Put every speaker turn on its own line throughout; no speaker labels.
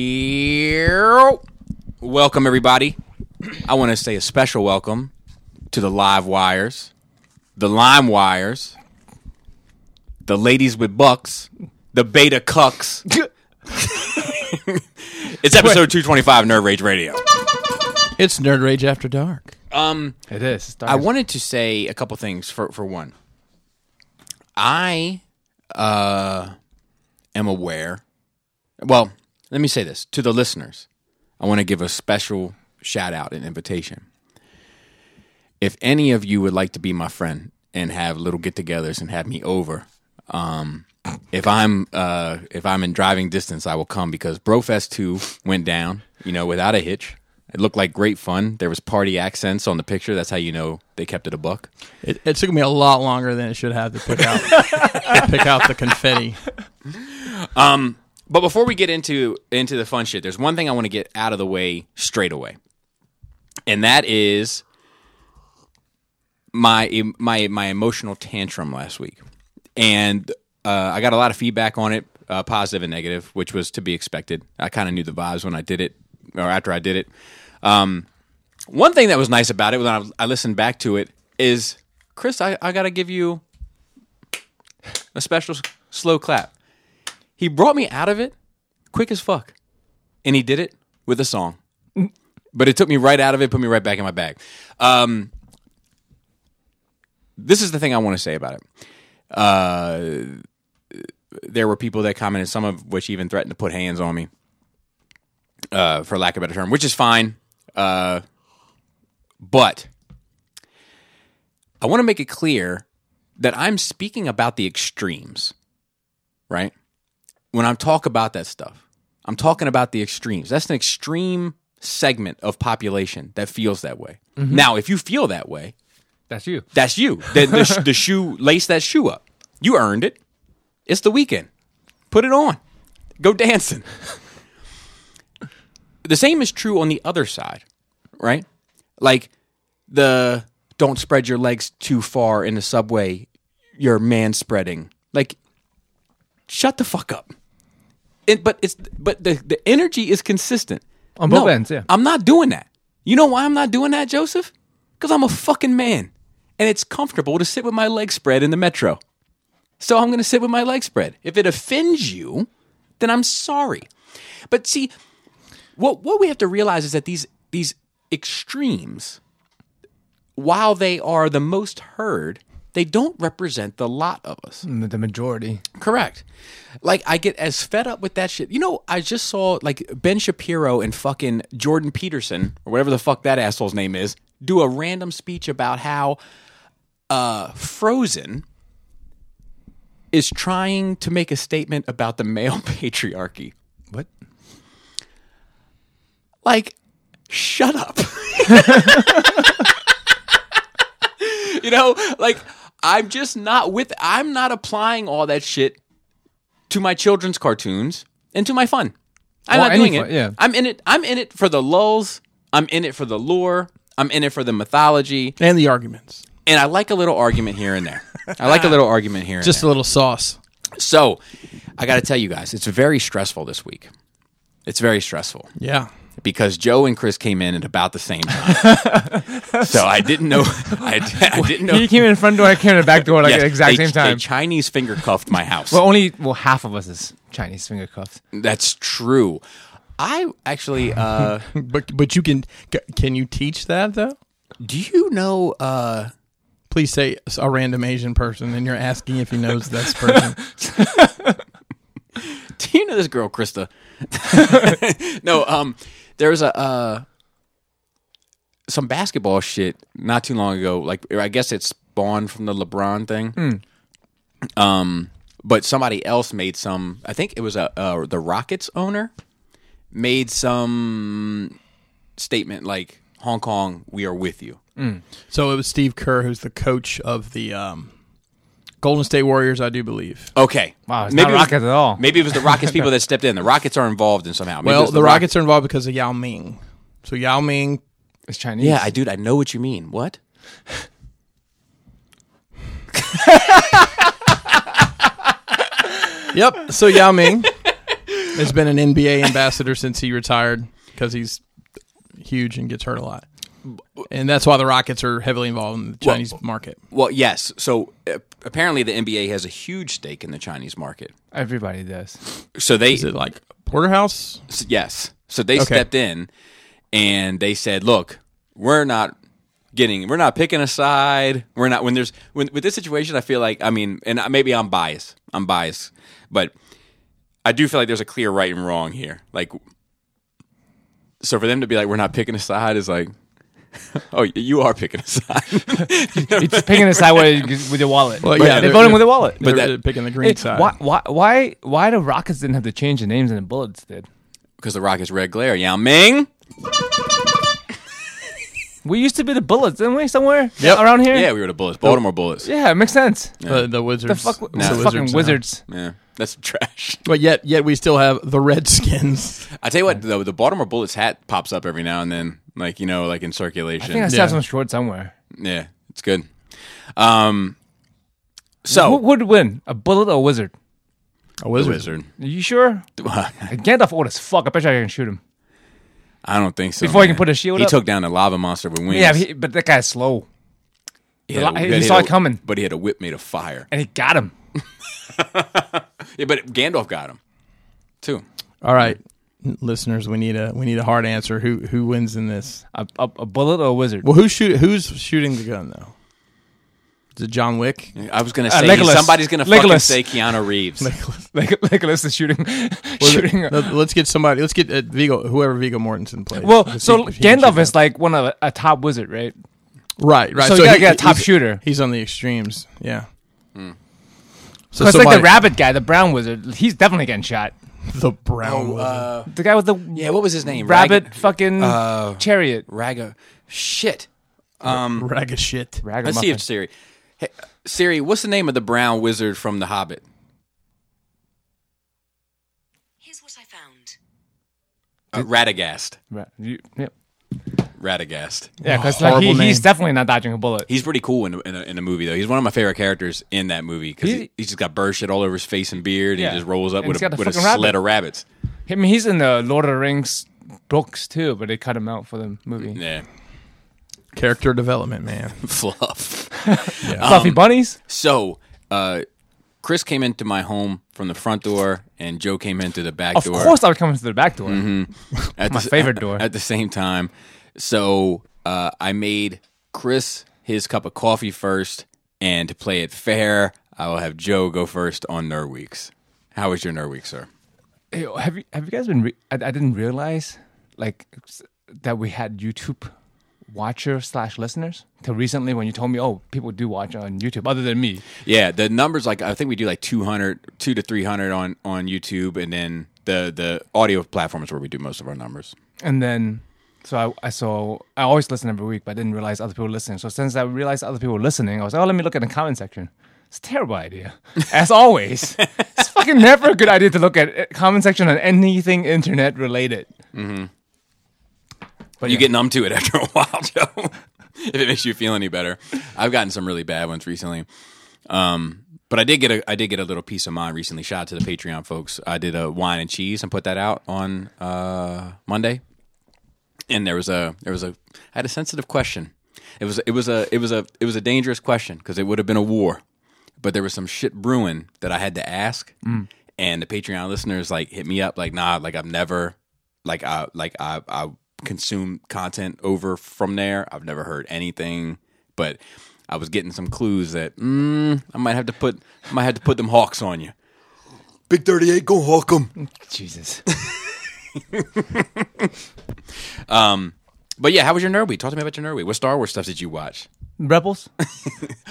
Yeah. Welcome, everybody. I want to say a special welcome to the Live Wires, the Lime Wires, the Ladies with Bucks, the Beta Cucks. it's episode 225 Nerve Rage Radio.
It's Nerd Rage After Dark.
It is.
I wanted to say a couple things for, for one. I uh, am aware. Well, let me say this to the listeners. I want to give a special shout out and invitation. If any of you would like to be my friend and have little get-togethers and have me over, um, if I'm uh, if I'm in driving distance, I will come because Brofest Two went down, you know, without a hitch. It looked like great fun. There was party accents on the picture. That's how you know they kept it a buck.
It, it took me a lot longer than it should have to pick out to pick out the confetti.
But before we get into into the fun shit, there's one thing I want to get out of the way straight away, and that is my my my emotional tantrum last week, and uh, I got a lot of feedback on it, uh, positive and negative, which was to be expected. I kind of knew the vibes when I did it, or after I did it. Um, one thing that was nice about it when I, I listened back to it is, Chris, I, I got to give you a special s- slow clap. He brought me out of it quick as fuck. And he did it with a song. But it took me right out of it, put me right back in my bag. Um, this is the thing I want to say about it. Uh, there were people that commented, some of which even threatened to put hands on me, uh, for lack of a better term, which is fine. Uh, but I want to make it clear that I'm speaking about the extremes, right? when I talk about that stuff, I'm talking about the extremes. That's an extreme segment of population that feels that way. Now, if you feel that way,
That's you.
that's you. The, the, sh- the shoe, lace that shoe up. You earned it. It's the weekend. Put it on. Go dancing. the same is true on the other side, right? Like the don't spread your legs too far in the subway. You're man spreading. Like, shut the fuck up. It, but it's but the the energy is consistent
On both ends, yeah.
I'm not doing that. You know why I'm not doing that, Joseph? Because I'm a fucking man, and it's comfortable to sit with my legs spread in the metro. So I'm going to sit with my legs spread. If it offends you, then I'm sorry. But see, what what we have to realize is that these these extremes, while they are the most heard, they don't represent the lot of us.
Hmm.
Mm, The majority.
Correct. Like I get as fed up with that shit. You know, I just saw like Ben Shapiro and fucking Jordan Peterson or whatever the fuck that asshole's name is do a random speech about how uh Frozen is trying to make a statement about the male patriarchy.
What?
Like shut up. you know, like I'm just not with I'm not applying all that shit to my children's cartoons and to my fun. I'm
Or
not
any
doing
fun,
it.
yeah.
I'm in it I'm in it for the lulls, I'm in it for the lore, I'm in it for the mythology,
And the arguments.
and I like a little argument here and there. I like a little argument here and
Just a little sauce.
so, I got to tell you guys, it's very stressful this week. It's very stressful
Yeah.
because Joe and Chris came in at about the same time. so I didn't know. I, I didn't know.
He came in the front door, I came in the back door like
Yes,
at the exact
they-
same time.
They Chinese finger cuffed my house.
well, only well half of us is Chinese finger cuffs.
That's true. I actually. Uh,
But but you can c- can you teach that though?
do you know? Uh,
Please say it's a random Asian person and you're asking if he knows this person.
do you know this girl, Krista? no. Um, there was a uh, some basketball shit not too long ago. Like or I guess it spawned from the LeBron thing.
Hmm.
Um, but somebody else made some. I think it was a uh, the Rockets owner made some statement like Hong Kong, we are with you.
So it was Steve Kerr who's the coach of the um, Golden State Warriors, I do believe.
Okay.
Wow, it's not
it was-
Rockets at all.
Maybe it was the Rockets people that stepped in. The Rockets are involved in somehow. Maybe it
Well,
was
the,
Rock-
Rockets are involved because of Yao Ming. So Yao Ming
It's Chinese.
Yeah, I dude, I know what you mean. What?
Yep. So Yao Ming has been an NBA ambassador since he retired because he's huge and gets hurt a lot. And that's why the Rockets are heavily involved in the Chinese market.
Well, yes. So uh, apparently, the NBA has a huge stake in the Chinese market.
Everybody does.
So they
Is it like Porterhouse?
S- Yes. So they stepped in and they said, "Look, we're not getting we're not picking a side. We're not when there's when with this situation I feel like I mean, and I- maybe I'm biased. I'm biased, but I do feel like there's a clear right and wrong here. Like so for them to be like we're not picking a side is like Oh, y- you are picking a side.
It's picking a side with, with your wallet.
Well,
yeah,
they're,
they're-
voting with their wallet.
But
that-
they're picking the green
Hey,
side.
Why, why, why, why the Rockets didn't have to change the names and the bullets did?
Because the Rockets red glare, Yao Ming.
We used to be the bullets, didn't we? Somewhere
Yep.
around here.
Yeah, we were the Bullets, Baltimore Bullets. Yeah,
yeah, it makes sense.
The, Uh, the Wizards.
The fuck,
It's
the fucking
now.
wizards.
that's trash.
But yet, yet we still have the Redskins.
I tell you what, though, the Baltimore Bullets hat pops up every now and then, like you know, like in circulation.
I think I still
Yeah.
have some short somewhere.
yeah, it's good. Um, so
Who would win, a bullet or a wizard?
A
the
wizard.
wizard,
Are you sure?
I
Gandalf old as fuck. I bet you I can shoot him.
don't think so.
Before he can
man.
put his shield
he
up?
took down the lava monster with wings.
Yeah, but, he, but that guy's slow,
he, had
he
had
saw
a-
it coming.
but he had a whip made of fire.
and he got him.
Yeah, but Gandalf got him too.
All right, listeners, we need a we need a hard answer. Who who wins in this?
A, a, a bullet or a wizard?
Well, who shoot who's shooting the gun though? Is it John Wick?
I was gonna
Uh,
say
Legolas.
somebody's gonna
Legolas.
fucking say Keanu Reeves.
Like, like is shooting, shooting.
No, let's get somebody. Let's get uh, Vigo, whoever Vigo Mortensen plays.
well,
If
so
he- if he can
Gandalf
shoot
is like one of a, a top wizard, right?
that. right, right.
so you gotta get a top
he's-
shooter.
He's on the extremes. Yeah.
Hmm.
So
Because like
somebody-
the rabbit guy, the brown wizard, he's definitely getting shot.
the brown.
Oh,
wizard.
uh,
The guy with the
yeah, what was his name?
rabbit
Rag-
fucking
Uh,
chariot.
Raga. Shit. um,
rag of shit.
Let's see if Siri. Hey, Siri, what's the name of the brown wizard from The Hobbit?
Here's what I found.
Uh, Radagast.
Ra- you- yeah,
Radagast.
because
Oh, horrible
he, he's
name.
definitely not dodging a bullet.
He's pretty cool in, in, a, in a movie though. He's one of my favorite characters in that movie because
He-
he, he's just got bird shit all over his face and beard. And
Yeah.
he just rolls up
And
with
he's
a,
got the
with a
fucking rabbit.
sled of rabbits.
I mean, he's in the Lord of the Rings books too, but they cut him out for the movie.
Yeah,
Character development, man.
fluff.
Fluffy
um,
bunnies.
So, uh, Chris came into my home from the front door, and Joe came in through the back
Of
door.
course, I would come into the back door.
Mm-hmm.
at
My
the s-
favorite door.
At the same time, so uh, I made Chris his cup of coffee first, and to play it fair, I will have Joe go first on Nerd Weeks. How was your Nerd Week, sir?
Hey, have you have you guys been? Re- I, I didn't realize like s- that we had YouTube watcher slash listeners till recently when you told me, oh, people do watch on YouTube other than me.
Yeah, the numbers like I think we do like 200, 2 to three hundred on on YouTube, and then the the audio platform is where we do most of our numbers.
And then, so I, I saw, I always listen every week, but I didn't realize other people were listening. So since I realized other people were listening, I was like, oh, let me look at the comment section. It's a terrible idea, as always. it's fucking never a good idea to look at uh, comment section on anything internet related.
But you get numb to it after a while, Joe. if it makes you feel any better, I've gotten some really bad ones recently. Um, but I did get a I did get a little piece of mind recently. Shout out to the Patreon folks. I did a wine and cheese and put that out on uh, Monday. And there was a there was a I had a sensitive question. It was it was a it was a it was a dangerous question because it would have been a war. But there was some shit brewing that I had to ask.
Mm.
And the Patreon listeners like hit me up like nah like I've never like I like I I consume content over from there. I've never heard anything, but I was getting some clues that mm, I might have to put I might have to put them hawks on you. Big thirty eight, go hawk them.
Jesus.
But yeah, how was your nerd week? Talk to me about your nerd week. What Star Wars stuff did you watch?
Rebels?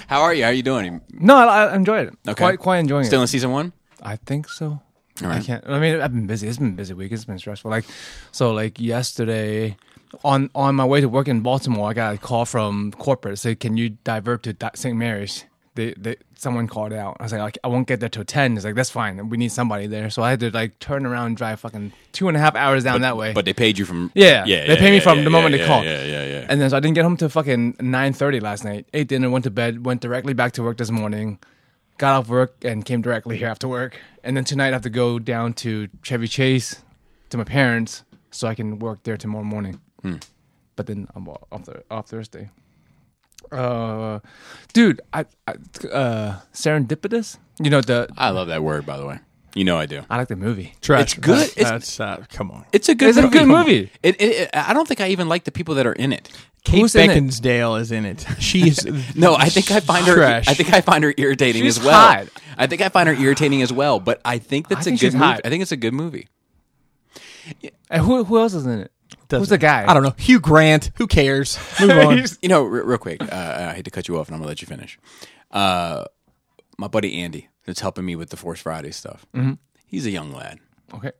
How are you? How are you doing?
No, I, I enjoyed it. Quite, quite enjoying
Still
it.
in season one.
I think so. I
right.
can't. I mean, I've been busy. It's been a busy week. It's been stressful. Like, so like yesterday, on on my way to work in Baltimore, I got a call from corporate. Say, can you divert to Di- St. Mary's? They, they someone called out. I was like, I won't get there till ten. It's like that's fine. We need somebody there. So I had to like turn around and drive fucking two and a half hours down that way.
But they paid you from
Yeah,
yeah.
they
yeah,
pay me
yeah,
from
yeah,
the moment
yeah,
they call.
Yeah, yeah, yeah.
And then so I didn't get home till fucking nine thirty last night. Ate dinner, went to bed, went directly back to work this morning. got off work and came directly here after work. And then tonight I have to go down to Chevy Chase to my parents so I can work there tomorrow morning.
Hmm.
But then I'm off, off Thur- off Thursday. Uh, dude, I, I uh serendipitous. You know the
I love that word, by the way. You know I do.
I like the movie.
It's good. It's-
That's, uh, come on.
It's a good.
It's a
movie.
good movie.
It, it, it- I don't think I even like the people that are in it.
Kate
Who's in it?
Beckinsdale is in it. She's
No, I think I find her. e-
Trash.
I think I find her irritating
She's
as well.
hot.
I think I find her irritating as well. But I think that's a
think
good.
she's
Movie.
hot.
I think it's a good movie.
And who who else is in it? Who's the guy?
I don't know. Hugh Grant. Who cares? Move on.
You know, re- real quick. Uh, I hate to cut you off, and I'm gonna let you finish. Uh, my buddy Andy, that's helping me with the Force Friday stuff.
Mm-hmm.
He's a young lad,
Okay.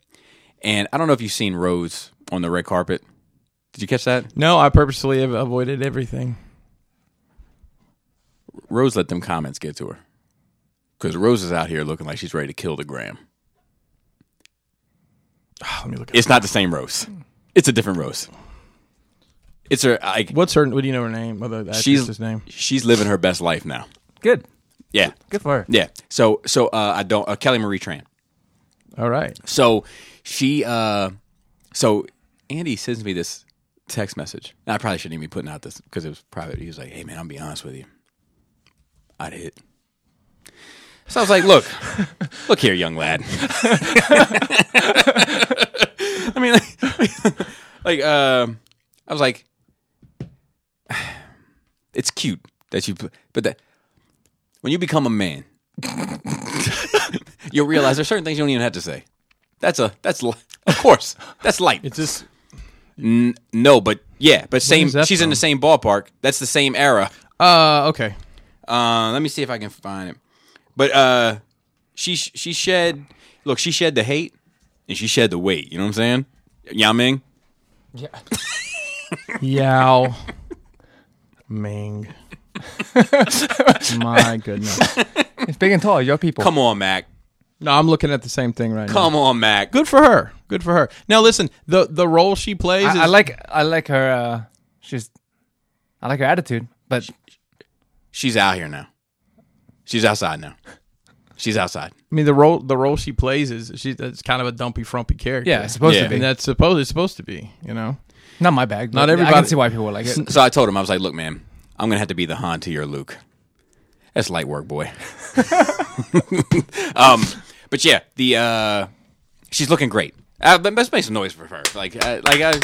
and I don't know if you've seen Rose on the red carpet. Did you catch that?
No, I purposely have avoided everything.
Rose let them comments get to her. Because Rose is out here looking like she's ready to kill the gram.
Ah, Let me look. At
It's not the same Rose. It's a different Rose. It's her. Like
What's her? What do you know her name? Other than
she's
his name.
She's living her best life now.
Good.
Yeah,
Good for her.
yeah. So, so uh, I don't. Uh, Kelly Marie Tran.
All right.
So she. Uh, so Andy sends me this text message. I probably shouldn't even be putting out this because it was private. He was like, "Hey man, I'll be honest with you, I'd hit." So I was like, "Look, look here, young lad." I mean, like, like um, I was like, "It's cute that you, put- but that when you become a man, you'll realize there's certain things you don't even have to say." That's a that's li- of course that's light.
It's just
No, but yeah, but same.
is that
She's in
from?
the same ballpark. That's the same era.
uh okay.
Uh, let me see if I can find it. But uh, she she shed. Look, she shed the hate and she shed the weight. You know what I'm saying? Yao Ming.
Yao Ming. My goodness.
It's big and tall, young people.
Come on, Mac.
No, I'm looking at the same thing right now.
Come on, Mac.
Good for her. Good for her. Now listen, the the role she plays is
I, I like I like her uh she's I like her attitude, but
She's out here now. She's outside now. She's outside.
I mean the role the role she plays is she's that's kind of a dumpy frumpy character.
yeah, it's supposed
Yeah.
to be.
and that's supposed it's supposed to be, you know.
Not my bag.
Not
but I can
everybody-
see why people would like it.
So I told him, I was like, "Look, man, I'm gonna have to be the Han to your Luke. That's light work, boy." um, but yeah, the uh, she's looking great. Uh, but let's make some noise for her. Like, uh, like uh,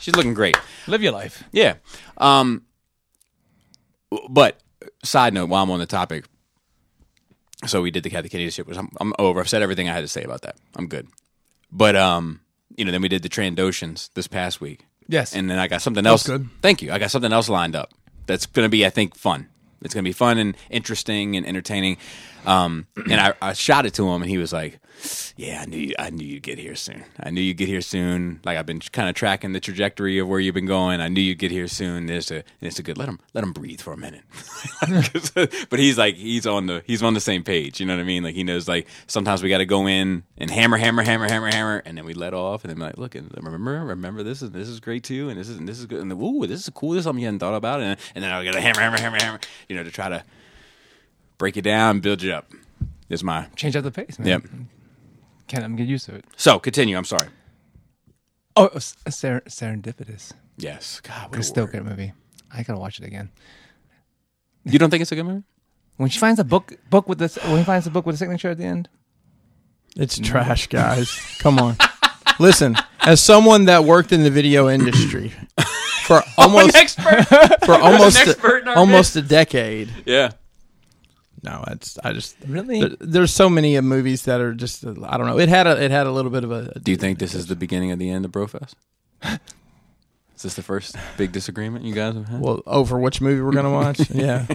she's looking great.
Live your life.
Yeah. Um, but side note, while I'm on the topic, so we did the Kathy Kennedy shit, which I'm, I'm over. I've said everything I had to say about that. I'm good. But um, you know, then we did the Trandoshans this past week.
Yes.
And then I got something else.
good.
Thank you. I got something else lined up that's going to be, I think, fun. It's going to be fun and interesting and entertaining. Um, and I, I shot it to him, and he was like, "Yeah, I knew, you, I knew you'd get here soon. I knew you'd get here soon. Like I've been kind of tracking the trajectory of where you've been going. I knew you'd get here soon. There's a, and it's a good. Let him, let him breathe for a minute. but he's like, he's on the, he's on the same page. You know what I mean? Like he knows, like sometimes we got to go in and hammer, hammer, hammer, hammer, hammer, and then we let off, and then be like, look, and remember, remember this is this is great too, and this is and this is good, and the, ooh, this is cool. This is something you hadn't thought about, and and then I got to hammer, hammer, hammer, hammer. You know, to try to break it down, build you up. Is my
Change up the pace, man.
yep.
Can't I'm getting used to it.
So continue. I'm sorry.
Oh, uh, ser- serendipitous.
Yes. God, what a
It's still a
word.
good movie. I gotta watch it again.
You don't think it's a good movie?
When she finds a book, book with this, when he finds a book with a signature at the end.
It's trash, guys. Come on. Listen, as someone that worked in the video industry for almost for almost
expert in our
almost a decade.
Yeah.
No, it's I just
Really?
there- there's so many uh, movies that are just uh, I don't know. It had a it had a little bit of a
Do you think this is the beginning of the end of Brofest? is this the first big disagreement you guys have had?
well over which movie we're gonna watch. yeah,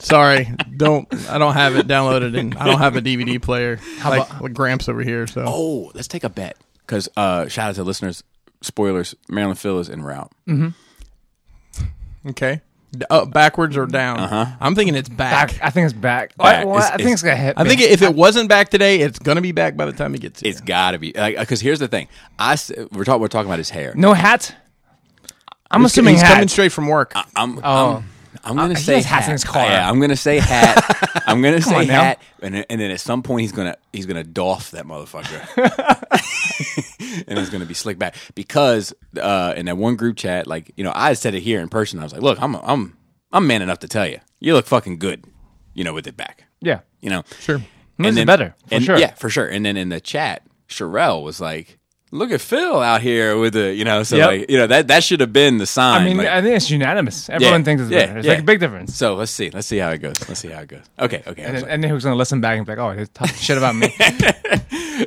sorry, don't I don't have it downloaded and I don't have a DVD player like, like Gramps over here. So
Oh, let's take a bet. Because uh, shout out to listeners. Spoilers: Marilyn Phil is en route.
okay, D- up backwards or down? Uh-huh. I'm thinking it's back.
Back. I think it's back.
Back.
I, well,
It's-
I think
it's-
it's gonna hit.
I think if it wasn't back today, it's gonna be back by the time he gets here.
It's got to be because here's the thing. I s- we're talking we're talking about his hair.
no hat. I'm
He's-
assuming
he's
hat.
coming straight from work.
I'm,
oh,
I'm gonna
Uh, he
say
has hats
hat.
in his car.
Yeah, I'm gonna say hat. I'm gonna say
on now.
hat, and, then- and then at some point he's gonna he's gonna doff that motherfucker, and it's gonna be slick back because uh, in that one group chat, like you know, I said it here in person. I was like, look, I'm I'm I'm man enough to tell you, you look fucking good, you know, with it back,
Yeah.
you know,
Sure.
Mine's better, for
and-
sure.
yeah, for sure. And then in the chat, Sherelle was like. Look at Phil out here with the, you know, so
Yep.
like, you know, that that should have been the sign.
I mean,
like-
I think it's unanimous. Everyone thinks it's better. It's like a big difference.
so let's see. Let's see how it goes. Let's see how it goes. Okay. Okay. I was
And then,
like-
and then he was gonna listen back and be like, "Oh, he's talking shit about me."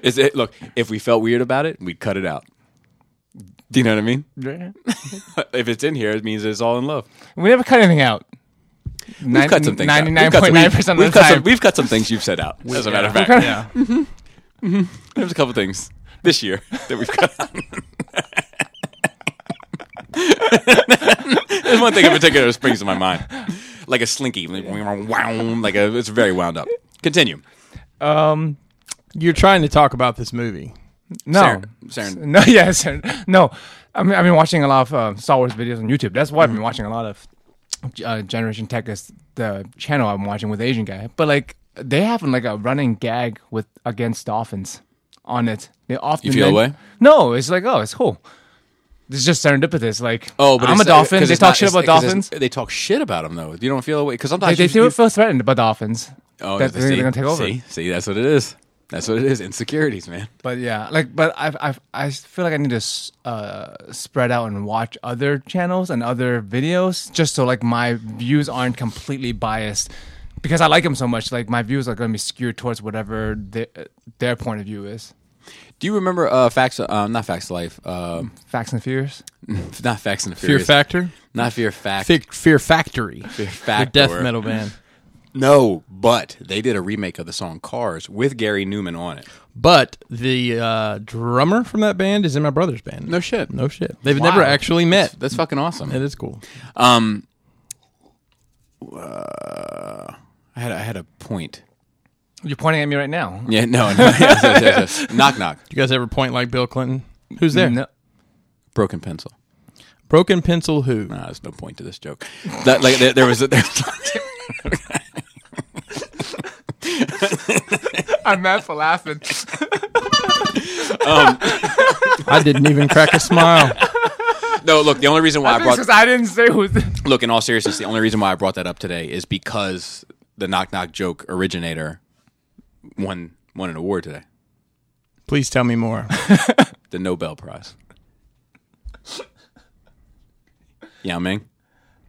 is it, look, if we felt weird about it, we'd cut it out. Do you know what I mean?
we
if it's in here, it means it's all in love.
never cut anything out.
We've cut some things out. We've
Ninety-nine
cut some-
point nine percent
we've
of the
cut some-
time.
we've cut some things you've said out, as a matter of fact.
Yeah.
There's a couple things this year that we've cut out. There's one thing in particular that springs to my mind. Like a slinky. Like, like a, it's very wound up. Continue.
Um.
You're trying to talk about this movie.
No.
Saren- Saren-
No. Yes. no. I mean, I've been watching a lot of uh, Star Wars videos on YouTube. That's why I've
Mm-hmm.
been watching a lot of uh, Generation Tech is the channel I'm watching with the Asian guy. But like, they have like a running gag with against dolphins on it. They often
You feel
men-
away?
No, it's like, oh, it's cool. It's just serendipitous. Like,
Oh, but
I'm
it's-
a dolphin.
'cause
They
it's
talk
not-
shit
it's-
about
'cause it's-
dolphins.
They talk shit about them though. You don't feel away because sometimes
They, they
you-
feel,
you-
feel threatened by dolphins.
Oh,
that they're
see,
gonna take over.
See, see, that's what it is. That's what it is. Insecurities, man.
But yeah, like, but I've, I've, I feel like I need to s- uh, spread out and watch other channels and other videos just so like my views aren't completely biased because I like them so much. Like my views are going to be skewed towards whatever their, their point of view is.
Do you remember uh, facts? Uh, not facts of life. Um,
Facts and Furious.
not facts and the
Fear
Furious.
Factor?
Not fear fact.
Fear, Fear Factory.
fear
The
fact.
death metal band.
No, but they did a remake of the song Cars with Gary Newman on it.
But the uh, drummer from that band is in my brother's band.
Oh,
No shit.
No shit. They've never actually met.
That's fucking awesome.
It is cool.
Um, uh, I had I had a point.
You're pointing at me right now.
Yeah, no, no yes, yes, yes, yes. knock knock.
Do you guys ever point like Bill Clinton? Who's there?
No,
Broken pencil.
Broken Pencil Who?
Nah, there's no point to this joke. That like there, there was a, there,
I'm mad for laughing.
I didn't even crack a smile.
no. Look, the only reason why I, brought
Because I didn't say who's.
look in all seriousness, the only reason why I brought that up today is because the knock knock joke originator won won an award today,
Please tell me more.
the Nobel Prize. Yao Ming.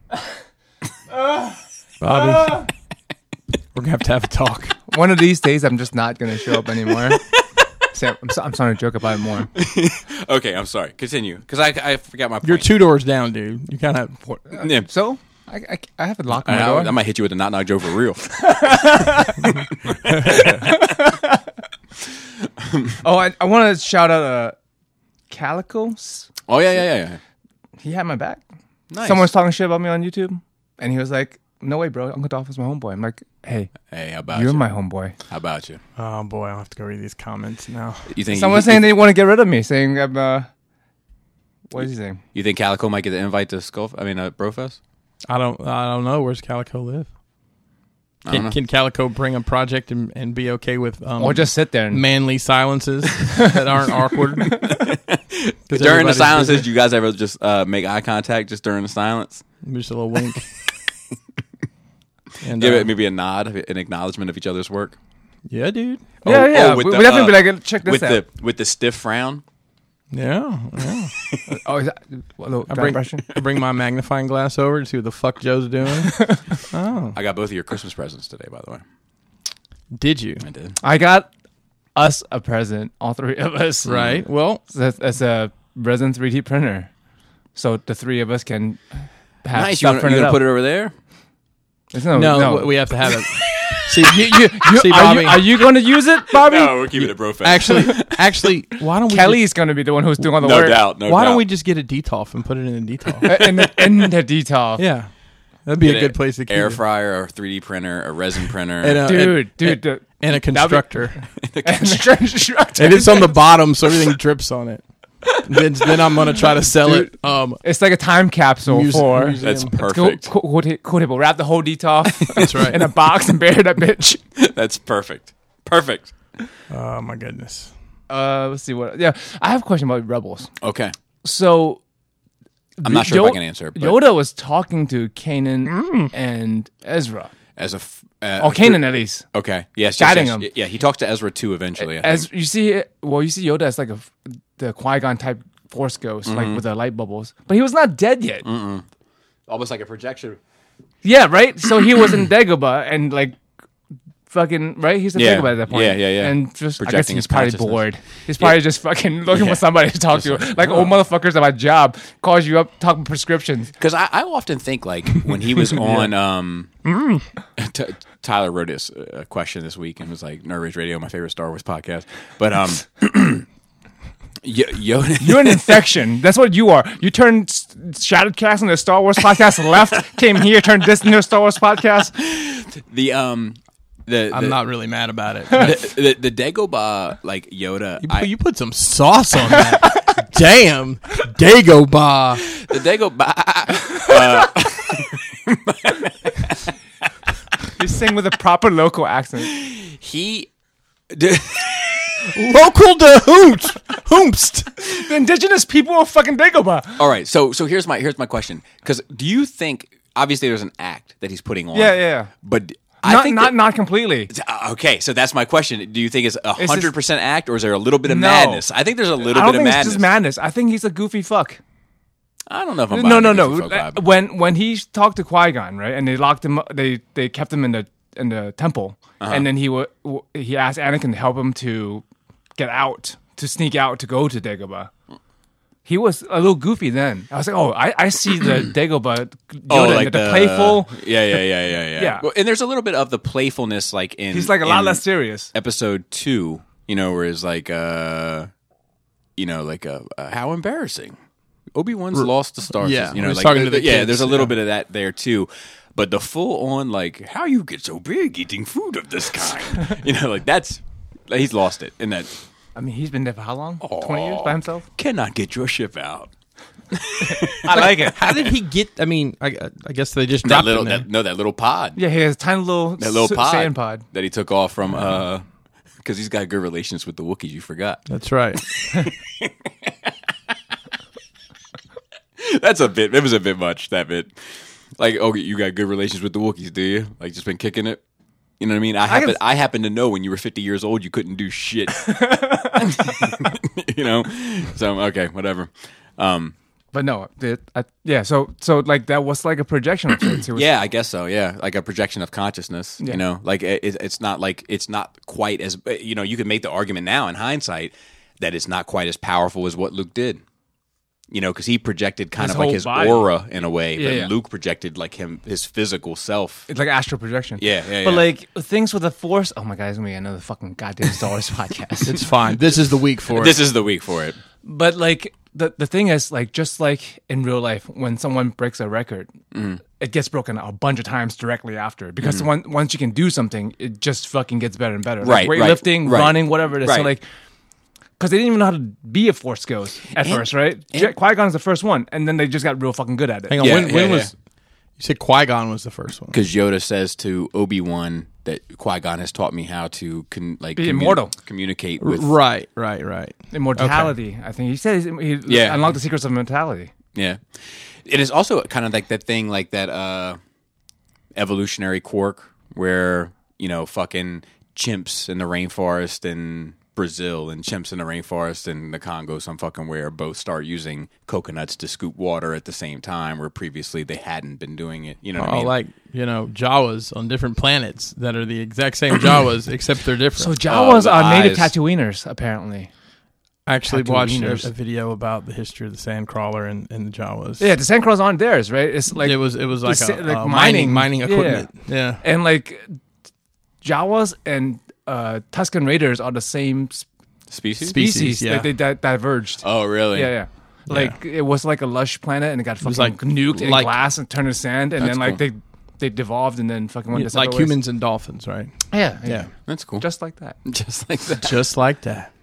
Bobby, we're going to have to have a talk.
One of these days, I'm just not going to show up anymore. Sam, I'm, so, I'm starting to joke about it more.
Okay, I'm sorry. Continue, because I, I forgot my. Point.
You're two doors down, dude. You kind of.
Yeah.
So I, I, I have a lock on
I,
my
I,
door.
I might hit you with a knock knock joke for real.
Oh, I, I want to shout out uh, Calicos.
Oh yeah, yeah, yeah. yeah.
He had my back.
Nice.
Someone was talking shit about me on YouTube, and he was like, "No way, bro. Uncle Dolphin's my homeboy." I'm like, "Hey,
Hey, how about
you're
you?
my homeboy."
how about you?
Oh, boy. I'll have to go read these comments now.
You think
Someone's
you,
saying they want to get rid of me, saying I'm. Uh, what is he saying?
you think Calico might get the invite to Skull? I mean, uh, Brofest.
I don't I don't know. Where's Calico live?
don't
Can,
know.
can Calico bring a project and, and be okay with um,
Or just sit there and
manly silences that aren't awkward?
During the silences, do you guys ever just uh, make eye contact just during the silence?
just a little wink. and,
Give
uh,
it maybe a nod, an acknowledgement of each other's work.
yeah, dude.
yeah, yeah.
with
we,
the,
we definitely
uh,
be like, check this
with
out.
the with the stiff frown.
Yeah, yeah.
oh, is that, well,
I
bring,
bring I bring my magnifying glass over to see what the fuck Joe's doing.
I got both of your Christmas presents today, by the way.
Did you?
I did.
I got us a present, all three of us.
Hmm.
Right. Well,
So that's, that's a resin 3D printer, so the three of us can have
nice. You
stuff
want
printed
to
up.
put it over there?
It's No,
no,
no.
w- we have to have it. see, you, you, see,
are,
Bobby.
you, are you going to use it, Bobby?
we're keeping it bro fest.
actually, actually, why don't we?
Kelly's going to be the one who's doing all the
No
work. Uh,
doubt. No
just, why
doubt.
don't we just get a detolf and put it in a detolf?
In the, in the detail.
yeah, that'd be a good place to keep
air
it.
fryer, a 3D printer, a resin printer.
And, uh,
Dude,
and-
dude, dude.
and a
That'd be-
constructor.
And the constructor.
and it's on the bottom, so everything drips on it. then, then I'm gonna try to sell
Dude.
it. Um,
It's like a time capsule
Muse-
for
muse-
That's
It's
It's cool-
perfect.
cool- cool ta- cool table. Wrap the whole deet off
that's right.
in a box and bury that bitch.
That's perfect. Perfect.
oh my goodness.
Uh, let's see what. Yeah, I have a question about rebels.
Okay.
So
I'm not sure if I
Yo-
can answer. But
Yoda was talking to Kanan and Ezra,
as a f- uh,
or Kanan at least.
Okay. Yes. yes,
Guiding
yes.
him.
Yeah. He talks to Ezra too eventually. I
As
think.
you see, well, you see Yoda as like a f- the Qui Gon type Force ghost,
Mm-hmm.
like with the light bubbles. But he was not dead yet.
Mm. almost like a projection.
Yeah, right. So he was in Dagobah and like fucking right. He's in
Yeah.
Dagobah at that point.
Yeah, yeah, yeah.
And just I guess
Projecting
he's
his
probably
consciousness.
bored. He's probably just fucking looking for somebody to talk to. Like, oh motherfuckers at my job calls you up talking prescriptions.
Because I, I often think like when he was on um,
Mm.
T- Tyler wrote us a question this week and was like Nerd Rage Radio, my favorite Star Wars podcast. But um, Yo- Yoda,
You're an infection. That's what you are. You turned S- Shadowcast into Star Wars podcast left, came here, turned this into a Star Wars podcast.
the um, the
I'm
the,
not really mad about it.
the, the the Dagobah like Yoda.
You,
I,
put, you put some sauce on that. Damn, Dagobah.
the uh, Dagobah.
You sing with a proper local accent.
He. Dude,
Local to hoot. Hoomst.
The indigenous people of fucking Dagobah.
All right, so so here's my here's my question. Because do you think obviously there's an act that he's putting on?
Yeah, yeah.
But I
Not,
think
not,
that-
not completely.
Uh, okay, so that's my question. Do you think it's a
just-
hundred percent act, or is there a little bit of
No.
madness? I think there's a little
I don't
bit of
think it's
madness.
just madness. I think he's a goofy fuck.
I don't know if I'm
No,
buying
no,
the
no.
goofy folk
Like,
vibe.
When when he talked to Qui Gon, right, and they locked him, up, they they kept him in the in the temple,
Uh-huh.
and then he wa- w- he asked Anakin to help him to get out, to sneak out, to go to Dagobah. He was a little goofy then. I was like, oh, I, I see the Dagobah Yoda,
Oh,
the,
like uh,
the playful.
Yeah, yeah, yeah, yeah, yeah.
Yeah.
Well, and there's a little bit of the playfulness, like in
He's like a lot
in
less serious.
episode two, you know, where it's like, uh, you know, like uh, uh, how embarrassing. Obi Wan's lost the stars.
yeah,
you know,
he's
like, uh,
talking to the
yeah.
kids,
There's a little bit of that there too, but the full on like how you get so big eating food of this kind, you know, like that's like, he's lost it in that
I mean, he's been there for how long? Twenty years by himself.
cannot get your ship out.
I like it.
How did he get? I mean, I, I guess they just
That
dropped
little,
him there.
that, no, that little pod,
Yeah, he has a tiny little
that little
s-
pod,
sand pod.
that he took off from, uh, because he's got good relations with the Wookiees. You forgot.
That's right.
That's a bit. It was a bit much. That bit. Like, oh, you got good relations with the Wookiees, do you? Like, just been kicking it. You know what I mean? I happen. I,
can-
happen to know when you were fifty years old, you couldn't do shit. you know. So okay, whatever. Um,
But no, the, I, yeah. So so like that was like a projection of sorts. It was
yeah, I guess so. Yeah, like a projection of consciousness. You know, like it, it- it's not like it's not quite as eh, you know. You can make the argument now in hindsight that it's not quite as powerful as what Luke did. You know, because he projected kind of like
whole
his
body.
aura in a way, but
Yeah, yeah.
Luke projected like him his physical self.
It's like astral projection.
Yeah, yeah,
But
yeah.
like things with the force. Oh my god, it's gonna be another fucking goddamn Star Wars podcast.
It's fine. This is the week for it.
This is the week for it.
But like the the thing is, like just like in real life, when someone breaks a record,
Mm.
it gets broken a bunch of times directly after. Because once once you can do something, it just fucking gets better and better.
Right,
Like,
right,
weightlifting,
right.
running, whatever it is. So
Right.
like. Because they didn't even know how to be a force ghost at first, right? Qui Gon's the first one, and then they just got real fucking good at it.
Hang on.
Yeah,
when
yeah,
when
yeah.
was? You said Qui Gon was the first one.
Because Yoda says to Obi Wan that Qui Gon has taught me how to con- like
Be immortal.
communicate with.
Right, right, right.
Immortality, I think he says he
Yeah.
unlocked the secrets of immortality.
Yeah, it is also kind of like that thing, like that uh, evolutionary quirk where you know fucking chimps in the rainforest in Brazil and chimps in the rainforest in the Congo, some fucking where both start using coconuts to scoop water at the same time, where previously they hadn't been doing it. You know what I
Oh,
mean?
like you know, Jawas on different planets that are the exact same Jawas except they're different.
So Jawas
the
are native
eyes.
Tatooiners, apparently.
I actually watched a,
Tatooiners.
a video about the history of the sandcrawler and, and the Jawas.
Yeah, the Sandcrawlers aren't theirs, right? It's like
it was it was like,
sa-
a,
like
uh, mining
mining.
mining
Yeah.
equipment. Yeah,
and like Jawas and uh, Tuscan Raiders are the same s-
species.
Species,
species.
yeah.
Like they di- diverged.
oh, really?
yeah, yeah. Like it was like a lush planet, and it got fucking
like-
nuked and
like-
glass and turned to sand, and then like
cool.
they they devolved and then fucking went to
like
separate ways.
humans and dolphins, right?
Yeah, yeah,
Yeah.
That's cool.
just like that.
just like that.
Just like that.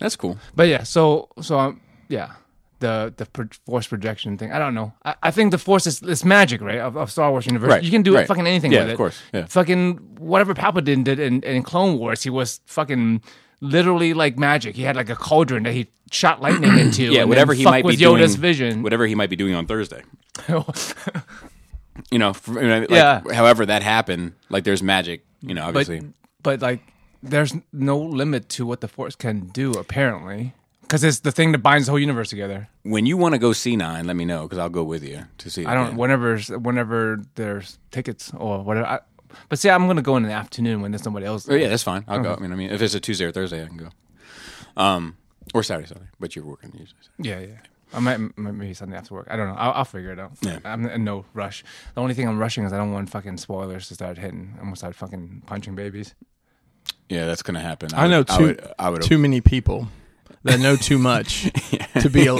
That's cool.
But yeah, so so um, yeah the the pro- force projection thing. I don't know. I, I think the force is it's magic, right? Of, of Star Wars universe,
Right,
you can do
right.
fucking anything
Yeah,
with it.
of course, yeah.
Fucking whatever Palpatine did in, in Clone Wars, he was fucking literally like magic. He had like a cauldron that he shot lightning into. and
yeah,
then
whatever he
fuck
might
with
be
Yoda's
doing,
vision.
whatever he might be doing on Thursday. You know, f- you know, like,
Yeah.
However that happened, like there's magic. You know,
but
obviously.
but like there's no limit to what the force can do apparently, because it's the thing that binds the whole universe together.
when you want to go see nine, let me know because I'll go with you to see. it
I don't.
again.
Whenever, whenever there's tickets or whatever. I, but see, I'm gonna go in the afternoon when there's somebody else.
Oh, yeah, that's fine. I'll go. I mean, I mean, if it's a Tuesday or Thursday, I can go. Um, or Saturday, Sunday. But you're working usually. so.
Yeah, yeah. I might m- maybe Sunday after work. I don't know. I'll, I'll figure it out.
Yeah.
I'm in no rush. The only thing I'm rushing is I don't want fucking spoilers to start hitting. I'm gonna start fucking punching babies.
Yeah, that's gonna happen.
I know
would-
too
I would. I, would,
too many people that know too much to be. A,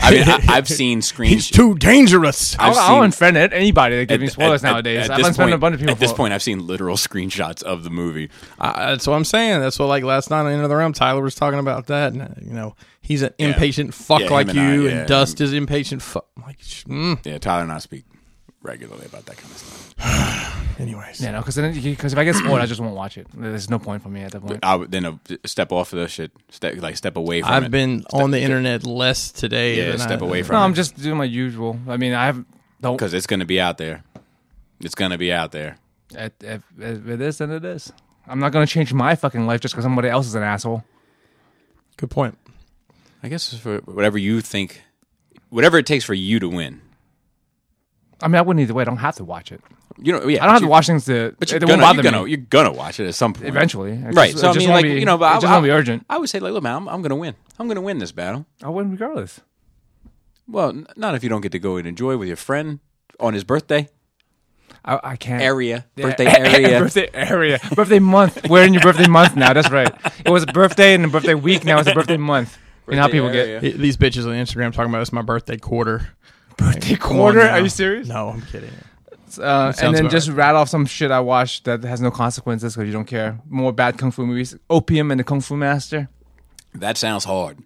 I mean, I, I've seen
he's
screens.
too dangerous.
I've
I'll,
seen-
I'll unfriend it. Anybody that gives me
at-
spoilers
at- at-
nowadays.
at
I've
this
unfriended
point-
a bunch of people.
At this
for-
point, I've seen literal screenshots of the movie.
I, that's what I'm saying. That's what like last night on End of the Realm, Tyler was talking about that. And, uh, you know, he's an impatient fuck
Yeah, him
like
and
you,
I,
and,
yeah.
Dust is impatient fuck. I'm Like, sh- mm.
Yeah, Tyler and I speak regularly about that kind of stuff.
anyways,
you know, because because if I get spoiled, I just won't watch it. There's no point for me at that point.
I would then uh, step off of the shit, step like step away from it.
I've been on the internet less today.
yeah,
than
step
I-
away from.
No,
it.
I'm just doing my usual. I mean, I have don't.
because it's going to be out there. It's going to be out there.
If, if, if it is, then it is. I'm not gonna change my fucking life just because somebody else is an asshole.
Good point.
I guess it's for whatever you think, whatever it takes for you to win.
I mean, I wouldn't either way. I don't have to watch it.
You know, yeah,
I don't have
but
to
you-
watch things to.
But
But
you're
it
gonna,
won't bother
you're gonna,
me
you're gonna watch it at some point,
eventually. It's
right?
just-
so
it
I
just
mean, like
won't be-
you know, but
it
I,
just
I-
won't be urgent.
I would say, like, look, man, I'm, I'm gonna win. I'm gonna win this battle.
I win regardless.
Well, n- not if you don't get to go and enjoy with your friend on his birthday
I, I can't.
area, birthday
area.
area.
birthday area. Birthday month. We're in your birthday month now. That's right. It was a birthday and a birthday week. Now it's a birthday month. you know how
Birthday
people
area.
get
I- These bitches on Instagram talking about it's my birthday quarter.
birthday
Come on
quarter.
now.
Are you serious?
No, I'm kidding.
Uh,
sounds
and then
about
just
right.
rattle off some shit I watched that has no consequences because you don't care. More bad kung fu movies. Opium and the Kung Fu Master.
That sounds hard.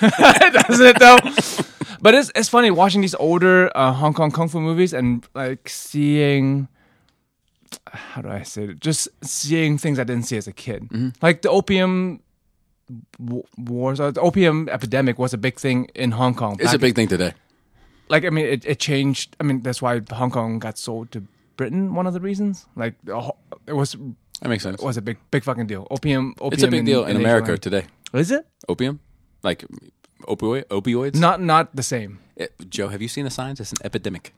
doesn't it though? but it's it's funny watching these older uh, Hong Kong kung fu movies and like seeing how do I say it? Just seeing things I didn't see as a kid,
Mm-hmm.
like the opium w- wars, or the opium epidemic was a big thing in Hong Kong.
It's a
back-
big thing today.
like I mean, it, it changed. I mean, that's why Hong Kong got sold to Britain. One of the reasons, like the ho- it was
That makes sense.
it was a big big fucking deal. Opium, opium
It's a big deal in
Asian
America
land.
today.
Is it
Opium, like opioid, opioids.
not not the same?
Eh, Joe, have you seen the signs? It's an epidemic.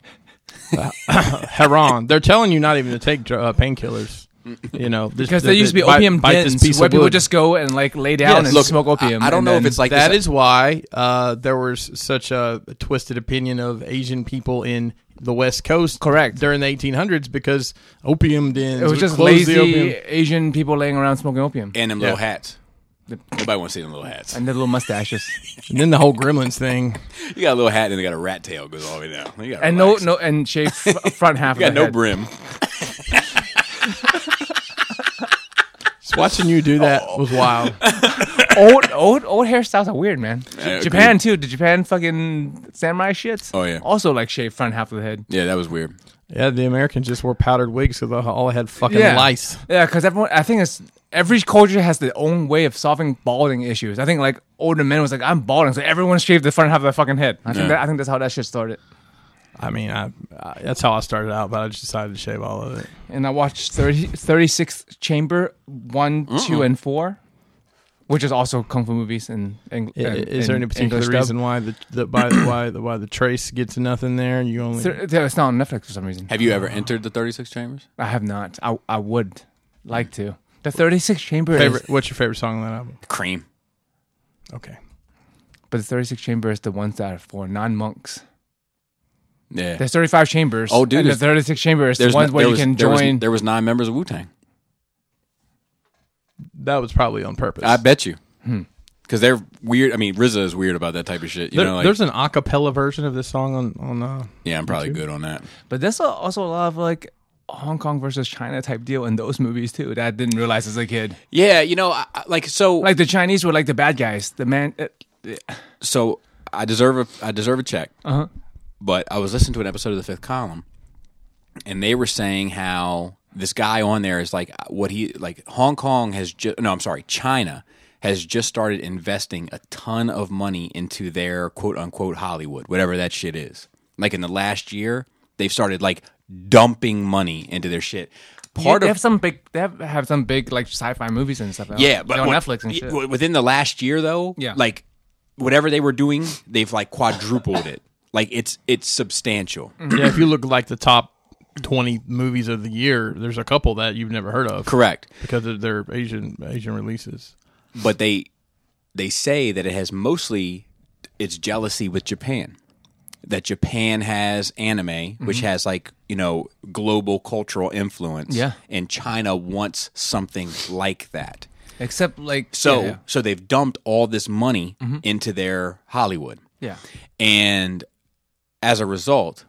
Heron, they're telling you not even to take dr- uh, painkillers. You know, this-
Because
the-
there used to be
bite-
opium
bite this
dens
piece
where
of
people
wood.
just go and like lay down
Yes.
and
Look,
smoke opium.
I, I don't
and
know if
then-
it's like
That
this-
is why uh, there was such a twisted opinion of Asian people in the West Coast,
Correct.
during the 1800s, because opium dens.
it was just
closed
lazy
the opium.
Asian people laying around smoking opium
and them little
Yeah.
hats. Nobody wants to see them little hats.
and their little mustaches.
and then the whole Gremlins thing.
You got a little hat and they got a rat tail goes all the way down. You gotta
and no,
relax.
no, and shaved f- front half.
you got
of the
no
head.
brim.
Just watching you
Oh.
do that was wild.
Old, old, old hairstyles are weird, man.
Yeah,
Japan too. The Japan fucking samurai shits.
Oh, yeah.
Also like shaved front half of the head.
Yeah, that was weird.
Yeah, the Americans just wore powdered wigs because all they had fucking
Yeah.
lice.
Yeah, because everyone. I think it's every culture has their own way of solving balding issues. I think like older men was like, I'm balding, so everyone shaved the front half of their fucking head. I think
Yeah.
that, I think that's how that shit started.
I mean, I, I, that's how I started out, but I just decided to shave all of it.
and I watched 30, 36th Chamber one, two, and four, which is also kung fu movies in English.
I- Is there any particular reason why the, the by why the why the trace gets nothing there and you only
it's not on Netflix for some reason.
Have you ever entered the 36 chambers?
I have not. I I would like to. The 36th Chamber
favorite?
is,
What's your favorite song on that album?
Cream.
Okay,
but the 36th Chamber is the ones that are for non monks.
Yeah.
There's 35 chambers.
Oh, dude,
and the
there's-
36th Chamber is the
There's
ones
n-
where
there
you
was-
can
there was-
join.
there was nine members of Wu Tang.
that was probably on purpose.
I bet you. Because they're weird. I mean, RZA is weird about that type of shit. You
There-
know, like,
there's an a cappella version of this song on on. Uh,
yeah, I'm probably good on that.
But there's al- also a lot of like Hong Kong versus China type deal in those movies too that I didn't realize as a kid.
Yeah, you know, I, I- like so.
like the Chinese were like the bad guys. The man, uh,
so I deserve a I deserve a check. But I was listening to an episode of The Fifth Column, and they were saying how this guy on there is like what he like Hong Kong has just no I'm sorry China has just started investing a ton of money into their quote unquote Hollywood whatever that shit is. Like in the last year, they've started like dumping money into their shit. Part
they
of
have some big. They have, have some big like sci-fi movies and stuff. out.
yeah, but
They're on
what-
Netflix and shit.
w- Within the last year, though,
Yeah.
like whatever they were doing, they've like quadrupled it. Like it's it's substantial.
Mm.
yeah, if you look like the top twenty movies of the year, there's a couple that you've never heard of.
Correct,
Because of their Asian Asian releases.
but they they say that it has mostly it's jealousy with Japan. That Japan has anime,
Mm-hmm.
which has like you know global cultural influence,
Yeah.
and China wants something like that.
Except like
So
yeah, Mm-hmm.
so they've dumped all this money into their Hollywood.
yeah.
And as a result,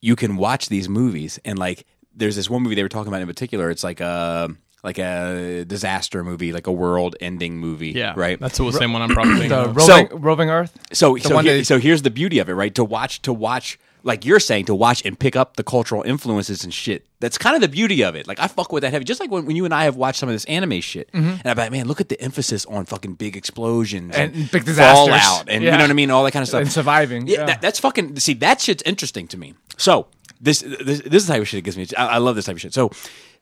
you can watch these movies and like there's this one movie they were talking about in particular. It's like a like a disaster movie, like a world ending movie.
Yeah.
Right.
That's the same one I'm probably thinking
The
of.
roving, roving Earth.
so
the
so,
one
here-
that-
so here's the beauty of it, right? To watch to watch like you're saying, to watch and pick up the cultural influences and shit. That's kind of the beauty of it. Like I fuck with that heavy. Just like when, when you and I have watched some of this anime shit.
Mm-hmm.
And I'm like, man, look at the emphasis on fucking big explosions
And big disasters.
fallout and you
Yeah.
know what I mean? All that kind of stuff.
And surviving,
Yeah,
yeah.
That, that's fucking see, that shit's interesting to me. So this this, this is the type of shit it gives me. I, I love this type of shit. So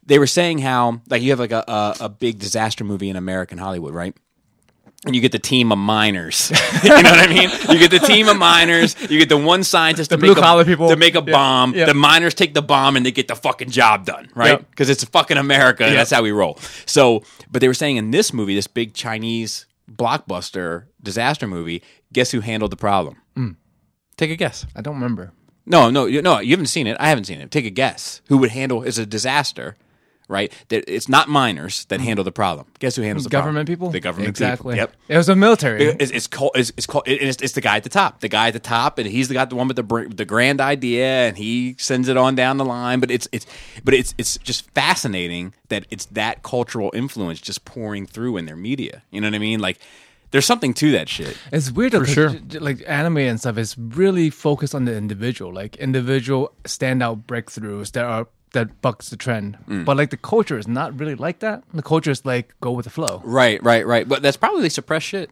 they were saying how like you have like a, a, a big disaster movie in American Hollywood, right? and you get the team of miners. you know what I mean? You get the team of miners. You get the one scientist to, make a,
blue-collar people.
to make a bomb.
yeah.
The miners take the bomb and they get the fucking job done, right?
Yep.
Because it's fucking America. And that's how we roll. So, but they were saying in this movie, this big Chinese blockbuster disaster movie, guess who handled the problem? Take a guess.
I don't remember.
No, no, you, no. You haven't seen it. I haven't seen it. Take a guess. Who would handle? It's a disaster, right? That it's not miners that handle the problem. Guess who handles the problem?
Government people.
The government people.
Exactly.
Yep.
It was the military.
It's, it's called. It's, it's called. It, it's, it's the guy at the top. The guy at the top, and he's the guy, the one with the br- the grand idea, and he sends it on down the line. But it's it's but it's it's just fascinating that it's that cultural influence just pouring through in their media. You know what I mean? Like, there's something to that shit.
It's weird for
sure.
Like anime and stuff is really focused on the individual, like individual standout breakthroughs that are that bucks the trend.
Mm.
But like the culture is not really like that. The culture is like go with the flow.
Right, right, right. But that's probably suppressed shit.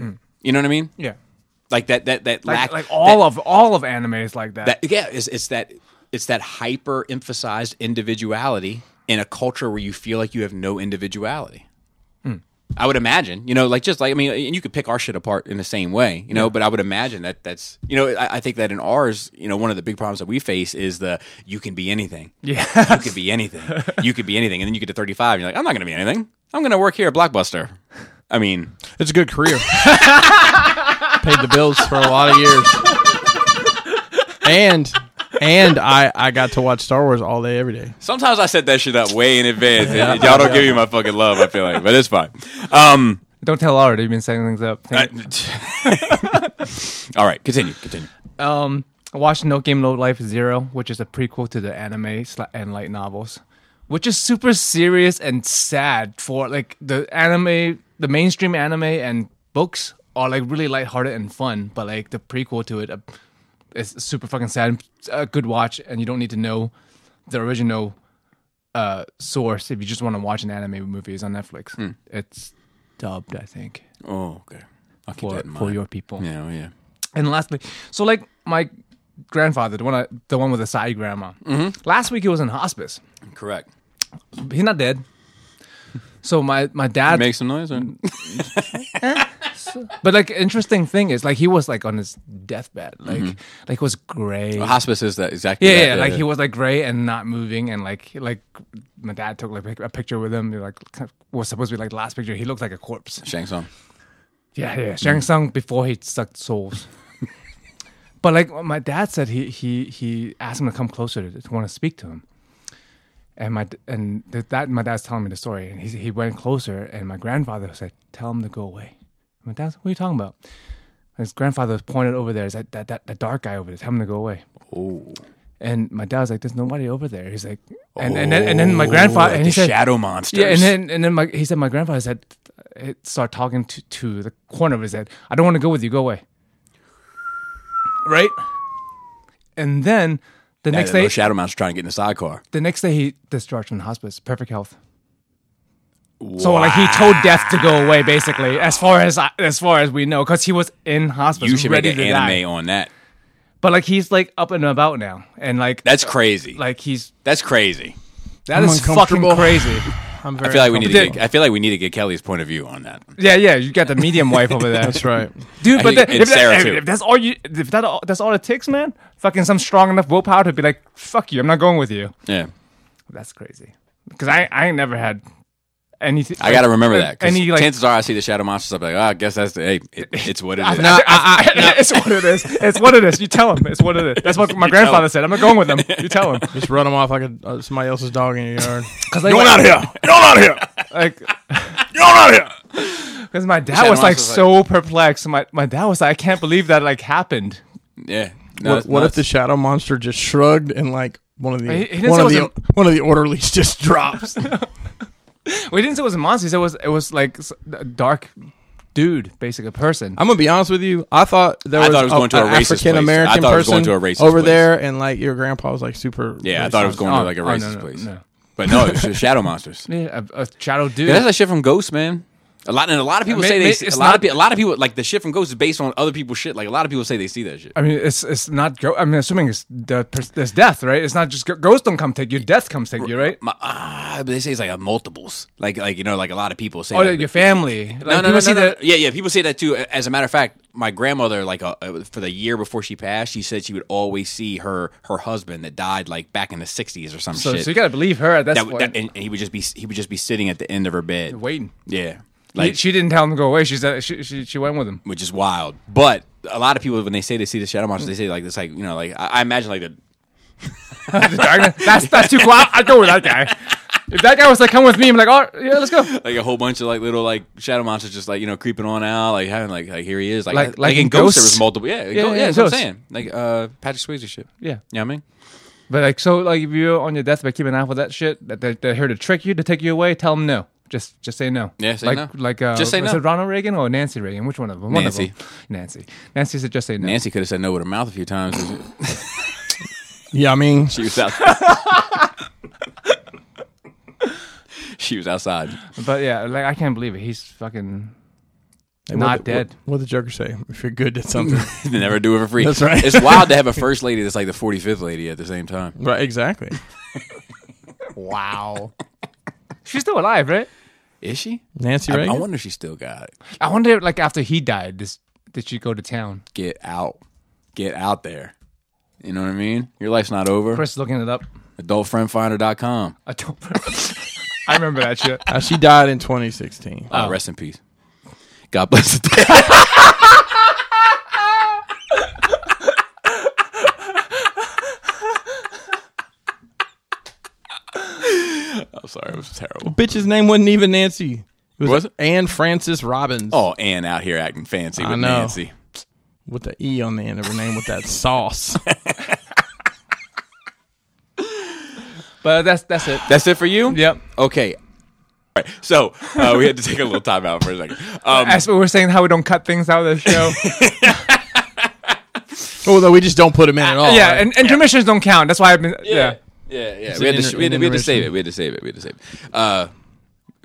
Mm. You know what I mean?
Yeah,
Like that that that
like,
lack
like all of all of anime is like that.
that yeah it's, it's that it's that hyper emphasized individuality in a culture where you feel like you have no individuality
Hmm.
i would imagine you know like just like i mean and you could pick our shit apart in the same way you know but i would imagine that that's you know I, I think that in ours you know one of the big problems that we face is the you can be anything
yeah,
you could be anything you could be anything and then you get to 35 and you're like i'm not going to be anything i'm going to work here at blockbuster i mean
It's a good career. Paid the bills for a lot of years. And and I I got to watch Star Wars all day every day.
sometimes i set that shit up way in advance and y'all don't give me my fucking love i feel like but it's fine um
don't tell Laura that you've been setting things up.
I- All right, continue, continue.
um, I watched No Game No Life Zero, which is a prequel to the anime sla- and light novels, which is super serious and sad for like the anime, the mainstream anime and books are like really lighthearted and fun, but like the prequel to it uh, is super fucking sad. It's a good watch, and you don't need to know the original uh, source if you just want to watch an anime movie. It's on Netflix. It's dubbed, I think,
Oh, okay. I'll keep
for,
that in mind.
for your people.
yeah, oh, yeah.
And lastly, so like my grandfather, the one I, the one with the side grandma. Last week he was in hospice.
Correct.
He's not dead. So my my dad,
Make some noise. Or?
Mm. but like interesting thing is like he was like on his deathbed, like like was gray.
Hospice is that exactly.
Mm-hmm. Oh, yeah,
that,
yeah, like he was like gray and not moving, and like like my dad took like pic- a picture with him. Like kind of- was supposed to be like last picture. He looked like a corpse.
Shang Tsung.
Yeah, yeah. Shang Tsung before he sucked souls. but like my dad said, he he he asked him to come closer to, to want to speak to him. And my d- and the, that my dad's telling me the story, and he he went closer, and my grandfather said, "Tell him to go away." My dad's, "What are you talking about?" And his grandfather pointed over there. Is that that that, that dark guy over there? Tell him to go away.
Oh,
And my dad was like, "There's nobody over there." He's like, and and then and then my grandfather
Oh, like
and he
the
said,
shadow monsters.
yeah, and then and then my, he said my grandfather said it start talking to, to the corner of his head. I don't want to go with you. Go away. Right. And then the next day,
little Shadow Mouse trying to get in the sidecar.
the next day he discharged from the hospice. Perfect health. So like he told death to go away, basically, as far as I, as far as we know, because he was in hospice,
You should make
ready
an
to
anime
die.
on that.
But like he's like up and about now, and like
That's crazy.
like he's
That's crazy.
that
I'm
is fucking
uncomfortable.
crazy.
I'm very
I feel like we need to
Dude.
get, I feel like we need to get Kelly's point of view on that.
Yeah, yeah, you got the medium wife over there.
That's right.
dude.
And
But
you-
that,
and
if, that-
Sarah,
if-
too.
if that's all you, if that all, that's all it takes, man, fucking some strong enough willpower to be like, fuck you, I'm not going with you.
Yeah.
That's crazy. Because I, I ain't never had anything.
I got to remember that. 'cause
Any like,
chances are I see the Shadow Monsters. I'm like, oh, I guess that's the, hey, it, it's what it is.
I-
uh,
I- I- it's what it is. It's what it is. You tell him. It's what it is. That's what my grandfather said. I'm not going with him. You tell him.
Just run them off like a, uh, somebody else's dog in your yard.
Because like, like,
here. Get on out of here.
like,
Get on out of here.
'cause my dad
Shadow
was like
Monster's
so perplexed. My my dad was like, I can't believe that like happened.
Yeah. No,
what
it's
what if
nuts.
the shadow monster just shrugged and like one of the
He- he didn't
one
say
of
it
the
was
one of the orderlies just drops?
We didn't say it was a monster. He said it was it was like s- a dark dude, basically a person.
I'm gonna be honest with you. I thought there
I
was,
thought it was going to a racist place.
African
I
American
thought it was
person
going to a racist
over
place.
there, and like your grandpa was like super.
Yeah, I thought it was
racist.
going
Oh,
to like a
oh, no,
racist
no,
place.
no.
But no, it's just Shadow Monsters.
Yeah, a, a shadow dude.
Yeah, that's that shit from Ghost, man. A lot and a lot of people
may-
say
may-
they see, a
it's
lot
not-
of pe- a lot of people like the shit from Ghost is based on other people's shit. Like a lot of people say they see that shit.
I mean, it's it's not. Go- I mean, assuming it's the pers- there's death, right? It's not just go- ghosts don't come take you. Death comes take you, right?
My, ah, but they say it's like a multiples. Like like you know like a lot of people say.
Or
like,
Oh, your family. Like,
no, no,
people
no,
see
no, no.
that-
Yeah, yeah. People say that too. As a matter of fact, my grandmother, like, uh, uh, for the year before she passed, she said she would always see her her husband that died like back in the '60s or some
So,
shit.
so you gotta believe her at that,
that,
point.
that, and, and he would just be he would just be sitting at the end of her bed,
Waiting.
Yeah,
Like
like
she didn't tell him to go away. She said she she, she went with him.
which is wild. But a lot of people, when they say they see the shadow monster, they say like this, like you know, like I, I imagine like the
The dark- that's that's too cool. I, I'd go with that guy. If that guy was like, come with me, I'm like, all right, yeah, let's go.
like a whole bunch of like little like shadow monsters just like you know creeping on out, like having like like here he is, like
Like-
like,
like
in
in
Ghost there
Ghosts?
was multiple, yeah, yeah,
yeah,
yeah,
in
that's what I'm
Ghosts.
saying, like uh Patrick Swayze shit,
Yeah.
you know what I mean.
But like, so like, if you're on your deathbed, keep an eye for that shit. That they're, they're here to trick you, to take you away. Tell them no. Just just say no.
Yeah, say
like,
no.
Like uh,
Just say
was
no.
it Ronald Reagan or Nancy Reagan? Which one of them? One
Nancy.
of them. Nancy. Nancy said just say no.
Nancy could have said no with her mouth a few times.
Yeah, I mean,
She was outside. she was outside.
But yeah, like I can't believe it. He's fucking
Hey,
not
what, the-
dead.
What, what did the Joker say? If you're good at something,
They never do it for free.
That's right.
It's wild to have a first lady that's like the 45th lady at the same time.
right? Exactly.
Wow. She's still alive, right?
Is she?
Nancy
I, I
Reagan.
wonder if she still got it.
I wonder, like after he died, this did she go to town?
Get out. Get out there. You know what I mean? Your life's not over.
Chris looking it up.
AdultFriendFinder.com.
I don't. I remember that shit.
Uh, she died in 2016.
Uh, Rest in peace. God bless the dead. I'm sorry. It was terrible.
Bitch's name wasn't even Nancy. It was,
Was it?
Anne Frances Robbins
Oh, Ann out here acting fancy with
I know.
Nancy.
with the E on the end of her name with that sauce.
But that's that's it.
That's it for you?
Yep.
Okay. All right. So uh, we had to take a little time out for a second. Um,
As we were saying, how we don't cut things out of the show.
oh no, we just don't put him in at all.
Uh, yeah,
right?
and intermissions don't count. That's why I've been. Yeah.
Yeah, yeah.
It's
We had, to,
an
sh- we, had
inter-
to, we had to
intermission.
save it. We had to save it. We had to save it. Uh,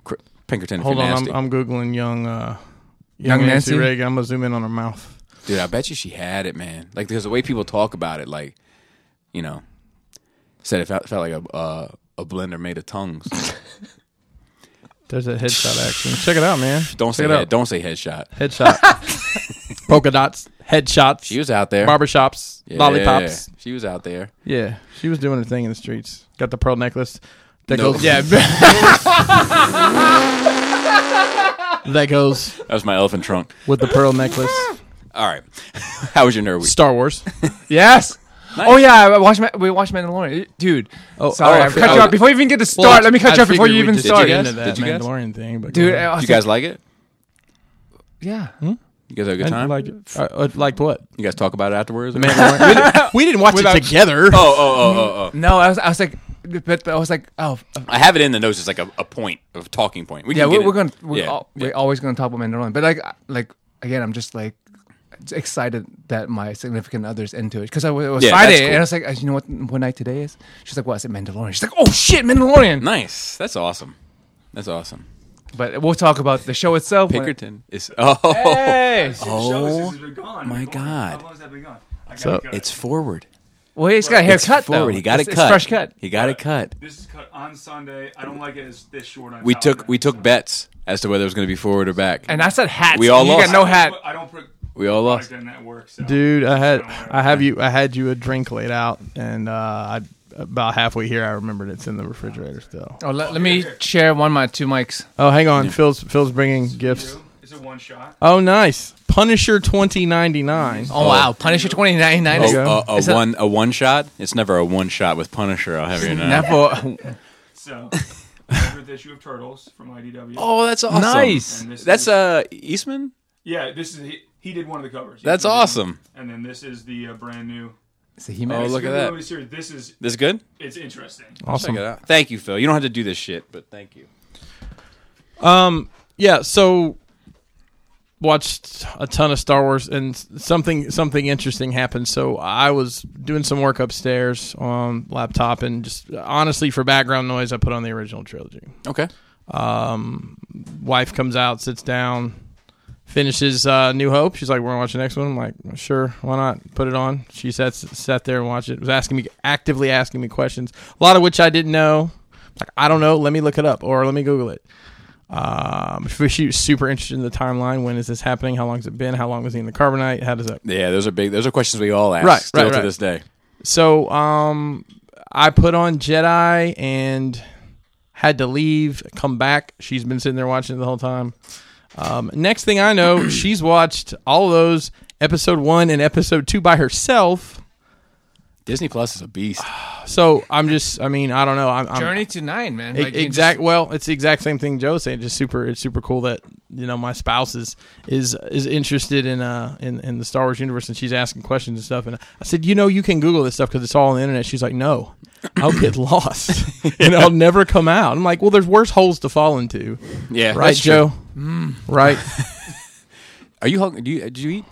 Cr- Pinkerton, if
hold
you're
on,
nasty.
I'm, I'm googling young uh, young,
Young
Nancy,
Nancy?
Reagan. I'm gonna zoom in on her mouth.
Dude, I bet you she had it, man. Like, because the way people talk about it, like, you know, said it felt, felt like a uh, a blender made of tongues.
There's a headshot action. Check it out, man.
Don't say
Check it
head,
out.
don't say headshot.
Headshot. Polka dots. Headshots.
She was out there.
barbershops.
Yeah,
Lollipops.
She was out there.
Yeah, she was doing her thing in the streets. Got the pearl necklace. That
No.
goes.
Yeah.
that goes
That was my elephant trunk.
with the pearl necklace.
All right. How was your nerd week?
Star Wars.
Yes. Oh yeah, I watched. Ma- we watched Mandalorian, dude. Oh, sorry,
oh, I
I've
fi-
cut
I
you
was-
off before you even get to start.
Well,
let me cut
I
you off before
figured we
you even
just
start.
get
guys?
into that
Did you guys?
Mandalorian thing, but
Dude,
go ahead.
I was
You guys like it?
yeah.
You guys have a good
I
time?
liked it. I, I liked uh, what?
you guys talk about it afterwards?
Mandalorian. we, didn't, we didn't watch
Without-
it together.
Oh, oh, oh, oh, oh.
No, I was. I was like, but, but I was like, oh, uh,
I have it in the notes. It's like a, a point of talking point. We
yeah,
can
we're,
get
we're
it-
gonna we're,
yeah.
al- we're always gonna talk about Mandalorian. But like I- like again, I'm just like excited that my significant other's into it because I was, it was
Yeah, that's
Friday
cool.
and I was like, you know what, what night today is? She's like, what is it, Mandalorian? She's like, oh shit, Mandalorian.
nice. That's awesome. That's awesome.
But we'll talk about the show itself. when-
Pinkerton is oh,
Hey,
Oh,
been gone.
my
How
God.
long has that been gone? I
up?
gotta cut
it's
it.
forward.
well, he's got a
It's
haircut though.
forward. He got
It's-
it
it's
cut.
fresh cut.
He got it cut.
This is cut on Sunday. I don't like it. It's this short. On
We
calendar.
took we took bets as to whether it was going to be forward or back.
And I said hats.
We all
you
lost.
got no
I don't
hat.
put- I don't put
we all lost.
product in that work. So.
Dude, I had
don't worry.
I have you I had you a drink laid out, and uh, I about halfway here I remembered it's in the refrigerator still.
Oh, let, let me share one of my two mics.
Oh, hang on, Phil's Phil's bringing gifts.
You? Is it one shot?
Oh, nice Punisher twenty ninety nine.
Oh, wow, Punisher twenty nine nine.
you
Oh, a,
It's
a
a-
one a one shot. It's never a one shot with Punisher. I'll have you know.
Never.
So, favorite issue of Turtles from IDW.
Oh, that's awesome.
Nice.
And this
That's
is-
uh Eastman.
Yeah, this is he, he did one of the covers.
That's
He did-
awesome.
And then this is the uh, brand new.
It's a He-Man.
Oh, look
It's
at
gonna be
that.
really serious. This is
This good.
it's interesting.
Check
Awesome.
it out. Thank you, Phil. You don't have to do this shit, but thank you.
Yeah. So watched a ton of Star Wars, and s- something something interesting happened. So I was doing some work upstairs on laptop, and just honestly for background noise, I put on the original trilogy.
Okay.
wife comes out, sits down, finishes uh, New Hope. She's like, "We're gonna watch the next one." I'm like, "Sure, why not? Put it on." She sat sat there and watched it. Was asking me actively asking me questions, a lot of which I didn't know. Like, I don't know. Let me look it up or let me Google it. Um, she was super interested in the timeline. When is this happening? How long has it been? How long was he in the carbonite? How does that?
Yeah, those are big. Those are questions we all ask
Right,
still
right,
to
right.
this day.
So um, I put on Jedi and had to leave, come back. She's been sitting there watching it the whole time. Um, next thing I know, she's watched all of those episode one and episode two by herself.
Disney Plus is a beast.
So I'm just, I mean, I don't know. I'm, I'm
Journey to Nine, man.
E-
Like, you
exact. well, it's the exact same thing Joe was saying. Just super. It's super cool that you know my spouse is is is interested in uh in, in the Star Wars universe and she's asking questions and stuff. And I said, you know, you can Google this stuff because it's all on the internet. She's like, no, I'll get lost and I'll never come out. I'm like, well, there's worse holes to fall into,
Yeah,
right,
that's true.
Joe?
Mm.
Right.
Are you hungry? Do you do you eat?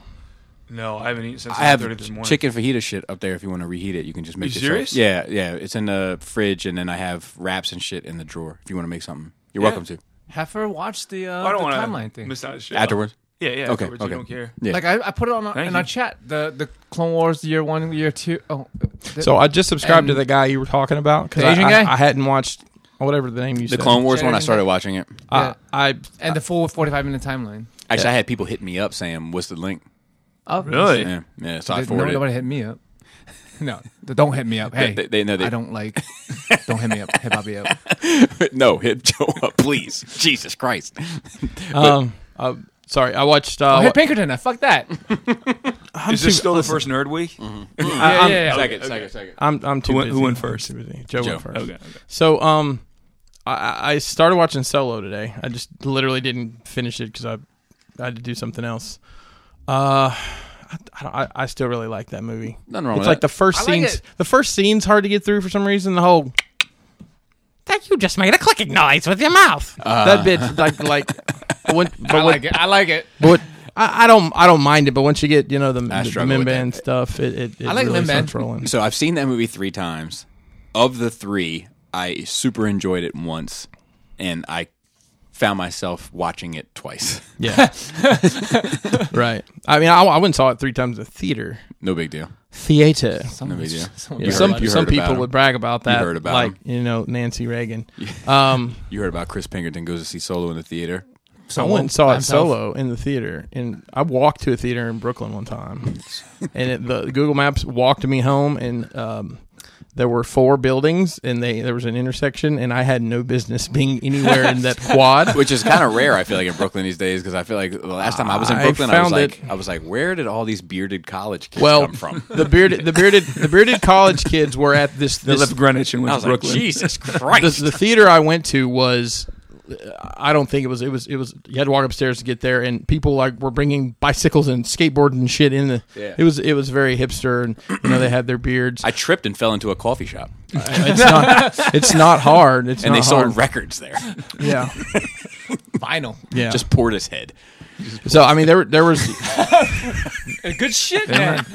No, I haven't eaten since
I have
9:30 this morning.
chicken fajita shit up there. If you want to reheat it, you can just make
You
it yourself.
serious?
Yeah, yeah. It's in the fridge, and then I have wraps and shit in the drawer. If you want to make something, you're
Yeah.
welcome to
Have her watch the, uh,
I don't
the
want
timeline
to
thing.
miss out on shit.
afterwards.
Yeah, yeah.
Okay,
Afterwards,
okay.
You don't care.
Yeah.
Like I, I put it on our,
Thank
in our
you.
chat. The the Clone Wars year one, year two. Oh, the,
so I just subscribed to
And-
the guy you were talking about because
The
I,
Asian
I-
guy?
I hadn't watched whatever the name you
the
said.
Clone Wars when I
Jedi-
started watching it.
Uh, I
and the full forty five minute timeline.
Actually, I had people hit me up saying, "What's the link?"
Oh,
Really?
Yeah, yeah. So I
They, no,
forwarded.
nobody hit me up. no, th- don't hit me up. Hey,
they- they- Oh, no, they-
I don't like. don't hit me up. Hit Bobby up. Oh,
it. no, hit Joe up, please. Jesus Christ.
um. Uh, Sorry, I watched. Uh,
Oh,
what-
hit Pinkerton. up. Fuck that.
Is this still the first Nerd Week?
Mm-hmm.
I-
Yeah,
I'm-
yeah, yeah.
Second, second, second.
I'm I'm too
Who went-
busy.
who went first?
Too busy. Joe,
Joe.
went first.
Okay. okay.
So um, I- I I started watching Solo today. I just literally didn't finish it because I, I had to do something else. Uh, I I, don't, I I still really like that movie.
Nothing wrong
It's
with
like
that.
the first
I like
scenes.
it.
the first scenes hard to get through for some reason. The whole that you just made a clicking noise with your mouth. that bitch like like. but when- but
I
when-
like it. I like it.
but I, I don't I don't mind it. But once you get you know the,
I
the, the
struggle with
Mimban stuff, it, it, it
like
really
Mimban.
starts rolling.
So I've seen that movie three times. Of the three, I super enjoyed it once, and I found myself watching it twice.
Yeah. right. I mean, I, I went and saw it three times in the theater.
No big deal.
Theater.
No big deal. You
Someone-
Yeah,
heard-
some
you heard
some
about
people
him.
would brag about that.
heard about
like,
him.
you know, Nancy Reagan. Um,
You heard about Chris Pinkerton goes to see Solo in the theater.
I went and saw it solo in the theater. And I walked to a theater in Brooklyn one time. and it, the Google Maps walked me home and. Um, there were four buildings, and they there was an intersection, and I had no business being anywhere in that quad.
which is kind of rare. I feel like in Brooklyn these days because I feel like the last time I was in
I
Brooklyn, I, was
found
like,
it-
I was like, where did all these bearded college kids
Well,
come from?
the bearded, the bearded, the bearded college kids were at this.
They
this
left Greenwich and
I
went
was
to Brooklyn.
like, Jesus Christ!
the, the theater I went to was I don't think it was it was it was you had to walk upstairs to get there and people like were bringing bicycles and skateboards and shit in the
Yeah.
it was it was very hipster and you know they had their beards
I tripped and fell into a coffee shop.
It's not. It's not hard. It's
and
not
they
hard.
sold records there.
yeah,
Vinyl.
yeah.
Just Portishead.
so I mean, there there was
Good shit, man.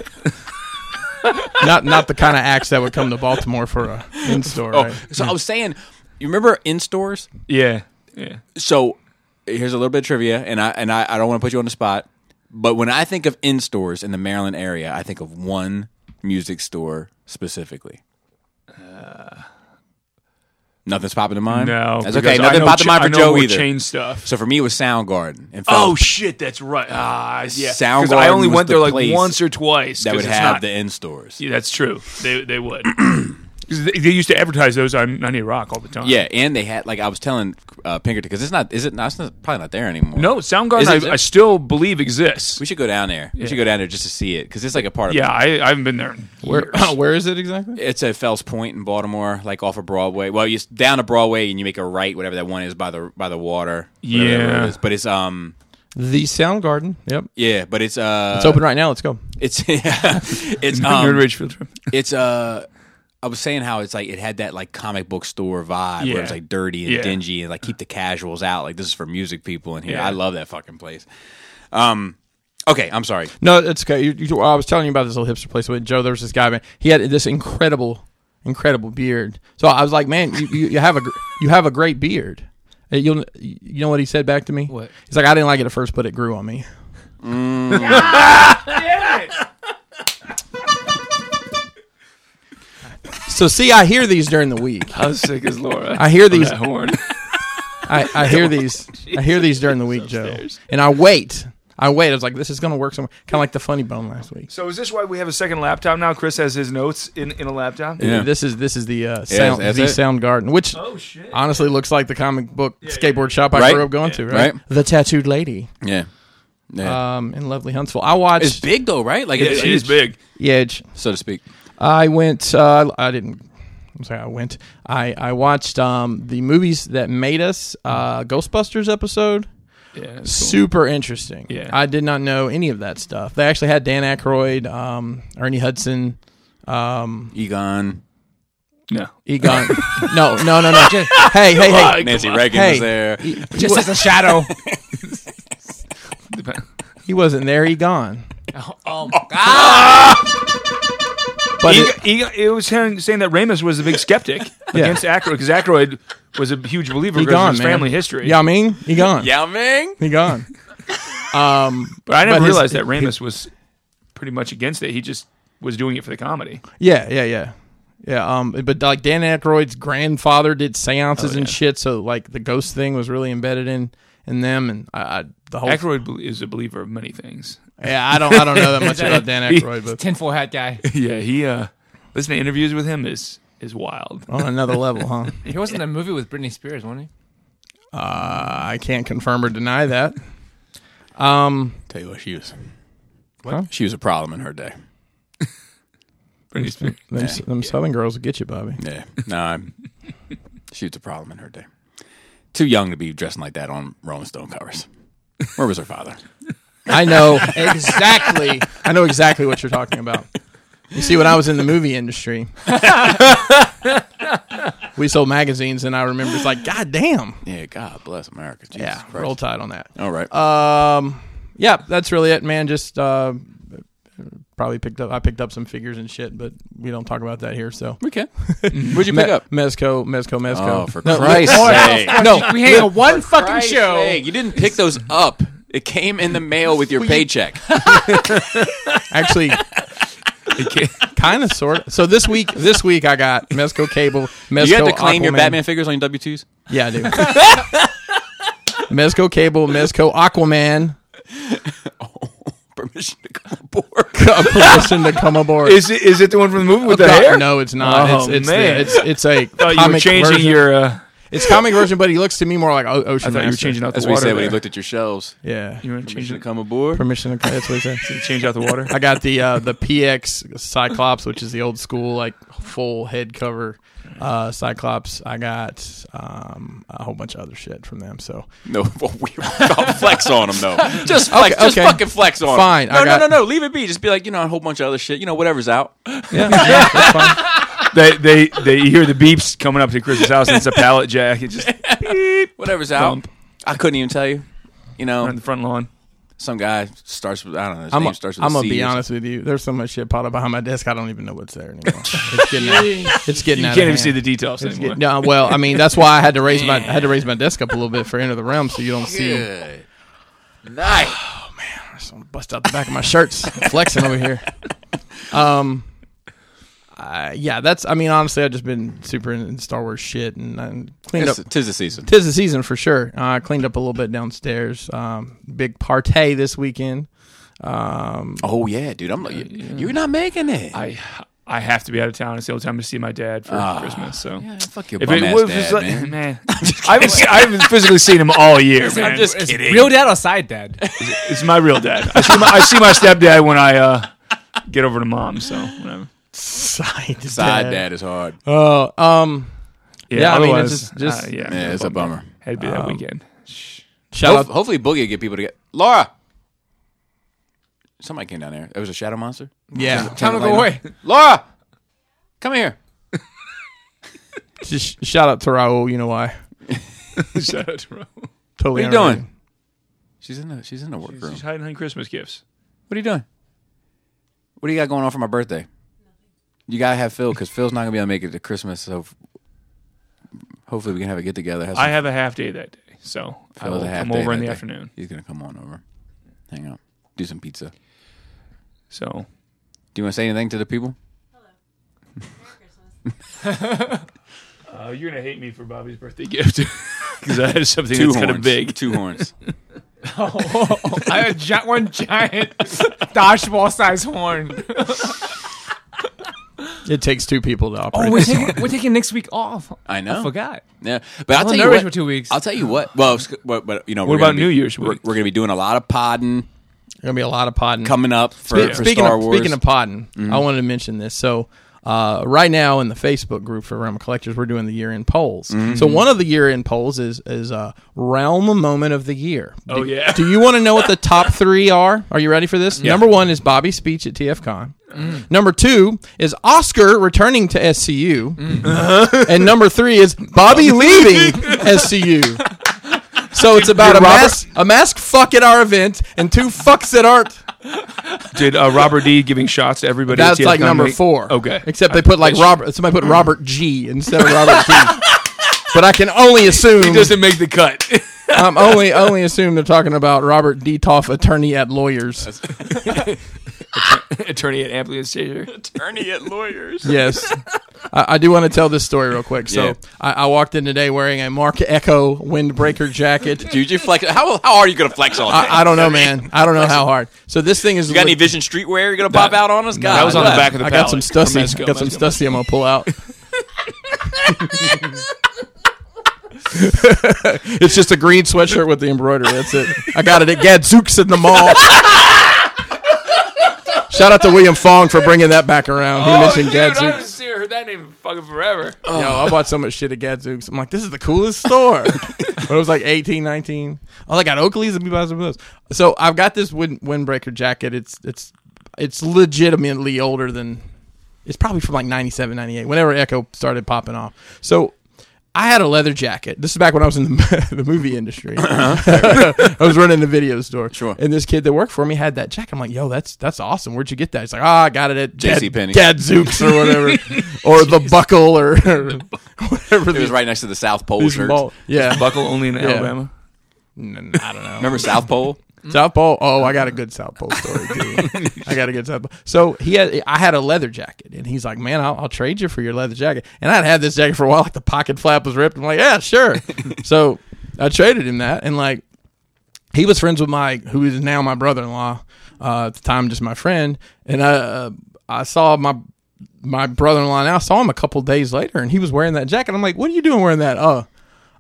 not not the kind of acts that would come to Baltimore for a in store.
Oh,
Right?
so I was saying, you remember in stores?
Yeah.
Yeah.
So here's a little bit of trivia, and I and I, I don't want to put you on the spot, but when I think of in stores in the Maryland area, I think of one music store specifically. Uh, Nothing's popping to mind.
No,
that's okay.
because I
Nothing
know
popped to
ch-
mind
I
for
know
Joe
more
either.
Chain stuff.
So for me, it was Soundgarden. And
Oh
Fell's
shit, that's right. Ah, yeah. Because
Soundgarden
I only
was
went there
the
like
place
once or twice.
that
'cause
would
it's
have
not-
the in stores.
Yeah, that's true. They they would. 'Cause they, they used to advertise those on 90 Rock all the time.
Yeah, and they had like I was telling uh, Pinkerton because it's not is it not, it's not probably not there anymore.
No,
Is it-
Soundgarden, I, I still believe exists.
we should go down there. We should go down there just to see it because it's like a part of
Yeah, I, I haven't been there. In
Where
years.
where is it exactly?
It's at Fells Point in Baltimore, like off of Broadway. Well, you s- down to Broadway and you make a right, whatever that one is by the by the water. whatever that
Yeah.
road is. but it's um
The Soundgarden. Yep.
yeah, but it's uh
It's open right now. Let's go.
it's it's
Good
um
Ridge Field Trip.
it's uh. I was saying how it's like it had that like comic book store vibe where
Yeah.
it's like dirty and
Yeah.
dingy and like keep the casuals out. Like this is for music people in here.
Yeah.
I love that fucking place. Um, okay, I'm sorry.
No, it's okay. You, you, I was telling you about this little hipster place with Joe. There was this guy, man. He had this incredible, incredible beard. So I was like, man, you, you, you have a gr- you have a great beard. Uh, You'll, you know what he said back to me?
What?
He's like, I didn't like it at first, but it grew on me. so see, I hear these during the week.
How sick is Laura?
I hear these.
that horn.
I, I hear these. I hear these during the week, Joe. And I wait. I wait. I was like, this is gonna work somewhere. Kind of like the funny bone last week.
so is this why we have a second laptop now? Chris has his notes in, in a laptop.
Yeah.
This is this is the uh, sound
that's
the
it.
Sound Garden, which
Oh shit.
honestly looks like the comic book skateboard shop I
Right?
grew up going to. Right?
Right.
the tattooed lady
Yeah, yeah.
um, in lovely Huntsville. I watched.
it's big though, right? Like it's,
It is
huge,
big.
yeah, it's-
so to speak.
I went. Uh, I didn't. I'm sorry. I went. I I watched um, the movies that made us uh, Ghostbusters episode.
Yeah.
Super interesting.
Yeah.
I did not know any of that stuff. They actually had Dan Aykroyd, um, Ernie Hudson, um,
Egon,
No.
Egon. no, no, no, no. Just- hey, hey, hey.
Nancy Reagan
Hey.
was there.
Just as a shadow.
He wasn't there. He gone.
oh,
But
Egon,
it-
Egon, it was him saying that Ramus was a big skeptic against Aykroyd because Aykroyd was a huge believer
he
because
gone,
of his
man.
family history.
Yao Ming, he gone.
Yao Ming.
he gone. Um,
but I
but
never
his-
realized that Ramus was pretty much against it. He just was doing it for the comedy.
yeah, yeah, yeah, yeah. Um, but like Dan Aykroyd's grandfather did seances and
yeah.
shit, so like the ghost thing was really embedded in in them, and I, I the whole
Aykroyd bel- is a believer of many things.
yeah, I don't, I don't know that much about Dan Aykroyd, but
tinfoil hat guy.
Yeah, he uh, listening to interviews with him is is wild.
on another level, huh?
He was in a movie with Britney Spears, wasn't
Uh, I can't confirm or deny that. Um,
Tell you what, she was.
What?
She was a problem in her day.
Britney Spears.
them, them Southern girls will get you, Bobby.
Yeah. No, I'm, she was a problem in her day. Too young to be dressing like that on Rolling Stone covers. Where was her father?
I know exactly. I know exactly what you're talking about. You see, when I was in the movie industry, we sold magazines, and I remember it's like, God damn,
Yeah. God bless America. Jesus
yeah,
Christ.
roll tide on that.
All right.
Um, yeah, that's really it, man. Just uh, probably picked up. I picked up some figures and shit, but we don't talk about that here. So
we can. What'd you pick up?
Mezco, Mezco, Mezco.
Oh, for
No,
Christ's sake!
no,
he? We hang on one fucking show.
Hey, you didn't pick those up. It came in the mail with your paycheck.
actually kind of sort of so this week this week i got mezco cable mezco
you have to claim your
Aquaman.
Batman figures on your W twos.
yeah i do mezco cable mezco aquaman
Permission to come aboard.
got permission to come aboard
Is it is it the one from the movie with the
God,
hair?
Oh, no it's not
Oh,
it's it's,
man.
The, it's it's a
I thought you were
comic
changing
version.
your. Uh,
it's comic version but he looks to me more like o- ocean
I thought you were
Master.
changing out the
That's what he
water.
said when he
there.
looked at your shelves.
yeah
You want to change
Permission to
it?
come aboard.
permission to come that's what he said
Change out the water.
I got the uh, the PX Cyclops, which is the old school like full head cover uh, Cyclops. I got um, a whole bunch of other shit from them. So
No, we don't flex on them though. Just flex,
Okay,
just
okay.
fucking flex on. 'em.
Fine,
No,
I
no,
got-
no, no. Leave it be. Just be like, you know, a whole bunch of other shit. You know, whatever's out.
yeah, yeah, that's fine.
they they they you hear the beeps coming up to Chris's house, and it's a pallet jack. It just
Oh.
Whatever's out,
Dump.
I couldn't even tell you. You
on
know,
the front lawn.
some guy starts with I don't know. His
I'm,
name
a,
starts with
I'm
a
gonna
C
be
or
honest with you. There's so much shit piled up behind my desk. I don't even know what's there anymore. It's getting out. It's
You
getting out of
can't even
hand.
see the details
It's
anymore.
getting- no, well, I mean that's why I had to raise my I had to raise my desk up a little bit for Enter the Realm, so you don't see.
something. Good night.
So I'm gonna bust out the back of my shirts, flexing over here. Um, I- yeah, that's. I mean, honestly, I've just been super into Star Wars shit and, and cleaned
It's-
up.
Tis the season.
Tis the season for sure. Uh, I cleaned up a little bit downstairs. Um, big partay this weekend. Um,
Oh yeah, dude. I'm like, you're not making it.
I I have to be out of town. It's the only time to see my dad for Christmas. So
yeah, fuck your
if
bum
it
ass
was
Ah. dad,
just like
man.
man, I, haven't seen, I haven't physically seen him all year. Man.
I'm just
Is it
kidding.
real dad or side dad?
it's my real dad. I see my, I see my stepdad when I uh, get over to mom. So whatever.
side
Side dad is hard.
Oh, um, Yeah, I mean, it's
otherwise,
just- just-
uh, yeah,
Yeah, it's a bummer.
Had to be that weekend.
shout
Ho-
out.
hopefully, Boogie will get people to get Laura. Somebody came down there. It was a shadow monster.
Yeah,
Turn the
Time to go
light
away.
on. Laura, come here.
just shout out to Raul. You know why?
Shout out to Rob.
Totally.
What are you doing?
underrated.
She's in the she's in the workroom.
She's hiding behind Christmas gifts.
What are you doing? What do you got going on for my birthday? You gotta have Phil because Phil's not gonna be able to make it to Christmas. So hopefully we can have a get together.
I have a half day that day, so I
Phil's
will
a half
come
day
over in
that
the
day.
afternoon.
He's gonna come on over, hang out, do some pizza.
So
Do you want to say anything to the people?
uh, you're gonna hate me for Bobby's birthday gift because I have something
Two
that's
horns.
kind of big.
Two horns.
I had gi- one giant dodgeball size horn.
It takes two people to operate.
Oh,
Oh,
we're, taking, we're taking next week off.
I know.
I forgot.
Yeah, but I'll
on
tell you
Nervous
what.
for two weeks.
I'll tell you what. Well, it's- but, but you know, we're
about
gonna be-
New Year's
We're,
week?
we're gonna be doing a lot of podding
gonna be a lot of potting
coming up for,
Spe-
for Star
of,
Wars. Mm-hmm.
Speaking of potting, I wanted to mention this. So, uh, right now in the Facebook group for Realm of Collectors, we're doing the year end polls.
Mm-hmm.
So, one of the year end polls is is uh, Realm Moment of the Year.
Oh,
do,
yeah.
do you want to know what the top three are? Are you ready for this? Number one is Bobby's speech at TFCon.
Mm.
Number two is Oscar returning to SCU.
Mm.
and number three is Bobby leaving SCU. So it's about a mask, a mask fuck at our event and two fucks that aren't
Did uh, Robert D giving shots to everybody? at
that's like
TFCon
number
make-
four.
Okay,
Except they put like Robert. Somebody put Robert G instead of Robert G. But I can only assume.
doesn't make the cut.
I'm only only assume they're talking about Robert D. Toff, attorney at lawyers.
Attorney at Amplia Station.
attorney at lawyers.
Yes, I, I do want to tell this story real quick. So
Yeah.
I, I walked in today wearing a Mark Echo windbreaker jacket.
Dude, you flex. How, how are you gonna flex on that?
I, I don't know, man. I don't know how hard. So this thing is.
you got any Vision Streetwear you're gonna pop out on us? God,
that was on the back of the
I got
pallet
some
from
stussy.
Mezco,
I got some
Mezco.
stussy. I'm gonna pull out. it's just a green sweatshirt with the embroidery. That's it. I got it at Gadzooks in the mall. Shout out to William Fong for bringing that back around. He
Oh,
mentioned Gadzooks.
seen her, heard that name fucking forever.
Yo, I bought so much shit at Gadzooks. I'm like, this is the coolest store. but it was like 18, 19. Oh, they got Oakley's. Let me buy some of those. So I've got this wind, windbreaker jacket. It's it's it's legitimately older than. It's probably from like 97, 98, whenever Echo started popping off. So I had a leather jacket. This is back when I was in the, the movie industry. I was running the video store.
Sure.
And this kid that worked for me had that jacket. I'm like, yo, that's that's awesome. Where'd you get that? He's like, ah, I got it at
JCPenney.
Gadzooks or whatever, or the buckle or whatever.
It was
these-
right next to the South Pole
these
shirts.
mall- Yeah.
Buckle only in Alabama.
N- n- I don't know.
Remember South Pole?
South Pole. Oh, I got a good South Pole story too. I got a good South Pole. So he had, I had a leather jacket, and he's like, "Man, I'll, I'll trade you for your leather jacket." And I'd had this jacket for a while. Like the pocket flap was ripped. I'm like, "Yeah, sure." so I traded him that, and like he was friends with my who is now my brother-in-law uh, at the time just my friend and i uh, i saw my my brother-in-law now saw him a couple days later and he was wearing that jacket i'm like what are you doing wearing that oh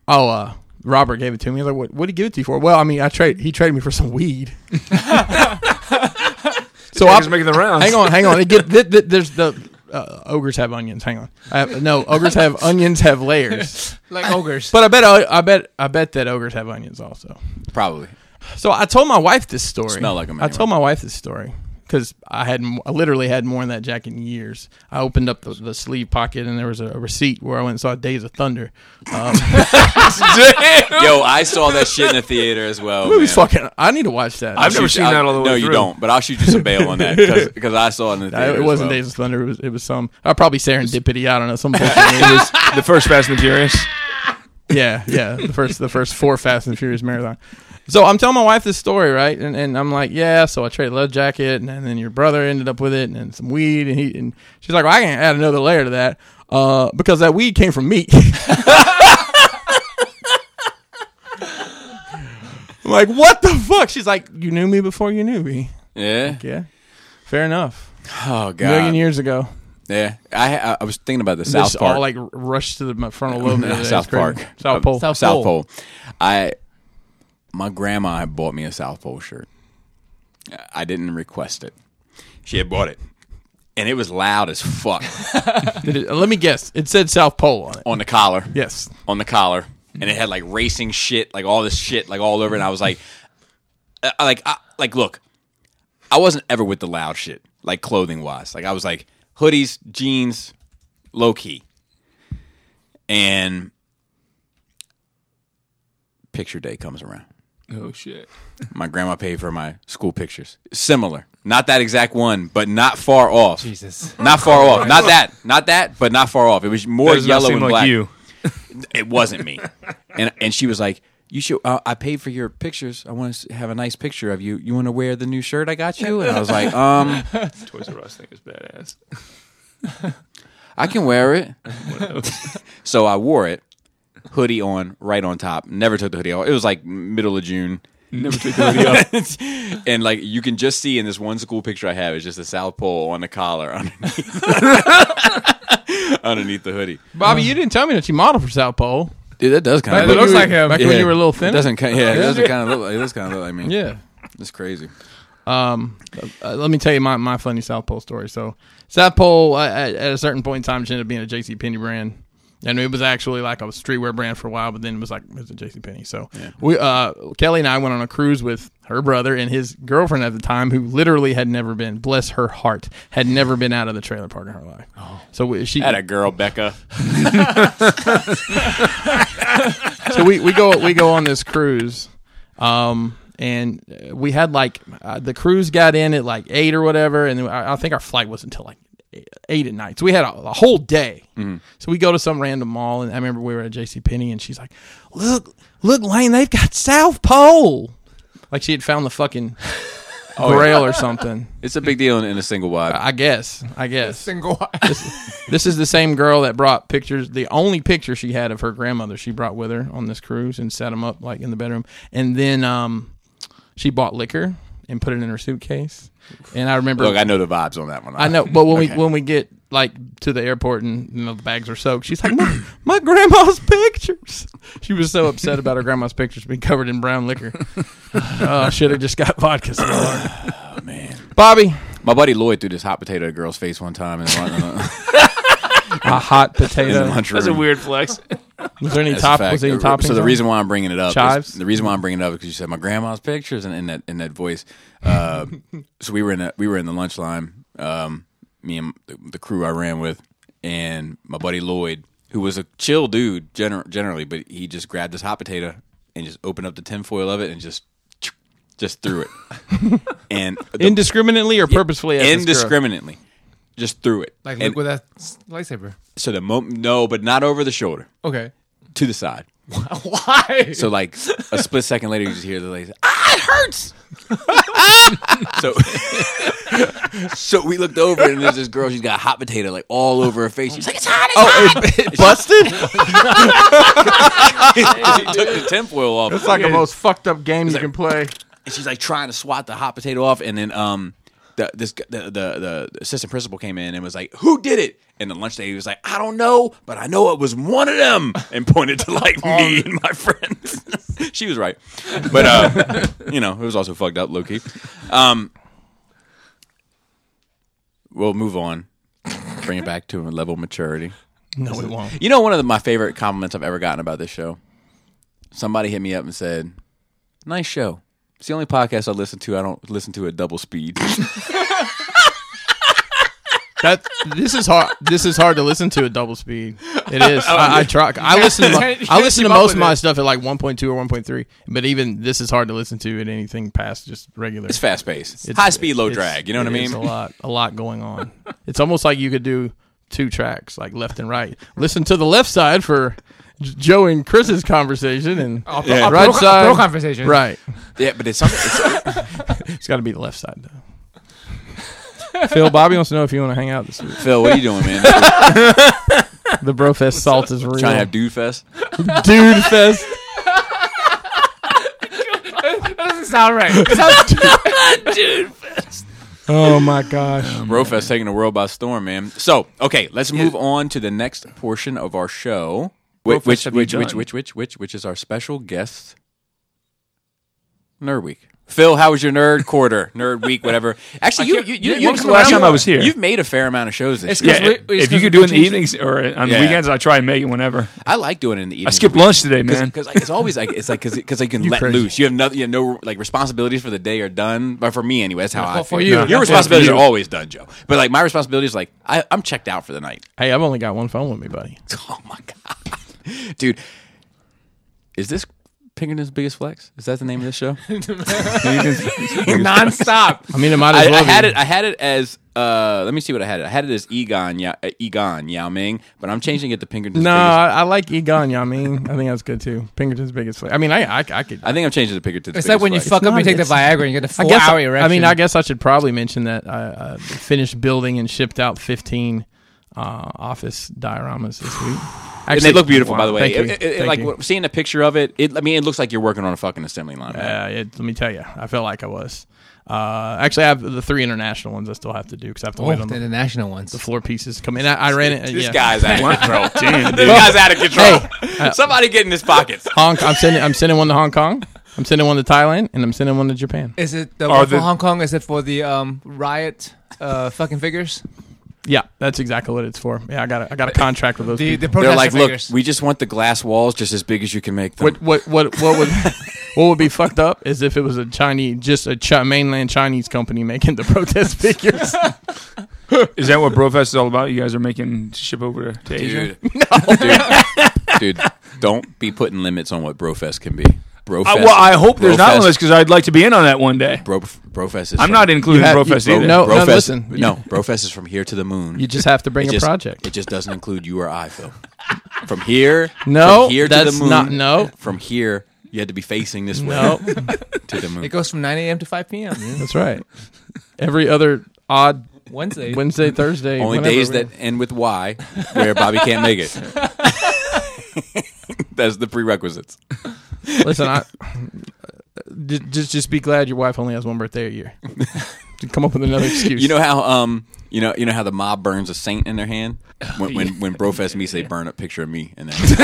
oh uh robert gave it to me He's like what what did he give it to you for well i mean i trade he traded me for some weed so
I
i
was making the rounds.
hang on hang on It get, th- th- there's the uh, ogres have onions hang on I have, no ogres have onions have layers
Like ogres.
but i bet i bet i bet that ogres have onions also
Probably.
so I told my wife this story.
Smell like 'em
I told my wife this story because because I had I literally had more in that jacket in years. I opened up the, the sleeve pocket and there was a, a receipt where I went and saw Days of Thunder. Um,
Yo, I saw that shit in the theater as well.
movie's
man.
fucking. I need to watch that.
I've never
Shoot,
seen
I'll-
that all the way
No, you
through.
don't. But I'll shoot you some bail on that because I saw it in the
I-
theater.
it
as
wasn't
well.
Days of Thunder. It was it was some. I probably serendipity. I don't know some bullshit.
It was the first Fast and the Furious.
yeah, yeah. The first the first four Fast and Furious marathon. So I'm telling my wife this story, right? And and I'm like, yeah. So I traded a leather jacket, and, then your brother ended up with it, and then some weed, and he and she's like, well, I can add another layer to that uh, because that weed came from me. I'm like, what the fuck? She's like, you knew me before you knew me.
Yeah.
Yeah, fair enough.
Oh
A million
god.
years ago.
Yeah. I I- I was thinking about the South
this
Park.
all like r- rushed to the my frontal lobe. the other day. It's
South
crazy.
Park. Um,
South Pole.
South, Pole.
South Pole.
I my grandma had bought me a South Pole shirt. I didn't request it. She had bought it. And it was loud as fuck
Did it- let me guess. It said South Pole on it.
on the collar.
Yes.
On the collar. And it had like racing shit, like all this shit, like all over. And I was like, I, I- like, I, like, look, I wasn't ever with the loud shit, like clothing wise. Like I was like hoodies, jeans, low key. And picture day comes around.
Oh shit.
My grandma paid for my school pictures. Similar. Not that exact one, but not far off.
Jesus.
Not far off. Not that. Not that, but not far off. It was more
Does not
yellow
seem
and
like
black.
you.
It wasn't me. and and she was like, "You should uh, I paid for your pictures. I want to have a nice picture of you. You want to wear the new shirt I got you?" And I was like, "Um,
Toys R Us thing is badass.
I can wear it." so I wore it. Hoodie on, right on top. Never took the hoodie off. It was like middle of June.
Never took the hoodie off.
and like you can just see in this one school picture I have is just the South Pole on the collar underneath underneath the hoodie.
Bobby, you didn't tell me that you modeled for South Pole.
Dude, that does kind
It looks
you were-
like him.
Back when you were a little thin.
doesn't kind yeah, it doesn't kind of look like it does kind of look like me.
Yeah.
it's crazy.
Um, uh, let me tell you my, my funny South Pole story. So South Pole I, I, at a certain point in time just ended up being a J.C. Penney brand, and it was actually like a streetwear brand for a while, but then it was like it was a J.C. Penney. So we uh, Kelly and I went on a cruise with her brother and his girlfriend at the time, who literally had never been, bless her heart, had never been out of the trailer park in her life. Oh. So we, she
Had a girl, Becca.
so we, we go we go on this cruise um and uh, we had like uh, the cruise got in at like eight or whatever and then I, I think our flight was until like eight at night so we had a, a whole day so we go to some random mall and i remember we were at jc Penney and she's like look look lane they've got south pole like she had found the fucking grail or something
It's a big deal in, in a single wide.
i guess i guess this is the same girl that brought pictures. The only picture she had of her grandmother she brought with her on this cruise and set them up like in the bedroom. And then um, she bought liquor and put it in her suitcase. And I remember,
Look, I know the vibes on that one.
I know, but when we when we get like to the airport and you know, the bags are soaked, she's like, my, my grandma's pictures. She was so upset about her grandma's pictures being covered in brown liquor. uh, should have just got vodka. Oh man, Bobby,
My buddy Lloyd threw this hot potato at a girl's face one time in, the-
a hot
in the
potato.
lunchroom.
That's a weird flex.
Was there any
That's a
top?
fact.
Was there any
So
toppings?
the
on it?
reason why I'm bringing it up, is-
Chives?
the reason why I'm bringing it up is because you said my grandma's pictures and in that in that voice. Uh, so we were in a, we were in the lunch line. Um, me and the, the crew I ran with, and my buddy Lloyd, who was a chill dude gener- generally, but he just grabbed this hot potato and just opened up the tinfoil of it and just just threw it, and the-
indiscriminately or purposefully at this girl?
indiscriminately, just threw it.
Like
And
Luke with that s- lightsaber.
so the moment, no, but not over the shoulder,
Okay.
to the side.
Why?
So like a split second later, you just hear the lady, ah, it hurts. so, so we looked over and there's this girl. She's got hot potato like all over her face. She's like, it's hot. It's hot.
busted.
she took the tinfoil off.
It's like the most fucked up game you can play.
and she's like trying to swat the hot potato off, and then um, the this g- the the, the assistant principal came in and was like, "Who did it?" And the lunch lady was like, "I don't know, but I know it was one of them," and pointed to like me and my friends. she was right, but uh, you know, it was also fucked up, low key. Um, we'll move on, bring it back to a level of maturity.
No, it won't.
You know, one of the, my favorite compliments I've ever gotten about this show. Somebody hit me up and said, "Nice show." It's the only podcast I listen to. I don't listen to at double speed.
That this is hard. This is hard to listen to at double speed. It is. I, I try. I listen. To my, I listen to most of my stuff at like 1.2 or 1.3. But even this is hard to listen to at anything past just regular.
It's fast paced, high speed, low drag. You know what I
It's
mean?
a lot. A lot going on. It's almost like you could do two tracks, like left and right. Listen to the left side for J- Joe and Chris's conversation, and
Yeah.
right
Pro-
side.
pro conversation.
Right.
Yeah, but it's something. It's,
It's got to be the left side though. Phil, Bobby wants to know if you want to hang out this week.
Phil, what are you doing, man? Trying
The Brofest salt is real.
to have dude fest?
dude fest.
doesn't sound right.
Oh my gosh.
Brofest taking the world by storm, man. So, okay, let's move on to the next portion of our show, whi-
Brofest
which
have
which
you
which, which which
done?
which which which is our special guest nerd week. Phil, how was your nerd quarter, nerd week, whatever? Actually, you,
can't-
you, you,
when
you-
was the last time I was here?
You've made a fair amount of shows this
It's
year.
Yeah,
Because we-
if-
it's
if you
because
could
we
do it in the
changed-
evenings or on
Yeah.
weekends, I try and make it whenever.
I like doing it in the evening.
I skipped lunch today, man.
because like, it's always like it's like because you can let
crazy.
loose. You have nothing. You have no like responsibilities for the day are done. But for me anyway, that's how I.
for
feel.
you. Yeah,
your
for
responsibilities
you.
are always done, Joe. But like my responsibility is like I, I'm checked out for the night.
Hey, I've only got one phone with me, buddy.
Oh my god, dude, is this Pinkerton's biggest flex? Is that the name of this show?
Non-stop.
I mean, it might as
I,
well.
I had
be.
it. I had it as. Uh, let me see what I had. It. I had it as Egon Yao, uh, Egon Yao Ming, but I'm changing it to Pinkerton's.
No,
biggest,
I, I like Egon. You know what I mean, I think that's good too. Pinkerton's biggest. Flag. I mean, I I, I could.
I think I'm changing it to Pinkerton's.
It's like when you
Biggest Flex.
fuck up,
not-
you take the
it's-
Viagra, and you get a
I guess.
four-hour erection.
I mean, I guess I should probably mention that I uh, finished building and shipped out 15 uh, office dioramas this week. Actually,
and they look beautiful, by the way.
Thank you.
It- it- it-
Thank
like
you.
what- seeing a picture of it, it. I mean, it looks like you're working on a fucking assembly line. man.
Uh, it, let me tell you, I felt like I was. Uh, actually, I have the three international ones I still have to do because I have to
Oh,
wait on
the
the
international ones.
floor pieces come in. I, I ran it.
This
yeah. uh,
guy's out of control.
Damn,
This
dude.
guy's out of control. Somebody get in his pockets.
Hong. I'm sending. I'm sending one to Hong Kong. I'm sending one to Thailand, and I'm sending one to Japan.
Is it the
Are
one for
the-
Hong Kong? Is it for the um, riot uh, fucking figures?
Yeah, that's exactly what it's for. Yeah, I got. A, I got a contract with those.
The
people.
the
They're
protester
like, look,
figures.
we just want the glass walls just as big as you can make them.
what? What? What? What would? what would be fucked up is if it was a Chinese, just a chi- mainland Chinese company making the protest figures.
Is that what Brofest is all about? You guys are making ship over to, to Asia?
dude, dude, dude, don't be putting limits on what Brofest can be. Brofest.
I, Uh, well, I hope there's not
Brofest-
one of those because I'd like to be in on that one day.
Bro, Brofest is.
I'm
from-
not including
you have-
Brofest
you-
either.
no,
Brofest,
listen.
no, Brofest is from here to the moon.
you just have to bring
It
a
just-
project.
It just doesn't include you or I, Phil. From here,
No,
from here to
that's
the moon.
not- no.
from here you had to be facing this way
No,
to the moon.
it goes from 9 a.m. to 5 p.m. yeah.
that's right. Every other odd
Wednesday.
Wednesday, Thursday,
Only
whenever
days
we-
that end with Y, where Bobby can't make it. That's the prerequisites.
Listen, I j- just just be glad your wife only has one birthday a year. To Come up with another excuse.
You know how um you know you know how the mob burns a saint in their hand when when, when Brofest meets they burn a picture of me in there.
That's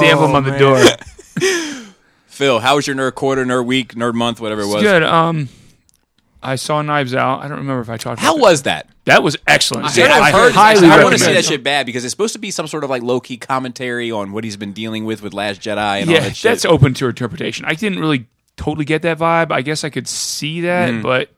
the emblem on the
Oh,
door. It's
Phil, how was your nerd quarter, nerd week, nerd month, whatever it was?
good. Um, I saw Knives Out. I don't remember if I talked.
How
about
was that?
that. that? Was excellent.
Dude, I've heard.
highly
I want to see
recommend
that
it.
shit bad because it's supposed to be some sort of like low key commentary on what he's been dealing with with Last Jedi and all
Yeah,
that shit.
that's open to interpretation. I didn't really totally get that vibe. I guess I could see that, but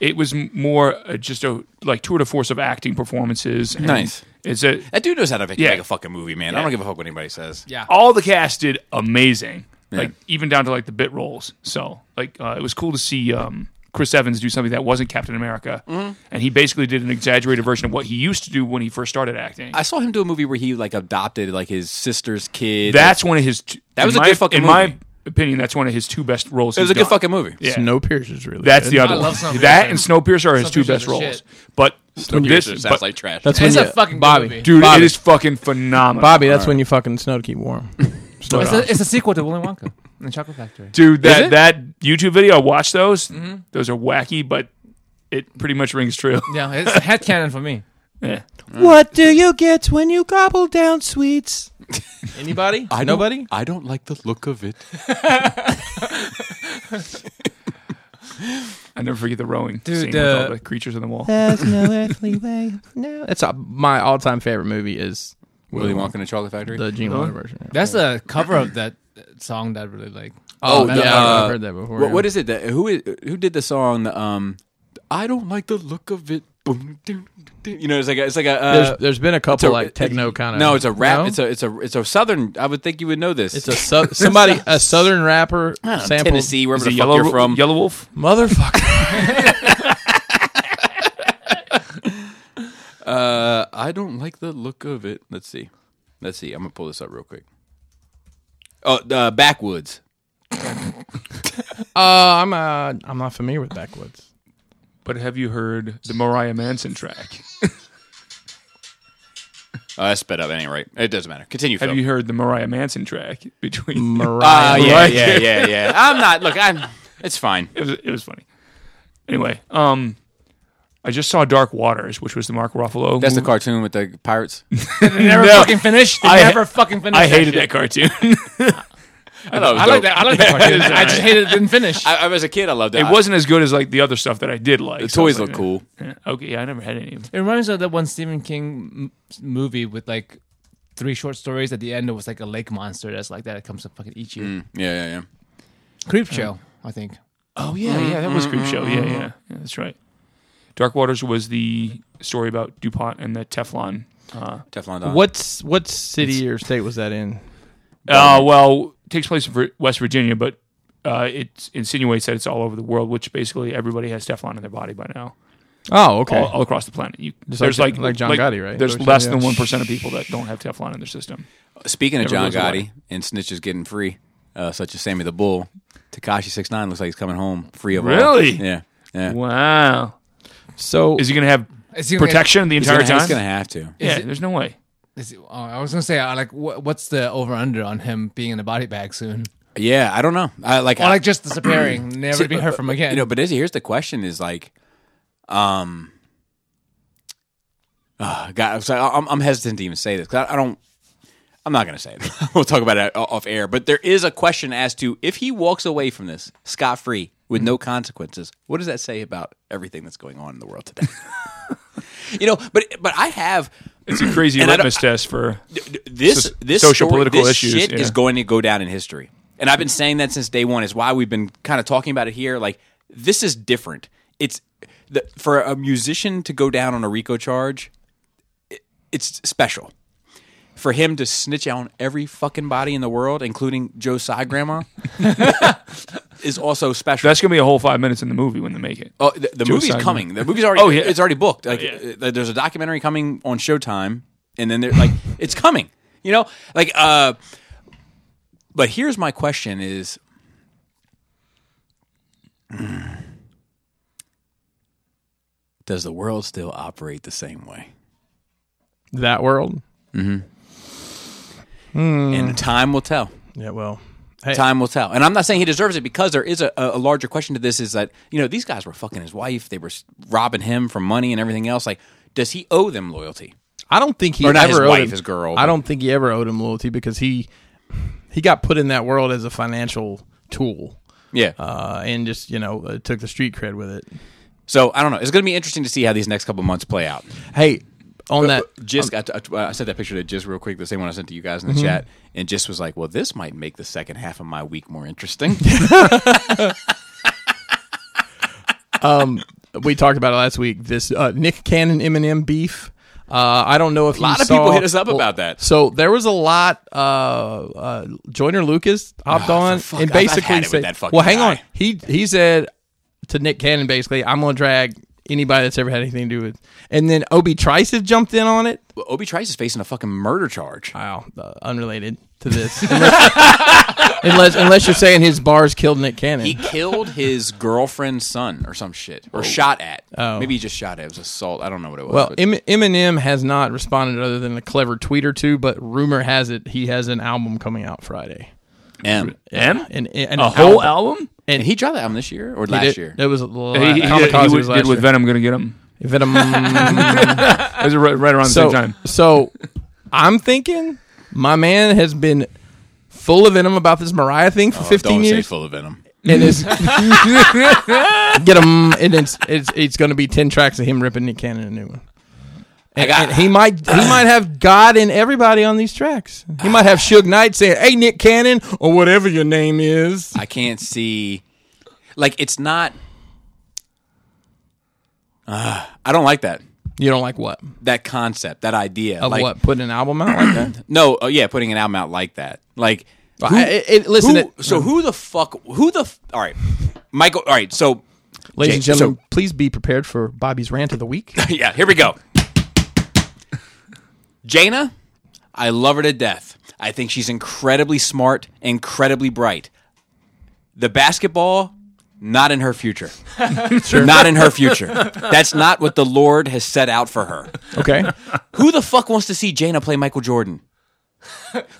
it was m- more uh, just a like tour de force of acting performances. and
Nice.
It's a
that dude knows how to make,
Yeah.
make a fucking movie, man. I don't give a fuck what anybody says.
Yeah.
all the cast did amazing. Like even down to like the bit roles. So like uh, it was cool to see um, Chris Evans do something that wasn't Captain America,
Mm-hmm.
and he basically did an exaggerated version of what he used to do when he first started acting.
I saw him do a movie where he like adopted like his sister's kid.
that's one of his. T-
That was
in
a
my,
good fucking
In my
movie.
opinion, that's one of his two best roles.
it was a good fucking movie.
Yeah.
Snowpiercer's really.
That's the
good.
other
I
one.
love Snowpiercer.
That and Snowpiercer are his two
Snowpiercer's
best
the
roles.
shit.
But this,
Snowpiercer
but-
sounds like trash. That's
That's when
It's
you,
a fucking good
Bobby,
movie.
dude,
Bobby,
it is fucking phenomenal,
Bobby. That's when you fucking snow to keep warm. Snow
It's
it
a,
off.
it's a sequel to Willy Wonka and the Chocolate Factory.
Dude,
it?
that that YouTube video, I watched those.
Mm-hmm.
Those are wacky, but it pretty much rings true.
Yeah, it's a headcanon for me.
Yeah.
what do you get when you gobble down sweets? Anybody?
I don't-
Nobody.
I don't like the look of it.
I never forget the rowing
Dude,
scene with
uh,
all the creatures on the wall.
There's no earthly way. No, that's uh, my all-time favorite movie is
Willy Wonka and the Chocolate Factory.
the Gene Wilder version.
That's the cover of that song that really like.
Oh,
that-
the,
I've
uh,
heard that before.
What,
yeah.
what is it? That, who is, who did the song? Um, I don't like the look of it. Boom, doo, doo. You know, it's like a, it's like a. Uh,
there's, there's been a couple
it's a-
like techno kind of.
No, it's a rap. It's a it's a it's a southern. I would think you would know this.
It's a sou- somebody a southern rapper
I don't know,
sampled
Tennessee, wherever
Is
the
it
fuck
Yellow,
you're from.
Yellow Wolf?
motherfucker.
Uh, I don't like the look of it. Let's see. Let's see. I'm gonna pull this up real quick. Oh, uh, backwoods.
uh, I'm uh, I'm not familiar with backwoods.
But have you heard the Mariah Manson track?
Oh, I sped up. It ain't right. It doesn't matter. Continue.
Have
Phil.
you heard the Mariah Manson track between?
Uh,
Mariah.
yeah,
Right.
yeah, yeah, yeah. I'm not. Look, I'm. It's fine.
it was it was funny. Anyway, um, I just saw Dark Waters, which was the Mark Ruffalo.
That's the
movie.
cartoon with the pirates.
They never
No.
fucking finished. They
I-
never fucking finished.
I hated that cartoon.
I, thought it was
I
dope.
like that. I like that. cartoon. I just hated it didn't finish.
I, I was a kid. I loved it.
it
I-
wasn't as good as like the other stuff that I did like.
The
so I was
toys
like,
look cool.
eh, Okay, yeah, I never had any. of them.
It reminds me of that one Stephen King m- movie with like three short stories. At the end, it was like a lake monster that's like that. It comes to fucking eat you.
Mm.
Yeah, yeah, yeah.
Creep show, I think.
Oh yeah, yeah, that was Creep Show. Yeah, yeah, yeah, that's right. Dark Waters was the story about DuPont and the Teflon. Uh,
Teflon Don.
What's what city or state was that in?
uh, well, it takes place in Vir- West Virginia, but uh, it insinuates that it's all over the world, which basically everybody has Teflon in their body by now.
Oh, okay.
all, all across the planet. You,
Just
there's
like-
like,
like John Gotti, right?
There's
Or
less
something,
than
yeah.
one percent of people that don't have Teflon in their system.
Speaking of John
Never goes away.
Gotti and snitches getting free, uh, such as Sammy the Bull, Takashi Six Nine looks like he's coming home free of all.
Really?
Yeah, yeah.
Wow.
So
Is he going to have
Is he gonna-
protection the
He's
entire
gonna, he's
time?
gonna have to.
yeah, there's no way.
Is it, oh, I was gonna say uh, like wh- what's the over under on him being in a body bag soon,
Yeah, I don't know. I like.
or
I-
like just disappearing, never to be heard
uh,
from again?
You know, but Izzy, here's the question: Is like, um, uh, God, I'm, sorry, I'm, I'm hesitant to even say this 'cause I, I don't. I'm not going to say it. we'll talk about it o- off air. But there is a question as to if he walks away from this scot free with no consequences, what does that say about everything that's going on in the world today? you know, but but I have
It's a crazy
And I don't-
litmus test for.
this
So-
this
social
story-
political
this
issues,
shit
yeah.
is going to go down in history, and I've been saying that since day one. Is why we've been kind of talking about it here. Like this is different. It's the, for a musician to go down on a RICO charge. i- It's special for him to snitch on every fucking body in the world, including Joe Psy grandma, is also special.
That's going to be a whole five minutes in the movie when they make it.
Oh, the, the
Joe
movie's
Simon.
coming. The movie's already.
Oh, yeah.
it's already booked. Like,
yeah.
uh, there's a documentary coming on Showtime, and then they're like, it's coming. You know, like, uh, but here's my question: Is does the world still operate the same way?
that world?
Mm.
And time will tell.
Yeah. Well, hey,
Time will tell. And I'm not saying he deserves it because there is a, a larger question to this is that, you know, these guys were fucking his wife. They were s- robbing him for money and everything else. Like, does he owe them loyalty?
I don't think he
Or not
ever
his
owed
wife,
him,
his girl.
I don't think he ever owed him loyalty because he he got put in that world as a financial tool.
Yeah.
Uh, and just you know uh, took the street cred with it.
So I don't know. It's going to be interesting to see how these next couple months play out.
Hey, on that
Just I, I, I sent that picture to Jis real quick, the same one I sent to you guys in
Mm-hmm.
the chat, and Jis was like, "Well, this might make the second half of my week more interesting."
we talked about it last week. This uh, Nick Cannon Eminem beef. Uh, I don't know if a
lot of people hit us up about that.
So there was a lot. Uh, uh, Joyner Lucas hopped
Oh,
on
for fuck-
and
I've- I've
basically
had it with
said,
that fucking
"Well, hang
guy."
on." He he said to Nick Cannon basically, "I'm gonna drag anybody that's ever had anything to do with." And then Obi Trice has jumped in on it.
Well, Obi Trice is facing a fucking murder charge.
Wow, uh, unrelated to this. Unless, unless unless you're saying his bars killed Nick Cannon.
He killed his girlfriend's son or some shit, or shot at.
Oh.
Maybe he just shot at. It was assault. I don't know what it was.
Well,
but-
M- Eminem has not responded other than a clever tweet or two, but rumor has it he has an album coming out Friday.
M.
M?
An, an
A whole album?
And he dropped that album this year or
He
last
did-
year.
It was la-
He, he, he,
Kamikaze
he
was
was-
last
did with
year.
Venom going to get him.
Venom.
It was right, right around the
so,
same time.
so I'm thinking my man has been full of venom about this Mariah thing for
Oh,
15
don't say
years.
full of venom.
and it's get him, and it's it's it's going to be 10 tracks of him ripping Nick Cannon a new one. And,
got-
and he might he might have God in everybody on these tracks. He might have Suge Knight saying, "Hey, Nick Cannon, or whatever your name is."
I can't see. Like it's not. Ah, I don't like that
You don't like what
that concept, that idea.
of
like,
what putting an album out like that?
No, oh yeah, putting an album out like that. Like, who-
I- it- it- listen,
who-
it- um,
so who the fuck? Who the? f- All right, Michael. All right, so
Ladies
Jay,
and gentlemen,
so-
please be prepared for Bobby's rant of the week.
yeah, here we go. Jaina, I love her to death. I think she's incredibly smart, incredibly bright. The basketball, not in her future. Not in her future. That's not what the Lord has set out for her.
Okay,
Who the fuck wants to see Jaina play Michael Jordan?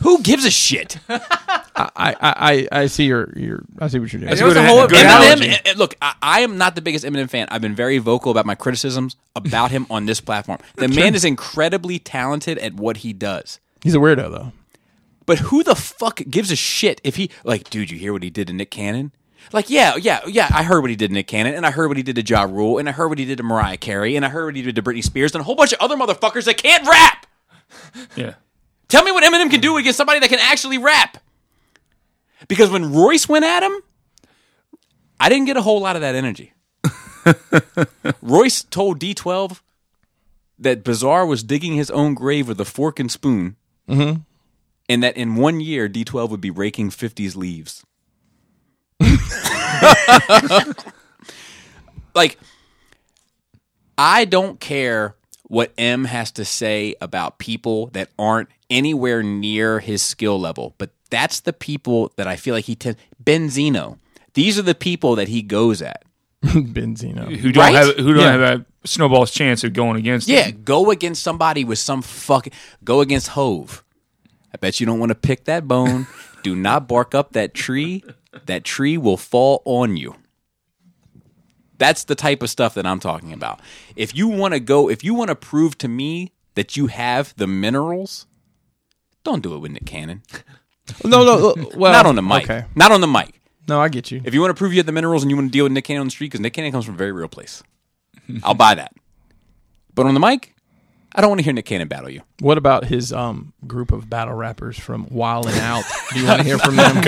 Who gives a shit?
I, I, I, I see your, your I see what you're doing.
There was
good
a whole
ana- good
Eminem.
analogy.
eh, eh, Look, I, I am not the biggest Eminem fan. I've been very vocal about my criticisms about him on this platform. The man is incredibly talented at what he does.
He's a weirdo though.
But who the fuck gives a shit if he like, dude, you hear what he did to Nick Cannon? Like, yeah, yeah, yeah, I heard what he did to Nick Cannon, and I heard what he did to Ja Rule, and I heard what he did to Mariah Carey, and I heard what he did to Britney Spears, and a whole bunch of other motherfuckers that can't rap.
Yeah.
Tell me what Eminem can do against somebody that can actually rap. Because when Royce went at him, I didn't get a whole lot of that energy. Royce told D12 that Bizarre was digging his own grave with a fork and spoon, and that in one year, D12 would be raking 50s leaves. like, I don't care what M has to say about people that aren't anywhere near his skill level, but that's the people that I feel like he tends. Benzino. These are the people that he goes at.
Benzino.
Who don't
Right?
have who don't
Yeah.
have a snowball's chance of going against?
Yeah,
him.
go against somebody with some fucking. Go against Hove. I bet you don't want to pick that bone. Do not bark up that tree. That tree will fall on you. That's the type of stuff that I'm talking about. If you want to go, if you want to prove to me that you have the minerals, don't do it with Nick Cannon.
No, no, no, well,
Not on the mic.
Oh, Okay,
Not on the mic.
no, I get you.
If you want to prove you have the minerals and you want to deal with Nick Cannon on the street, because Nick Cannon comes from a very real place, I'll buy that. But on the mic, I don't want to hear Nick Cannon battle you.
What about his um group of battle rappers from Wild and Out? Do you want to hear from them?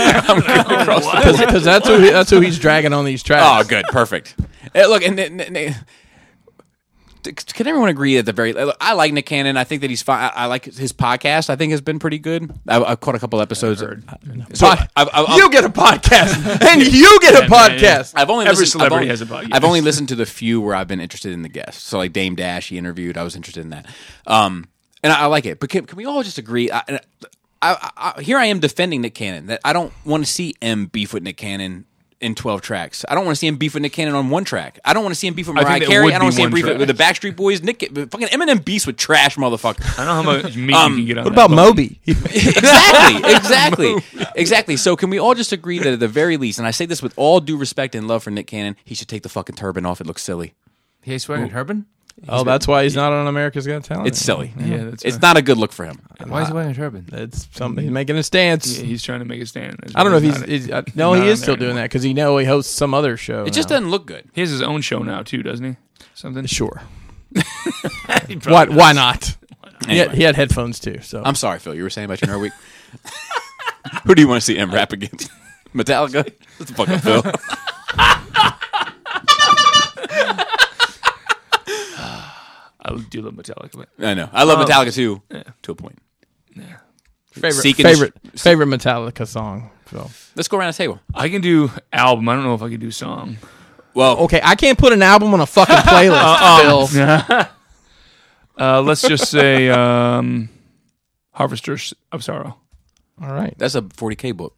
Because that's who he- that's who he's dragging on these
Oh,
tracks.
good, perfect. Eh, look, and, and, and- and- can everyone agree at the very? eh, look, I like Nick Cannon. I think that he's fine. I, I like his podcast. I think has been pretty good. I, I've caught a couple episodes. So I, I, I,
you get a podcast, and you get a
yeah, yeah.
podcast.
I've only
Every
listened, I've
celebrity
only-
has a podcast.
I've only listened to the few where I've been interested in the guests. So like Dame Dash, he interviewed. I was interested in that, um, and I, I like it. But can, can we all just agree? I, I, I, I, here I am defending Nick Cannon. That I don't want to see M beef with Nick Cannon in twelve tracks. I don't want to see him beef with Nick Cannon on one track. I don't want to see him beef with
I think
Mariah
that
Carey.
would
I don't
be
want to see him
one
beef with- with the
track.
Backstreet Boys. Nick, fucking Eminem beefs with trash motherfucker.
I don't know how much meat you can get on.
What about Moby?
exactly, exactly, exactly. So can we all just agree that at the very least, and I say this with all due respect and love for Nick Cannon, he should take the fucking turban off. It looks silly.
He's wearing a turban.
oh, that's why he's not on America's Got Talent.
It's silly.
Yeah, that's
it's not a good look for him.
Why is he wearing a turban?
it's something he's making a stance.
Yeah, he's trying to make a stand. That's
I don't know
why
if he's, he's-
not-
I- no,
not
he is
on
still
there
doing that because he know he hosts some other show.
It just
now.
doesn't look good.
He has his own show now too, doesn't he? Something.
sure. Why? Why not? He, had,
Anyway.
he had headphones too. So
I'm sorry, Phil. You were saying about your nerd week. Who do you want to see M rap against? Metallica. Shut the fuck up, Phil.
I do love Metallica. But
I know. I love Metallica too. To a point.
favorite
Seek and
favorite favorite Metallica song. So
Let's go around the table.
I can do album. I don't know if I can do song.
Well,
okay, I can't put an album on a fucking playlist.
Uh-uh.
Phil.
Uh, let's just say um, Harvesters of Sorrow.
All right,
that's a 40k book.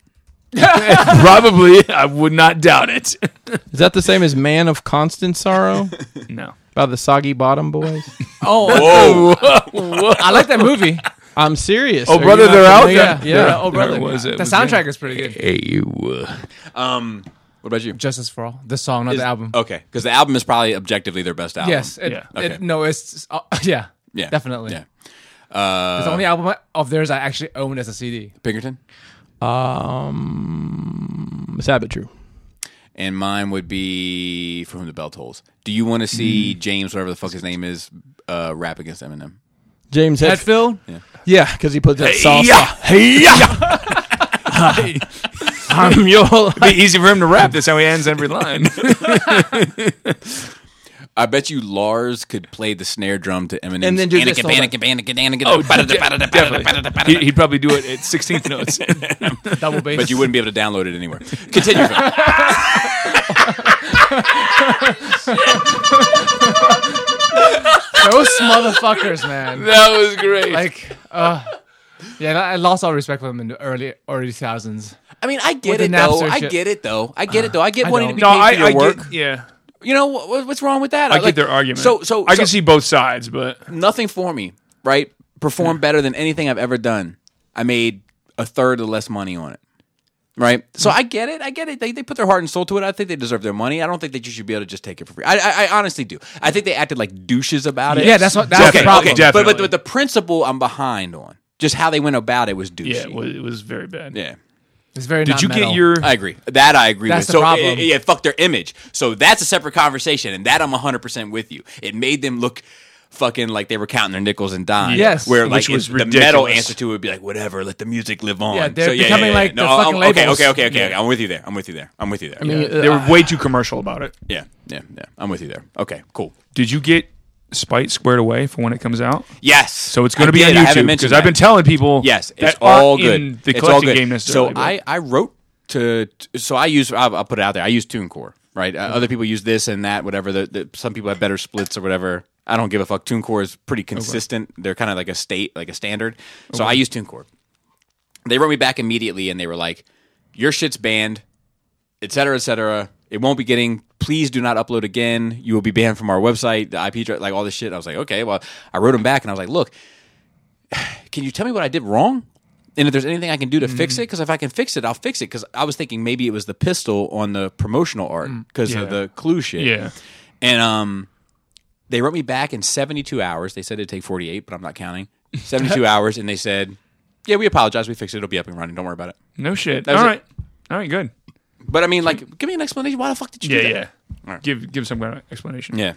Probably, I would not doubt it.
is that the same as "Man of Constant Sorrow"
No,
by the Soggy Bottom Boys?
Oh,
Whoa.
I like that movie.
I'm serious. Are you
Oh, brother,
not
they're out
familiar?
there.
Yeah.
oh
There
brother,
was-
the
it was
soundtrack is pretty good.
um, what about you?
Justice for All, the song, not the album.
Okay, because the album is probably objectively their best album.
yes, it,
Yeah.
it-
Okay.
no, it's uh, yeah,
Yeah.
definitely.
Yeah. Uh,
It's the only album I- of theirs I actually own as a CD.
Pinkerton.
Um, Sabatru.
and mine would be "For Whom the Bell Tolls." Do you want to see James, whatever the fuck his name is, uh, rap against Eminem?
James Hetfield.
Hetfield?
Yeah, because he put that sauce.
Yeah.
I'm your.
It'd be easy for him to rap. That's how he ends every line.
I bet you Lars could play the snare drum to Eminem.
And then do this all night.
oh, definitely. He- He'd probably do it at 16th notes.
Double bass.
but you wouldn't be able to download it anywhere. Continue. Phil.
Those motherfuckers, man.
that was great.
Like, uh, yeah, I lost all respect for them in the early early thousands.
I mean, I get
the
it though.
Napster
I
shit.
get it though. I get it though. I get
I
wanting to
don't.
be paid
no, I,
for your
I
work.
get, yeah,
You know wha- what's wrong with that?
I
like-
get their argument.
So, so
I can
so
see both sides, but
nothing for me. Right? Perform better than anything I've ever done. I made a third or less money on it. Right? So
Mm-hmm.
I get it. I get it. They, they put their heart and soul to it. I think they deserve their money. I don't think that you should be able to just take it for free. I I, I honestly do. I think they acted like douches about it.
Yeah, that's what that's
Okay,
the problem.
okay, Jeff.
But, but
Definitely.
but the principle I'm behind on. Just how they went about it was douchey.
yeah, it was, it was very bad.
Yeah.
It's very.
Did you
non-metal.
get your?
I agree. That I agree
That's
with.
the
so
problem.
i- i- yeah, fuck their image. So that's a separate conversation, and that I'm 100 percent with you. It made them look fucking like they were counting their nickels and dimes.
Yes.
where like
Which was
the metal
ridiculous.
answer to it would be like whatever, let the music live on.
Yeah, they're
So,
becoming like the
I'm-
fucking
okay,
labels.
okay, okay, okay, okay. I'm with you there. I'm with you there. I'm with you there.
Uh,
Yeah,
They were way too commercial about it.
yeah, yeah. yeah. I'm with you there. Okay, cool.
Did you get Spite squared away for when it comes out?
Yes.
So it's going to be
I
on
did. I haven't
YouTube
mentioned
because
that.
I've been telling people.
Yes,
that
it's all
aren't
good.
In the
it's all
collecting
good.
game
so
necessarily. but-
I, I wrote to t- so I use I'll, I'll put it out there. I use TuneCore, right? Uh, other people use this and that, whatever. The, the, some people have better splits or whatever. I don't give a fuck. TuneCore is pretty consistent. They're kind of like a state, like a standard. So I use TuneCore. They wrote me back immediately and they were like, "Your shit's banned, et cetera, et cetera. It won't be getting. Please do not upload again. You will be banned from our website, the IP, dr- like all this shit." I was like, "Okay." Well, I wrote them back and I was like, "Look, can you tell me what I did wrong? And if there's anything I can do
Mm-hmm.
to fix it, because if I can fix it, I'll fix it. Because I was thinking maybe it was the pistol on the promotional art because of the clue shit.
Mm, Yeah.
And um, they wrote me back in 72 hours. They said it'd take 48, but I'm not counting. 72 hours, and they said, "Yeah, we apologize. We fixed it. It'll be up and running. Don't worry about it."
no shit.
That was
All
it.
right, all right, good.
But I mean, like, give me an explanation. Why the fuck did you
Yeah,
do
yeah.
that?
Give give some kind of explanation.
Yeah.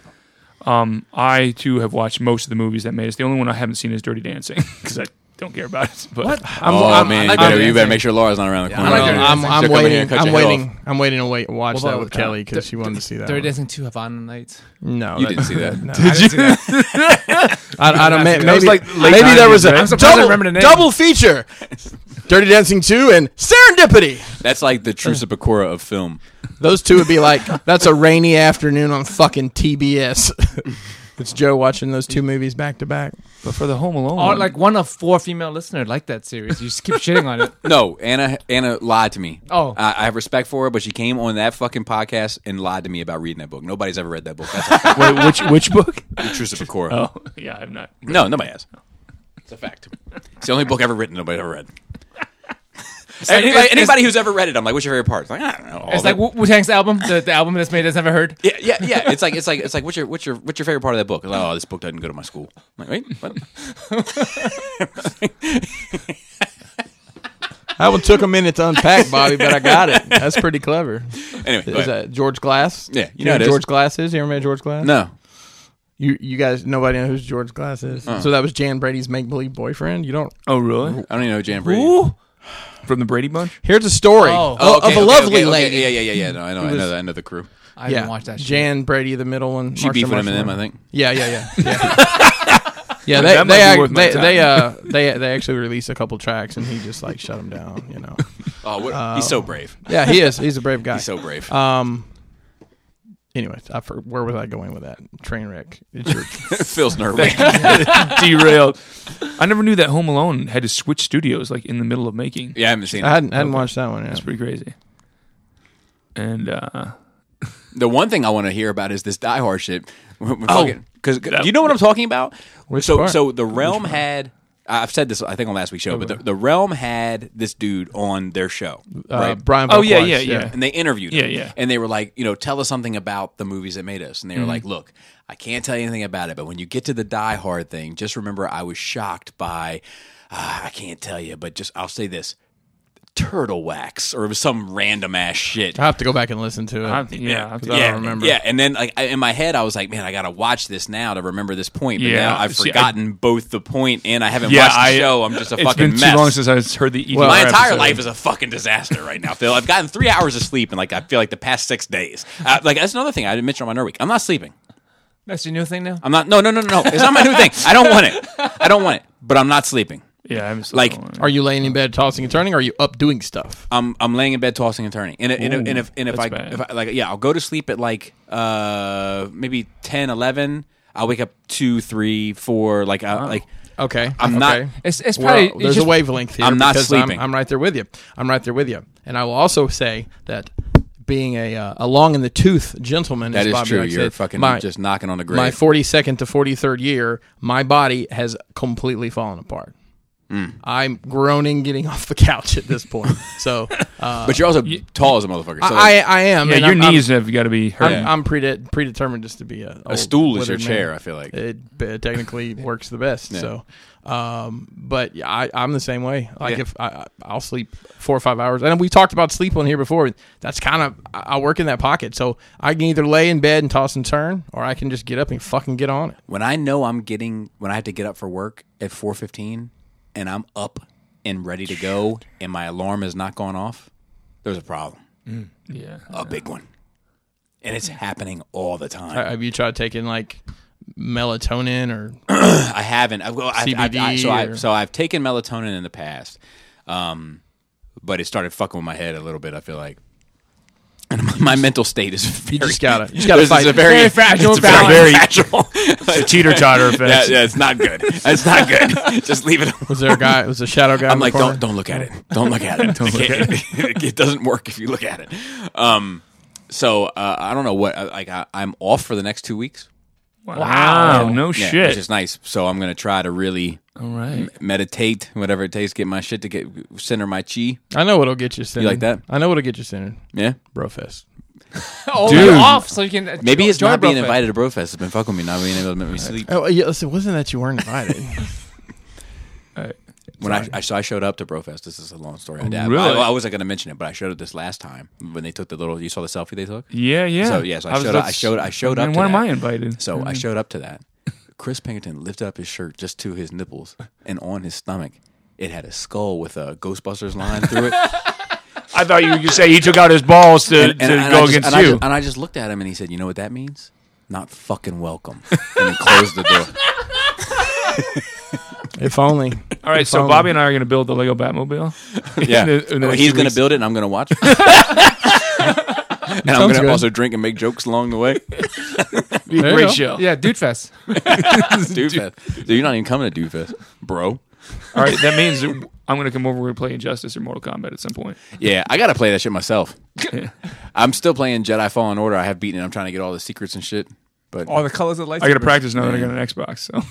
I too have watched most of the movies that made us. The only one I haven't seen is Dirty Dancing because I don't care about it. But
What? I'm,
Oh
I'm-
man,
I
you
like
better,
Dirty
you better
Dancing.
make sure Laura's not around the corner.
I like Dirty
Well, Um, I'm,
Dancing.
I'm
She'll come in here
waiting.
and cut
I'm
your head
waiting. I'm waiting to wait, watch
about,
that with
uh,
Kelly because
Di-
she wanted to see that.
Dirty
one.
Dancing two Havana Nights.
No,
You
that-
didn't see that.
Did you?
I, I don't. Maybe,
That was like late
maybe there was
90s,
a
right?
I'm surprised I remember the
double, double
name.
feature: Dirty Dancing two and Serendipity.
That's like the Trusa Bakura of film.
Those two would be like that's a rainy afternoon on fucking TBS. it's Joe watching those two movies back to back.
but for the Home Alone,
Or
one,
like one of four female listeners like that series. You just keep shitting on it.
No, Anna Anna lied to me.
Oh.
I, I have respect for her, but she came on that fucking podcast and lied to me about reading that book. Nobody's ever read that book. That's a
wait, which which book?
Intrusive Pecora.
Oh, yeah, I'm not.
No, nobody has. It's a fact. It's the only book ever written nobody's ever read. anybody,
it's-
anybody who's ever read it, I'm like, what's your favorite part? It's like, I don't know. all
It's
of
like
it.
Wu Tang's album, the, the album that's made that's never heard.
yeah, yeah, yeah. It's like, it's like, it's like, what's your, what's your, what's your favorite part of that book? It's like, oh, this book doesn't go to my school. I'm like, wait, what?
That one took a minute to unpack, Bobby, but I got it. That's pretty clever.
Anyway, go ahead.
Is that George Glass?
Yeah, you
know
know
who
it is.
George Glass is. You ever met George Glass?
no,
You you guys nobody knows who George Glass is. So that was Jan Brady's make believe boyfriend. You don't.
Oh, really?
I don't even know Jan Brady.
From the Brady Bunch?
Here's a story
Oh.
of-
Oh, okay,
of a
okay,
lovely
okay, okay.
lady.
Yeah, yeah, yeah, yeah. No, I know, I know,
was-
that, I know the crew.
I
Yeah.
haven't watched that. shit.
Jan Brady, the middle one.
She
Marsha
beefed with him
Marshall.
and them, I think.
Yeah, yeah, yeah, yeah. yeah, they
That might
they,
be
act-
worth my
they,
time.
they uh they they actually released a couple tracks and he just like shut them down. You know.
Oh, what,
Uh,
he's so brave.
Yeah, he is. He's a brave guy.
He's so brave.
um. Anyways, I for, where was I going with that train wreck? It's your,
Phil's nervous.
Derailed. I never knew that Home Alone had to switch studios like in the middle of making.
Yeah, I haven't seen
I
it.
hadn't hadn't watched that one. Yet.
Pretty crazy. And uh
The one thing I want to hear about is this Die Hard shit.
Oh.
because
That-
you know what I'm talking about.
Which
so
part?
so the realm had. I- I've said this I think on last week's show, but the, the realm had this dude on their show,
Uh,
right?
Brian.
Oh,
Volquez,
yeah, yeah, yeah.
and they interviewed him.
Yeah, yeah. Mm-hmm.
And they were like, you know, tell us something about the movies that made us. And they were like, look, I can't tell you anything about it, but when you get to the Die Hard thing, ah, just remember I was shocked by, uh, I can't tell you, but just I'll say this. turtle wax or it was some random ass shit.
I have to go back and listen to it.
I, yeah,
I
yeah.
don't
yeah,
remember.
Yeah, and then like I- in my head, I was like, man, I gotta watch this now to remember this point. But
Yeah,
now I've
see, I-
forgotten both the point and I haven't
Yeah,
watched the
I-
show. I'm just a
It's
fucking
been
mess.
too long since I've heard the. E
my entire life is a fucking disaster right now, Phil. I've gotten three hours of sleep in like I feel like the past six days. Uh, like that's another thing I didn't mention on my nerd week. I'm not sleeping.
That's your new thing now.
I'm not. No, no, no, no. no. It's not my new thing. I don't want it. I don't want it. But I'm not sleeping.
Yeah, I'm just
Like-
Are you laying in bed tossing and turning? Or are you up doing stuff?
I'm I'm laying in bed tossing and turning. And, it- and, it-
Ooh,
and if and if
that's
I,
bad.
if I like yeah, I'll go to sleep at like uh maybe 10, 11. I'll wake up two, three, four. Like I, like
Okay,
I'm
okay.
not-
It's it's
We're-
probably
there's
it's just,
a wavelength here.
I'm not
because
sleeping.
I'm, right there with you. I'm right there with you. And I will also say that being a uh, a long in the tooth gentleman
that
as
is
Bobby
true.
likes
You're
it,
fucking
my,
just knocking on the grave.
my 42nd to 43rd year, my body has completely fallen apart.
Mm.
I'm groaning, getting off the couch at this point. So uh,
but you're also tall as a motherfucker. So
I, I am.
yeah,
and
your
I'm,
knees have got to be
I'm,
hurting.
I'm, I'm prede- predetermined just to be a,
a stool is your chair. I feel like
it uh, technically works the best. So, um, but yeah, I, I'm the same way. Like
Yeah.
if I, I- I'll sleep four or five hours, and we talked about sleep on here before. That's kind of I I work in that pocket, so I can either lay in bed and toss and turn, or I can just get up and fucking get on it.
when I know I'm getting when I have to get up for work at 4:15 and I'm up and ready to go and my alarm has not gone off. There's a problem.
Mm.
yeah,
A big one. And it's happening all the time.
Uh, Have you tried taking like melatonin or
I haven't. I've, well, I've, I've,
CBD
I, so, I,
or-
so I've taken melatonin in the past, um, but it started fucking with my head a little bit. I feel like, and my, my mental state is very,
just gotta- you just gotta
this is
fight.
a very,
Very fragile
It's a very,
balance.
fragile.
the teeter totter
yeah,
effect.
yeah, it's not good. It's not good. just leave it. alone.
was there a guy? Was a shadow guy? in
I'm
the
like,
corner?
don't don't look at it. Don't look at it. It can't- it, doesn't work if you look at it. Um, so uh, I don't know what. I- Like I, I'm off for the next two weeks.
Wow, no
Yeah,
shit.
which is nice. So I'm gonna try to really
all right.
meditate, whatever it takes, get my shit to get center my chi.
I know what'll get you centered.
like that?
I know what'll get you centered.
Yeah,
Brofest.
Oh,
Dude.
you're off so you can uh,
maybe
jo-
it's
join
not being
Brofist.
invited to Brofest. It's been fucking me not being able to make me sleep.
Oh yeah, listen, it wasn't that you weren't invited?
When I, I so I showed up to Brofest, this is a long story. I, did. I-
Really?
I, wasn't gonna mention it, but I showed up this last time when they took the little. You saw the selfie they took.
yeah, yeah.
So yes, I,
was-
showed up. I
that's-
showed. I showed
Man,
up. to
why am
that.
I invited?
So I showed up to that. Chris Pinkerton lifted up his shirt just to his nipples, and on his stomach, it had a skull with a Ghostbusters line through it.
I thought you could say he took out his balls to, to
I
go
just-
against
and I
you.
ju- and I just looked at him and he said, "You know what that means? Not fucking welcome." And he closed the door.
if only.
All right, so
found-
Bobby and I are going to build the Lego Batmobile.
Yeah,
In the- in the
Well,
next
he's
few
going to
weeks.
build it, and I'm going to watch. it. and I'm going
good.
to also drink and make jokes along the way.
There you
Great
go.
show.
Yeah, dude fest.
Doofus, Dude, you're not even coming to Doofus, bro.
All right, that means that I'm going to come over and play Injustice or Mortal Kombat at some point.
Yeah, I got to play that shit myself. I'm still playing Jedi Fallen Order. I have beaten it. I'm trying to get all the secrets and shit. But
All the colors of lights.
I got to practice now that I got an Xbox. So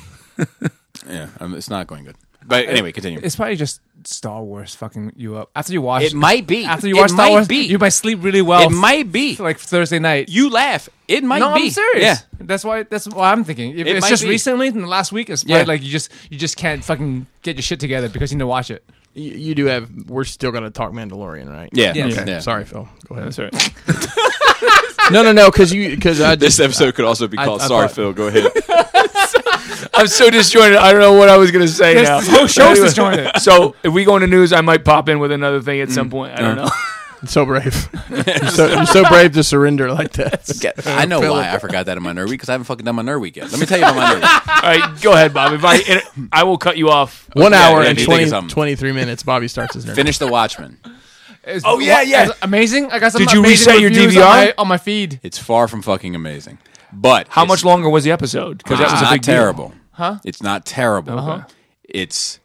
yeah, um, it's not going good. But anyway, continue.
It's probably just Star Wars fucking you up. After you watch,
It might be.
After you
It
watch Star
might
Wars,
be.
you might sleep really well.
it might be.
like Thursday night.
You laugh. It might
no,
be.
I'm serious.
Yeah.
That's why. That's what I'm thinking. If
It
it's
might
just
be.
recently, in the last week, it's
Yeah.
probably like you just you just can't fucking get your shit together because you need to watch it.
You, you do have. We're still gonna talk Mandalorian, right?
Yeah.
Yeah.
yeah.
Sorry, Phil. Go ahead.
that's all right.
No, no, no. Because you, because I just.
This episode could also be
I-
called
I
Sorry,
thought-
Phil. Go ahead.
I'm so disjointed. I don't know what I was going to say
This-
now.
this whole show's
Anyway,
disjointed.
So if we go into news, I might pop in with another thing
Mm.
at some point. I don't know.
so brave. you're, so, you're so brave to surrender like that.
Yeah, I know why I forgot that in my nerd week because I haven't fucking done my nerd week yet. Let me tell you about my nerd week.
All right, go ahead, Bob. If I, I will cut you off.
One hour
yeah,
and
you think of
20,
something.
23 minutes. Bobby starts his nerd.
Finish The Watchmen.
It's-
Oh, yeah,
what-
yeah.
it's amazing. I got some.
Did you
amazing
reset your
reviews
DVR?
on my, on my feed?
It's far from fucking amazing. But
How
it's
much longer was the episode? Because that was a
not
big deal.
terrible. Huh? Uh-huh. It's not terrible. It's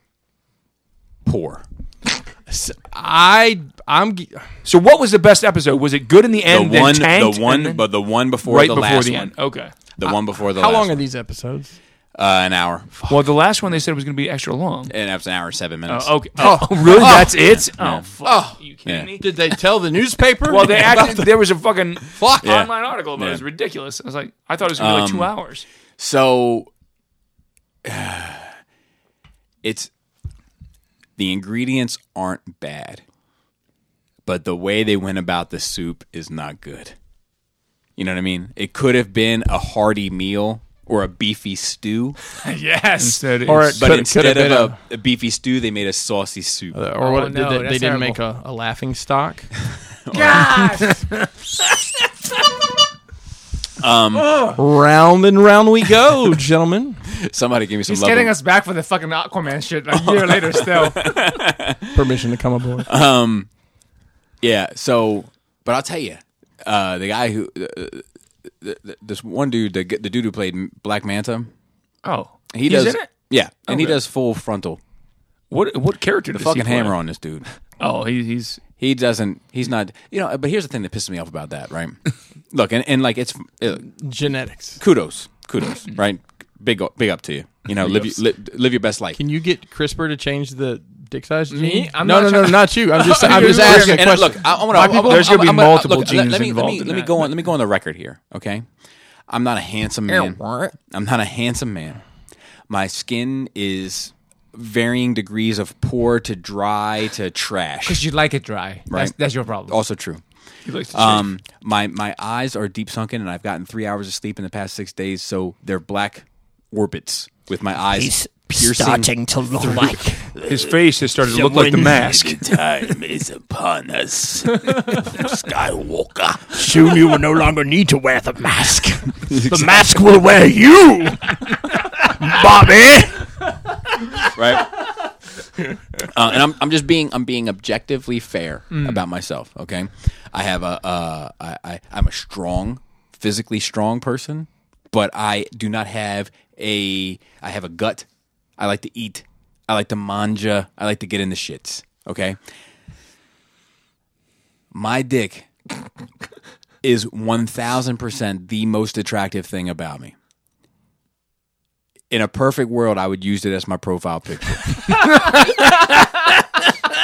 poor.
I, I'm. g-
So what was the best episode? Was it good in the end?
the
then
one,
tanked,
the one,
and then-
but the one before
right
the
before
last
the
one.
end. Okay.
The one before the
How
last.
long are
one.
these episodes?
Uh, an hour.
Well, the last one they said was going to be extra long.
And that's an hour and seven minutes.
Oh, okay. Oh, really? That's it? Oh, fuck. you
Yeah.
kidding me?
Did they tell the newspaper?
Well, they actually there was a fucking fuck
Yeah.
online article about it. It was
Yeah. Um,
ridiculous. I was like, I thought it was going to be like two hours.
So it's the ingredients aren't bad. but the way they went about the soup is not good. You know what I mean? It could have been a hearty meal or a beefy stew,
yes.
Instead,
Or
it's-
it
but
could- could
instead
have
of
been
a, a beefy stew, they made a saucy soup.
Uh, or what?
no,
they,
that's
they didn't
terrible.
make a, a laughing stock. round and round we go, gentlemen.
Somebody give me some
he's
love.
getting us back for the fucking Aquaman shit a year later still.
Permission to come aboard.
Yeah. So, but I'll tell you, uh, the guy who, uh, th- th- this one dude, the, g- the dude who played M- Black Manta,
Oh,
he
he's
does.
in it?
Yeah, and he
Okay.
does full frontal.
What what character does
Fucking
he play?
hammer on this dude.
Oh, he, he's
He doesn't. He's not. You know. But here's the thing that pisses me off about that. Right. Look, and, and like it's uh,
Genetics.
kudos,
Mm-hmm.
kudos. Right. Big up- big up to you. You know, live your, li, live your best life.
Can you get CRISPR to change the dick size? Gene?
Me? I'm
no,
not
no, no,
try-
not you. I'm just, I'm just
Look,
asking a
and uh,
question.
Look, I, I wanna, I,
people-
I,
There's gonna be
I'm- I'm-
multiple
look,
genes
let me,
involved
Let me,
in
let me
that.
go on. Let me go on the record here, okay? I'm not a handsome man. I'm not a handsome man. My skin is varying degrees of poor to dry to
Because
trash.
you like it dry. That's,
Right.
that's your problem.
also true.
he likes to shave.
Um, my my eyes are deep sunken, and I've gotten three hours of sleep in the past six days, so they're black orbits with my eyes piercing.
to look like
his face has started to look like the mask.
Time is upon us, Skywalker. Soon you will no longer need to wear the mask. The mask will wear you, Bobby.
right? uh, and I'm, I'm just being I'm being objectively fair about myself. Okay, I have a uh, I, I I'm a strong, physically strong person, but I do not have a I have a gut. I like to eat. I like to manja. I like to get in the shits. Okay, my dick is one thousand percent the most attractive thing about me. In a perfect world, I would use it as my profile picture.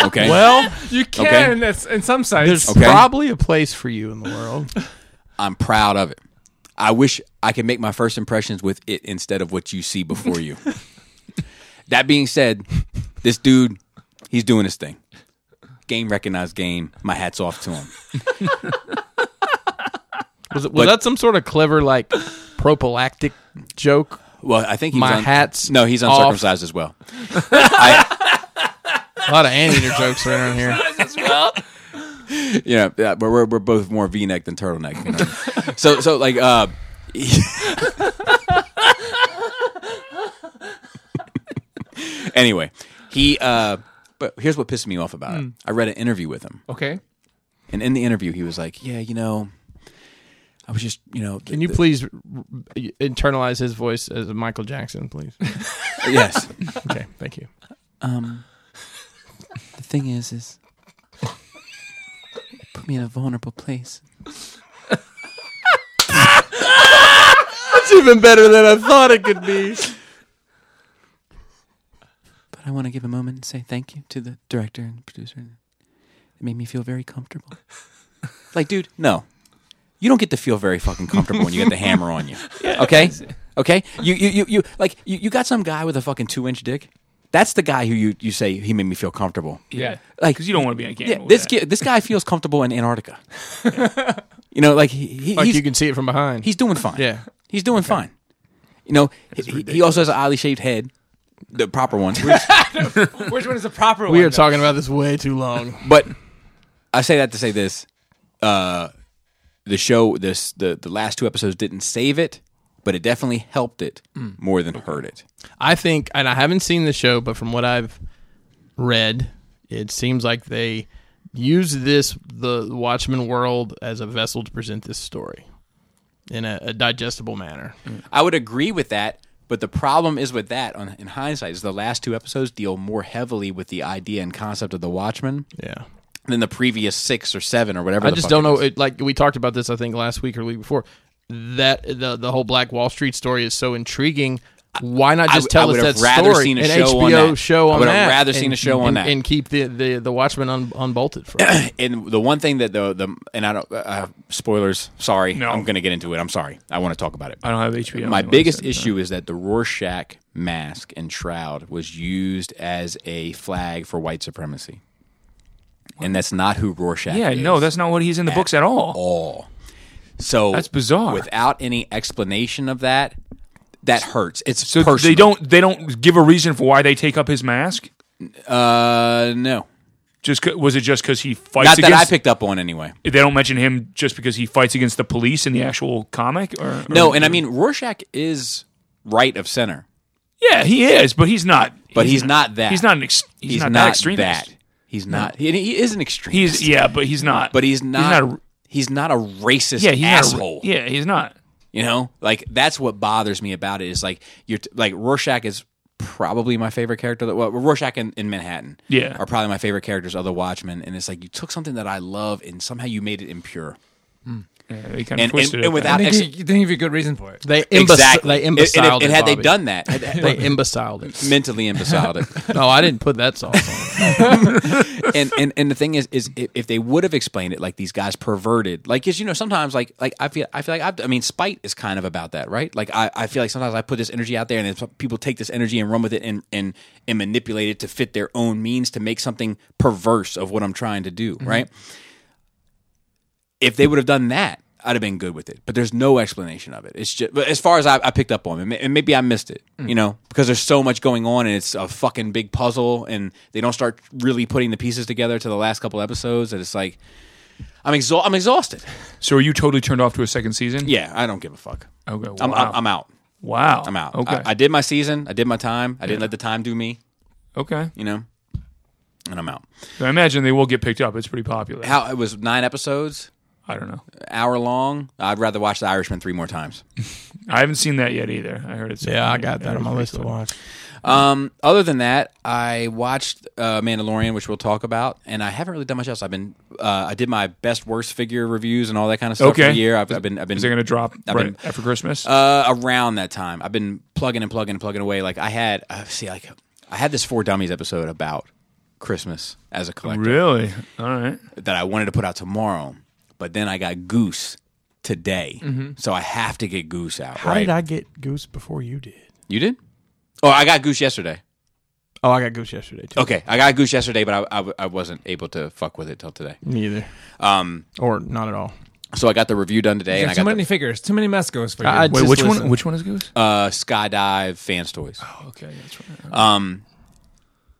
okay.
well, you
okay.
can That's in some sites.
There's
Okay.
probably a place for you in the world.
I'm proud of it. I wish I could make my first impressions with it instead of what you see before you. that being said, this dude, he's doing his thing. Game recognized game. My hat's off to him.
Was, it,
But-
was that some sort of clever, like, prophylactic joke?
Well, I think he
My
was un-
hat's
no, he's
off.
uncircumcised as well. I,
A lot of anteater jokes around here.
you know, yeah, but we're, we're both more V-neck than turtleneck. you know. so so like uh, anyway, he uh, but here's what pissed me off about
Hmm.
it. I read an interview with him.
Oh.
okay.
And in the interview, he was like, "Yeah, you know, I was just, you know,
Can you please r- r- internalize his voice as Michael Jackson, please?
yes.
Okay, thank you.
the thing is, is it put me in a vulnerable place.
It's even better than I thought it could be.
But I want to give a moment and say thank you to the director and producer. It made me feel very comfortable. like, dude, no, you don't get to feel very fucking comfortable when you get the hammer on you. Okay, okay. You, you, you, you like you, you got some guy with a fucking two inch dick. That's the guy who you, you say he made me feel comfortable.
Yeah.
Like,
Because you don't want to be on camera.
Yeah,
with
this
that.
guy, this guy feels comfortable in Antarctica. you know, like he, he-
Like
he's,
you can see it from behind.
he's doing fine.
Yeah.
he's doing fine. You know, he, he also has an oddly shaped head, the proper one.
Which one is the proper one?
we are
though?
talking about this way too long.
but I say that to say this: uh, the show, this the the last two episodes didn't save it, but it definitely helped it
Mm.
more than hurt it.
I think, and I haven't seen the show, but from what I've read, it seems like they use this the Watchmen world as a vessel to present this story in a, a digestible manner.
I would agree with that. But the problem is with that, on, in hindsight, is the last two episodes deal more heavily with the idea and concept of the Watchmen
Yeah.
than the previous six or seven or whatever.
I
the
just
fuck
don't
it
know.
was.
It, like we talked about this, I think last week or week before. That the the whole Black Wall Street story is so intriguing. Why not
I
just
would- I
tell
would
us
have
that
rather
story?
seen a
an
show on
HBO
that.
show
I
on
would have
that
rather seen a show on
and-
that.
and keep the the the Watchmen un, unbolted for. us.
and the one thing that the the and I don't uh, spoilers. Sorry,
No.
I'm going to get into it. I'm sorry. I want to talk about it.
I don't have HBO.
My
anymore,
biggest
so-
issue is that the Rorschach mask and shroud was used as a flag for white supremacy. and that's not who Rorschach
Yeah,
is.
no, that's not what he's in the books at all.
all. So
That's bizarre.
Without any explanation of that, that hurts. It's
So
personal.
they don't they don't give a reason for why they take up his mask.
Uh, no,
Just 'cause- was it just because he fights
not that I
against?
picked up on anyway.
they don't mention him just because he fights against the police in the actual comic, or, or-
No, and I mean Rorschach is right of center,
yeah, he is, but he's not.
but he's, not that.
He's not an. Ex, he's, not, that extremist.
that. He's not. He, he is an extremist.
He's yeah, but he's not.
but he's not. He's
a-
not a, racist
yeah, he's
asshole.
Not, a- yeah, he's not.
You know, like that's what bothers me about it is like you're t- like Rorschach is probably my favorite character. That, well, Rorschach and, and Manhattan,
Yeah.
are probably my favorite characters of the Watchmen. And it's like you took something that I love and somehow you made it impure
Yeah, he kind of
and and,
twisted it.
and without
They
ex-
didn't give you a good reason for it.
They imbe-
exactly
They
And- and-
imbeciled
and, had
it,
they
Bobby.
done that, had-
They imbeciled it.
mentally imbeciled it.
No, I didn't put that song. on.
and, and and the thing is, is i- if they would have explained it like these guys perverted, like 'cause, you know sometimes like like I feel I feel like I've, I mean spite is kind of about that, right? Like I, I feel like sometimes I put this energy out there, and then some people take this energy and run with it and and and manipulate it to fit their own means to make something perverse of what I'm trying to do, right? If they would have done that. I'd have been good with it, but there's no explanation of it. It's just, but as far as I, I picked up on it, and maybe I missed it,
Mm.
you know, because there's so much going on and it's a fucking big puzzle, and they don't start really putting the pieces together to the last couple episodes, and it's like, I'm exhausted. I'm exhausted.
so are you totally turned off to a second season?
Yeah, I don't give a fuck.
Okay. Wow.
I'm, I'm, I'm out.
Wow.
I'm out.
Okay.
I, I did my season. I did my time. I didn't let the time do me.
okay.
You know, and I'm out.
So I imagine they will get picked up. It's pretty popular.
How it was nine episodes,
I don't know.
hour long. I'd rather watch The Irishman three more times.
I haven't seen that yet either. I heard it's
Yeah, I got that on my list to watch.
Um, other than that, I watched uh, Mandalorian, which we'll talk about, and I haven't really done much else. I've been, uh, I did my best worst figure reviews and all that kind of stuff for
Okay.
the year. I've, I've been, I've been
Is it going to drop
been-
right after Christmas?
Uh, around that time, I've been plugging and plugging and plugging away. Like I had, uh, see, like I had this Four Dummies episode about Christmas as a collector
really? All right.
that I wanted to put out tomorrow, but then I got Goose today, so I have to get Goose out.
How
right?
did I get Goose before you did?
you did? Oh, I got Goose yesterday.
Oh, I got Goose yesterday too.
Okay, I got Goose yesterday, but I, I, I wasn't able to fuck with it till today.
Neither,
Um,
or not at all.
so I got the review done today, and I
too
got
many
the,
figures, too many Mescos for you.
I- I
Wait,
just
which one?
listened.
Which one is Goose?
uh, Skydive Fans Toys.
Oh,
okay, that's right.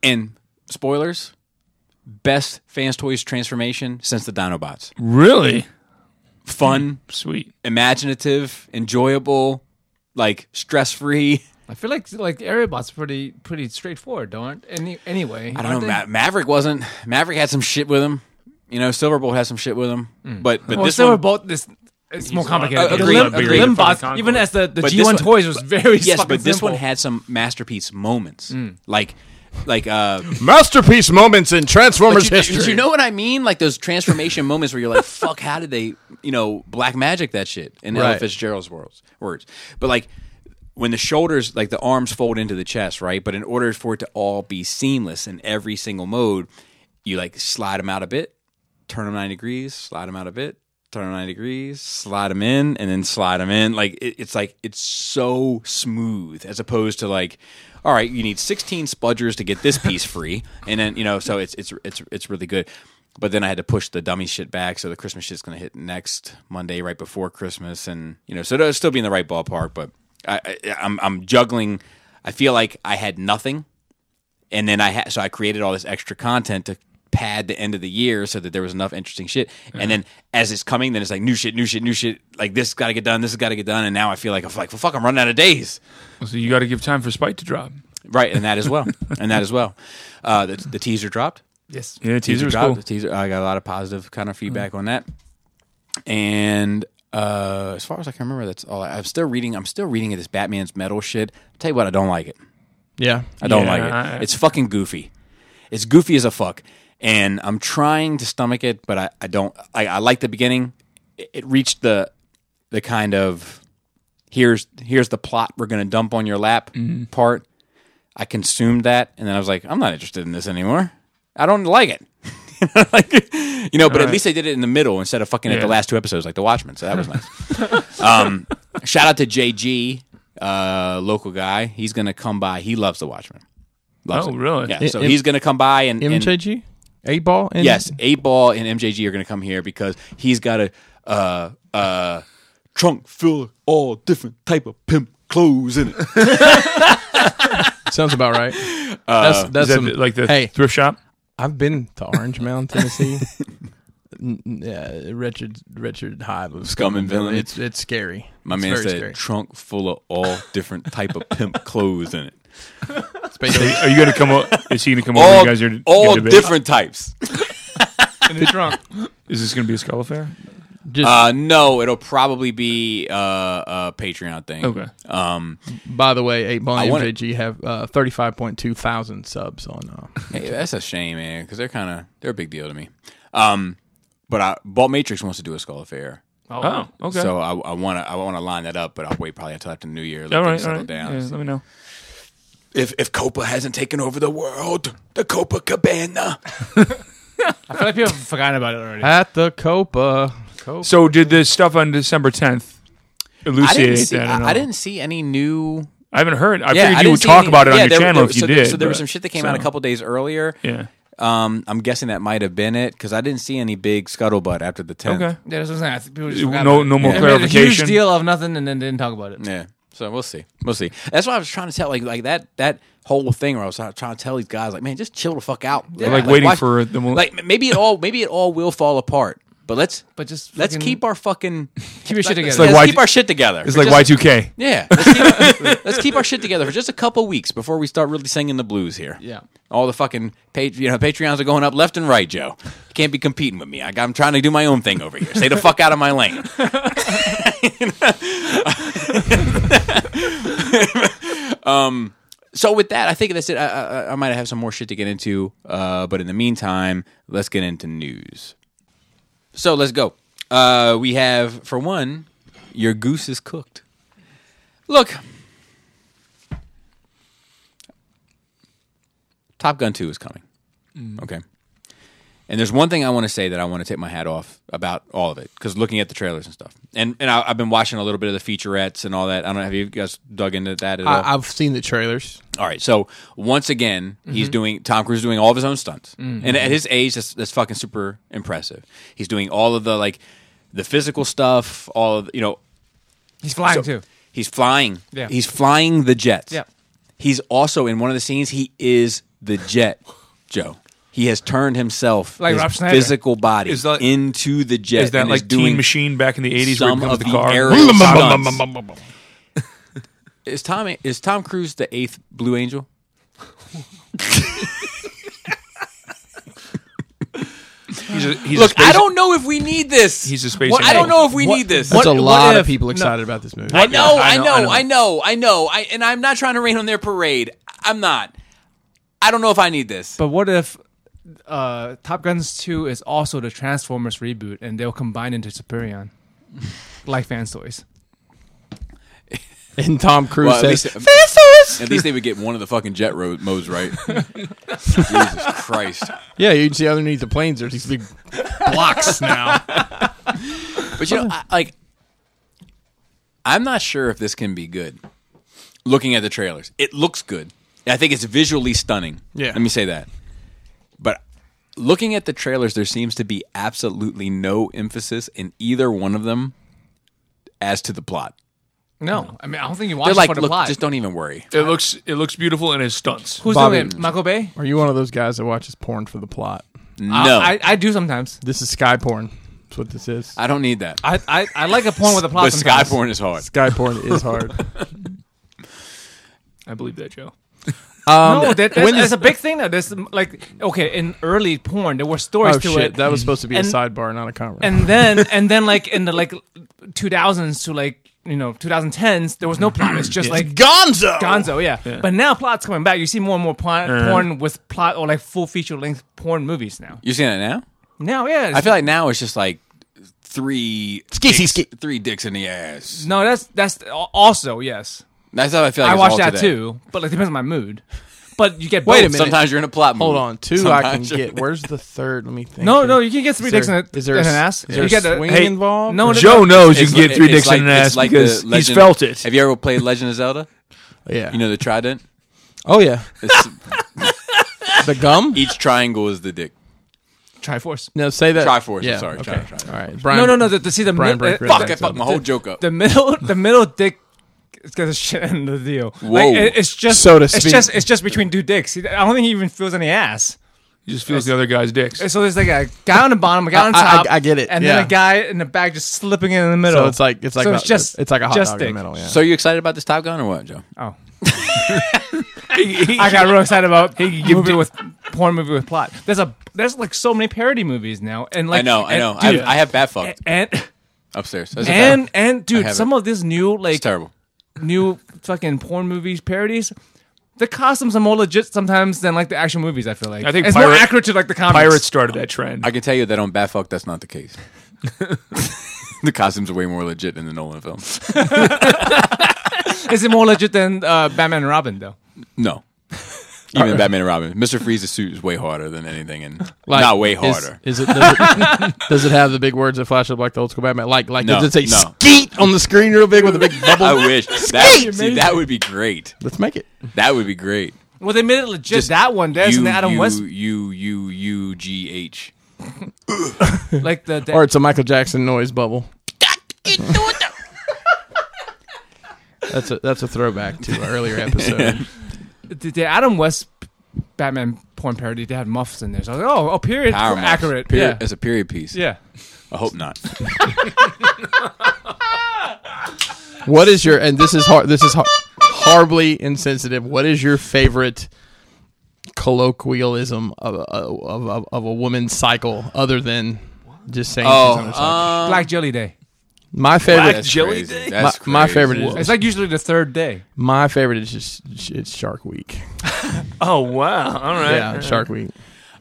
And spoilers, best Fans Toys transformation since the Dinobots.
Really
Fun,
sweet.
imaginative, enjoyable, like stress free.
I feel like like Aerobot's pretty pretty straightforward, don't any anyway.
I don't know. Ma- Maverick wasn't. Maverick had some shit with him. You know, Silverbolt had some shit with him. But but
Hmm. Well,
this
they were
one,
both this. It's more complicated.
Uh,
The
agreed,
lim-
agreed.
limb bots,
Fucking
even
Concord.
as the, the
But
G1
this one-
toys was very
yes,
fucking
but this
simple. Hmm.
one had some masterpiece moments, like like uh
Masterpiece moments in Transformers
But you, but you know what I mean? Like those transformation moments where you're like, "Fuck, how did they, you know, black magic that shit?" In Ella
Right.
Fitzgerald's words, words. But like when the shoulders, like the arms, fold into the chest, right? But in order for it to all be seamless in every single mode, you like slide them out a bit, turn them ninety degrees, slide them out a bit, turn them ninety degrees, slide them in, and then slide them in. Like it, it's like it's so smooth as opposed to like. All right, you need 16 spudgers to get this piece free, and then you know, so it's it's it's it's really good. But then I had to push the dummy shit back, so the Christmas shit's going to hit next Monday, right before Christmas, and you know, so it'll still be in the right ballpark. But I, I, I'm I'm juggling. I feel like I had nothing, and then I had so I created all this extra content to pad the end of the year so that there was enough interesting shit. And then as it's coming, then it's like new shit, new shit, new shit. Like this got to get done, this has got to get done, and now I feel like I'm like, well, fuck, I'm running out of days.
So you got to give time for Spite to drop.
Right, and that as well, and that as well. Uh, the, the teaser dropped.
yes.
Yeah, teaser was
dropped.
cool. Mm.
The teaser. I got a lot of positive kind of feedback on that. And uh, as far as I can remember, that's all. I, I'm still reading. I'm still reading this Batman's metal shit. I'll tell you what, I don't like it.
Yeah,
I don't
Yeah,
like it.
I-
it's fucking goofy. It's goofy as a fuck. And I'm trying to stomach it, but I, I don't. I, I like the beginning. It, it reached the the kind of here's here's the plot we're going to dump on your lap
Mm-hmm.
part. I consumed that, and then I was like, I'm not interested in this anymore. I don't like it. like, you know, but at least they did it in the middle instead of fucking at the
Yeah.
last two episodes like The Watchmen. So that was nice. um, shout out to JG, uh, local guy. He's going to come by. He loves The Watchmen. Loves
Oh,
it.
really?
Yeah.
I-
so
im-
he's going to come by and, and
MJG. Eight ball? And
Yes, Eight Ball and MJG are going to come here because he's got a uh, uh, trunk full of all different type of pimp clothes in it.
Sounds about right.
Uh,
that's that's
Is that
some,
the- like the
hey,
thrift shop?
I've been to Orange Mountain, Tennessee. N- n- uh, Richard Richard Hive of
Scum and villainy.
It's it's scary.
My
it's
man
very
said
scary.
trunk full of all different type of pimp clothes in it.
It's basically-
Are you going to come up? Is he going to come over?
All,
You guys are gonna
all
debate?
different types.
And the drunk. Is this going to be a skull affair?
just
Uh, no, it'll probably be uh, a Patreon thing.
Okay.
Um,
by the way, eight ball
I
and
wanna-
MJG have uh, thirty five point two thousand subs on. Uh,
hey, that's a shame, man, because they're kind of they're a big deal to me. Um, but I, Balt Matrix wants to do a Skull Affair.
Oh, okay.
So I I want to I want to line that up, but I'll wait probably until after New Year. Let
all
things
right,
settle
all right.
down.
Yeah, let me know.
If if Copa hasn't taken over the world, the Copa Cabana.
I feel like people have forgotten about it
Oh.
already.
at the Copa,
So did the stuff on December 10th
I
elucidate
didn't see.
that? at
I,
all?
I didn't see any new.
I haven't heard.
Yeah,
I
I
figured you
didn't
would
see
talk
any-
about it on
yeah,
your
there-
channel
there-
if you
so,
did.
So there was
but-
some shit that came
so-
out a couple days earlier.
Yeah.
Um, I'm guessing that might have been it because I didn't see any big scuttlebutt after the 10th.
Okay.
Yeah, that's what I'm saying. I think people just
No-
forgot
no
about it.
more
They made A huge
clarification.
deal of nothing and then didn't talk about it.
Yeah. So we'll see. We'll see. That's what I was trying to tell. Like like that that whole thing where I was trying to tell these guys like, man, just chill the fuck out.
like waiting for the mo-
like maybe it all maybe it all will fall apart. But let's
But just
let's
fucking-
keep our fucking
Keep your shit
let's-
together.
like
let's
why-
keep our shit together.
It's
for
like
just-
Y2K.
Yeah. Let's keep, let's keep our shit together for just a couple weeks before we start really singing the blues here.
Yeah.
All the fucking pa- you know Patreons are going up left and right, Joe. You can't be competing with me. I got, I'm trying to do my own thing over here. Stay the fuck out of my lane. um. So with that, I think that's it. I, I, I might have some more shit to get into, uh, but in the meantime, let's get into news. So let's go. Uh, we have for one, your goose is cooked. Look, Top Gun 2 is coming.
Mm-hmm.
Okay. And there's one thing I want to say that I want to take my hat off about all of it because looking at the trailers and stuff, and and I, I've been watching a little bit of the featurettes and all that. I don't know have you guys dug into that at all?
I, I've seen the trailers.
All right. So once again,
Mm-hmm.
he's doing Tom Cruise is doing all of his own stunts, and at his age, that's, that's fucking super impressive. He's doing all of the like the physical stuff, all of you know.
He's flying
so-
too.
He's flying.
Yeah.
He's flying the jet.
Yeah.
He's also in one of the scenes. He is the jet, Joe. He has turned himself
Like
his
Rob Schneider.
physical body
Is that-
into the jet.
Is that
and
like Teen
doing
Machine back in the 80s where it
some
becomes
of
the
the,
car?
aerial stunts? Is Tom is Tom Cruise the eighth Blue Angel?
He's a, he's a
Look,
space-
I don't know if we need this.
He's a space
Well, I
angel.
don't know if we need this.
That's a
what
lot
if-
of people
no.
excited about this movie.
I know,
Yeah,
I know, I know, I know. I and I'm not trying to rain on their parade. I'm not. I don't know if I need this.
But what if uh, Top Guns 2 is also the Transformers reboot and they'll combine into Superion? like fan stories.
And Tom Cruise
Well, at
says,
least- At least they would get one of the fucking jet road modes right. Jesus Christ!
"Yeah, you can see underneath the planes. There's these big blocks now."
But you know, I, like, I'm not sure if this can be good. Looking at the trailers, it looks good. I think it's visually stunning.
Yeah.
let me say that. But looking at the trailers, there seems to be absolutely no emphasis in either one of them as to the plot.
No, I mean, I don't think you
They're
watch
like,
for the
look,
plot.
just don't even worry.
It looks it looks beautiful and it's stunts.
Who's
Bobby-
doing it? Michael Bay?
Are you one of those guys that watches porn for the plot?
No,
I,
I,
I, I do sometimes.
This is sky porn. That's what this is.
don't need that.
I, I, I like a porn with a plot.
but sky
sometimes.
porn is hard.
Sky porn is hard.
I believe that, Joe.
Um,
no, that, that's,
when
that's
is-
a big thing. Now, there's like okay, in early porn, there were stories
oh
to
shit,
it.
that was supposed to be
And-
a sidebar, not a conversation.
and then and then like in the like 2000s to like you know 2010s, there was no plot. It's just like
Gonzo.
Oh.
Gonzo, yeah. But now plot's coming back. You see more and more plot, porn with plot or like full feature length porn movies now.
You seeing it now?
Now, yeah.
I feel like now it's just like three
Skissy
dicks,
ski.
three dicks in the ass.
no, that's that's al- also yes.
That's how I feel. Like
I
it's
watch
all
that
today. Oh,
too, but like depends on my mood. But you get
Wait a
both.
minute.
Sometimes you're in a plot.
Hold
mood.
on, two I can
Sometimes you're-
get. Where's the third? Let me think.
No,
here.
no, you can get three
Is there-
dicks in, a,
is there a
in an
s-
ass.
is there
you get
a swing involved?
No, no, no.
Joe knows you can
like-
get three
it's
dicks
like-
in an
it's
ass
like the
because he's
Legend-
felt it.
Have you ever played Legend of Zelda?
Yeah.
You know the trident.
oh yeah,
It's,
the gum.
each triangle is the dick.
Triforce.
No, say that.
Triforce,
Yeah,
I'm sorry.
Okay.
Tri- Triforce.
All right. Brian,
no, no, no. The, the, see the
Brian
mid- uh,
Breaker.
Fuck, I
That's
fucked my whole joke up.
the middle the middle dick it's got a shit in the deal.
Whoa.
Like, it- it's just
So to
it's
speak.
just it's just between two dicks. I don't think he even feels any ass.
He just feels the other guy's dicks.
So there's like a guy on the bottom, a guy on
I- I-
top.
I get it,
And
yeah.
then a guy in the back just slipping in the middle.
So it's like it's like
So
a,
it's just
it's like a hot
just
dog in
dick.
the middle. Yeah.
So you excited about this Top Gun or what, Joe?
oh. I got real excited about movie with porn movie with plot. There's a there's like so many parody movies now, and like
I know, I
and-
know.
dude,
I, I have bat fucked
and
upstairs. That's a
and
fact.
and dude,
have
some of these new like
it's terrible.
new fucking porn movies parodies. The costumes are more legit sometimes than like the actual movies. I feel like
I think
it's more
pirate-
accurate to like the comics.
Pirates started that trend.
I can tell you that on bat fuck, that's not the case. the costumes are way more legit than the Nolan film.
Is it more legit than uh, Batman and Robin though?
No. Even Batman and Robin. Mr. Freeze's suit is way harder than anything, and
Like,
not way
is-
harder.
Is, it does, it does it have the big words that flash up like the old school Batman? Like like
No,
does it say
no.
skeet on the screen real big with a big bubble?
I wish that, see, that would be great.
Let's make it.
That would be great.
Well, they made it legit.
Just
that one, there's an Adam
U,
West
U U U G H.
like the, the
Or it's a Michael Jackson noise bubble. That's a that's a throwback to our earlier episode.
the, the Adam West Batman porn parody. They had muffs in there, so I was like, oh, oh, period,
Power Mouse.
accurate,
Period,
yeah.
As a period piece.
Yeah.
I hope not.
what is your and this is hard this is har- horribly insensitive. What is your favorite colloquialism of of, of, of, of a woman's cycle other than just saying she's on her cycle?
Black Jelly Day.
my favorite
That's
Jelly
crazy.
Day?
That's
My- my
crazy.
favorite is-
It's like usually the third day.
my favorite is just it's Shark Week.
oh wow! All right.
Yeah, Shark Week.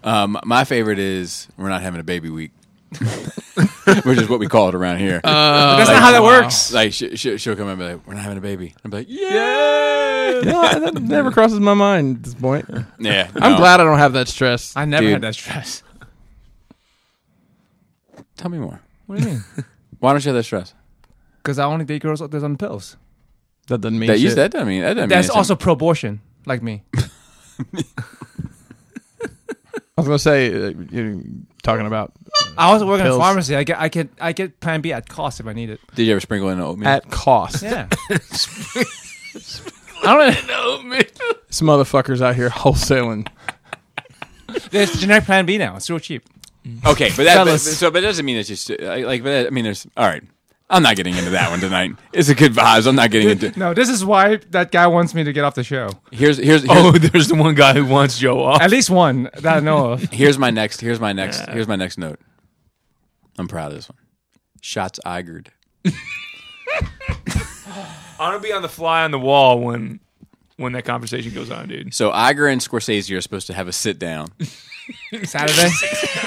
Um, my favorite is we're not having a baby week, which is what we call it around here.
But that's not how that works.
like she, she, she'll come and be like, "We're not having a baby." I'm like, "Yeah,
No, that never crosses my mind at this point. I'm
yeah." no.
glad I don't have that stress.
I never
Dude.
had that stress.
Tell me more.
What do you mean?
Why don't you have that stress?
Because I only date girls that's on pills.
That doesn't mean
That you
shit.
that doesn't mean that doesn't
That's
mean
also pro-abortion, like me.
I was gonna say, uh, you talking about
I also work in a
Pills.
pharmacy. I get I get I get Plan B at cost if I need it.
Did you ever sprinkle in oatmeal?
at cost.
Yeah. I don't know.
Some motherfuckers out here wholesaling.
There's generic Plan B now. It's real cheap.
okay, but that but, but-
Fellas.
so but it doesn't mean it's just uh, I- like but that, I mean there's all right. I'm not getting into that one tonight. It's a good vibes. I'm not getting into.
No, this is why that guy wants me to get off the show.
Here's here's here's,
Oh, there's the one guy who wants Joe off.
At least one that I know of.
here's my next here's my next here's my next note. I'm proud of this one. Shots Igerd.
I'm gonna be on the fly on the wall when when that conversation goes on, dude.
So Iger and Scorsese are supposed to have a sit down.
Saturday.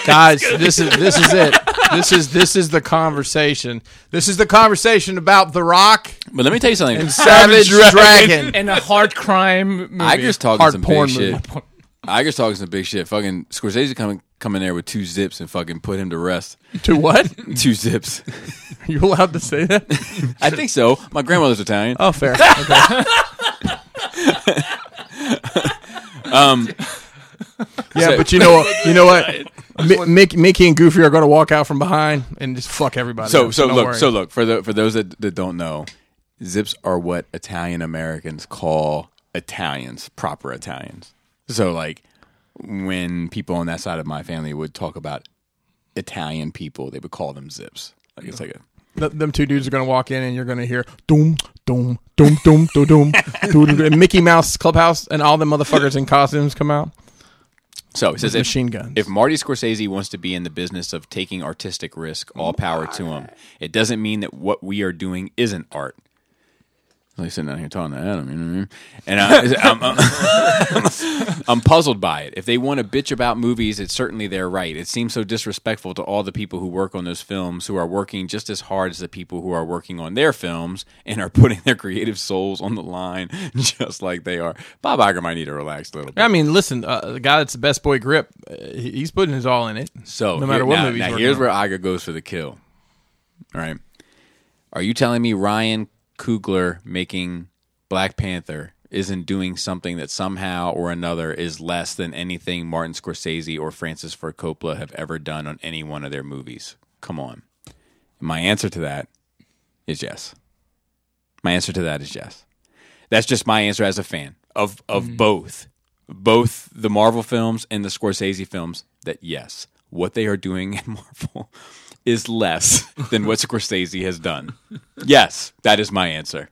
Guys, this is this is it. This is this is the conversation. This is the conversation about The Rock
But let me tell you something.
and Savage Dragon.
And a hard crime movie.
Iger's talking
Hard
some
porn
big
movie.
shit. Iger's talking some big shit. Fucking Scorsese coming come in there with two zips and fucking put him to rest.
to what?
Two zips.
Are you allowed to say that?
I think so. My grandmother's Italian.
Oh, fair. Okay. yeah,
Um, So-
but you know what? You know what? Mi- Mick, Mickey and Goofy are going to walk out from behind and just fuck everybody.
So
up,
so
don't
look
worry.
so look for the for those that, that don't know, zips are what Italian Americans call Italians, proper Italians. So like when people on that side of my family would talk about Italian people, they would call them zips. Like it's like a
Th- them two dudes are going to walk in, and you're going to hear doom, doom, doom, doom, doom, doom, doom, doom, and Mickey Mouse Clubhouse, and all the motherfuckers in costumes come out.
So it says if,
machine guns.
If Marty Scorsese wants to be in the business of taking artistic risk, all power to him. It doesn't mean that what we are doing isn't art. It's Like sitting down here talking to Adam, you know what I mean? And I, I'm, I'm- I'm puzzled by it. If they want to bitch about movies, it's certainly their right. It seems so disrespectful to all the people who work on those films, who are working just as hard as the people who are working on their films and are putting their creative souls on the line, just like they are. Bob Iger might need to relax a little bit.
I mean, listen, uh, the guy that's the best boy grip, uh, he- he's putting his all in it.
So
no matter
here-
what
now,
movie he's
now
working
here's
on.
where Iger goes for the kill. All right, are you telling me Ryan Coogler making Black Panther isn't doing something that somehow or another is less than anything Martin Scorsese or Francis Ford Coppola have ever done on any one of their movies? Come on. My answer to that is yes. My answer to that is yes. That's just my answer as a fan of of both, both the Marvel films and the Scorsese films. That yes, what they are doing at Marvel is less than what Scorsese has done. Yes, that is my answer.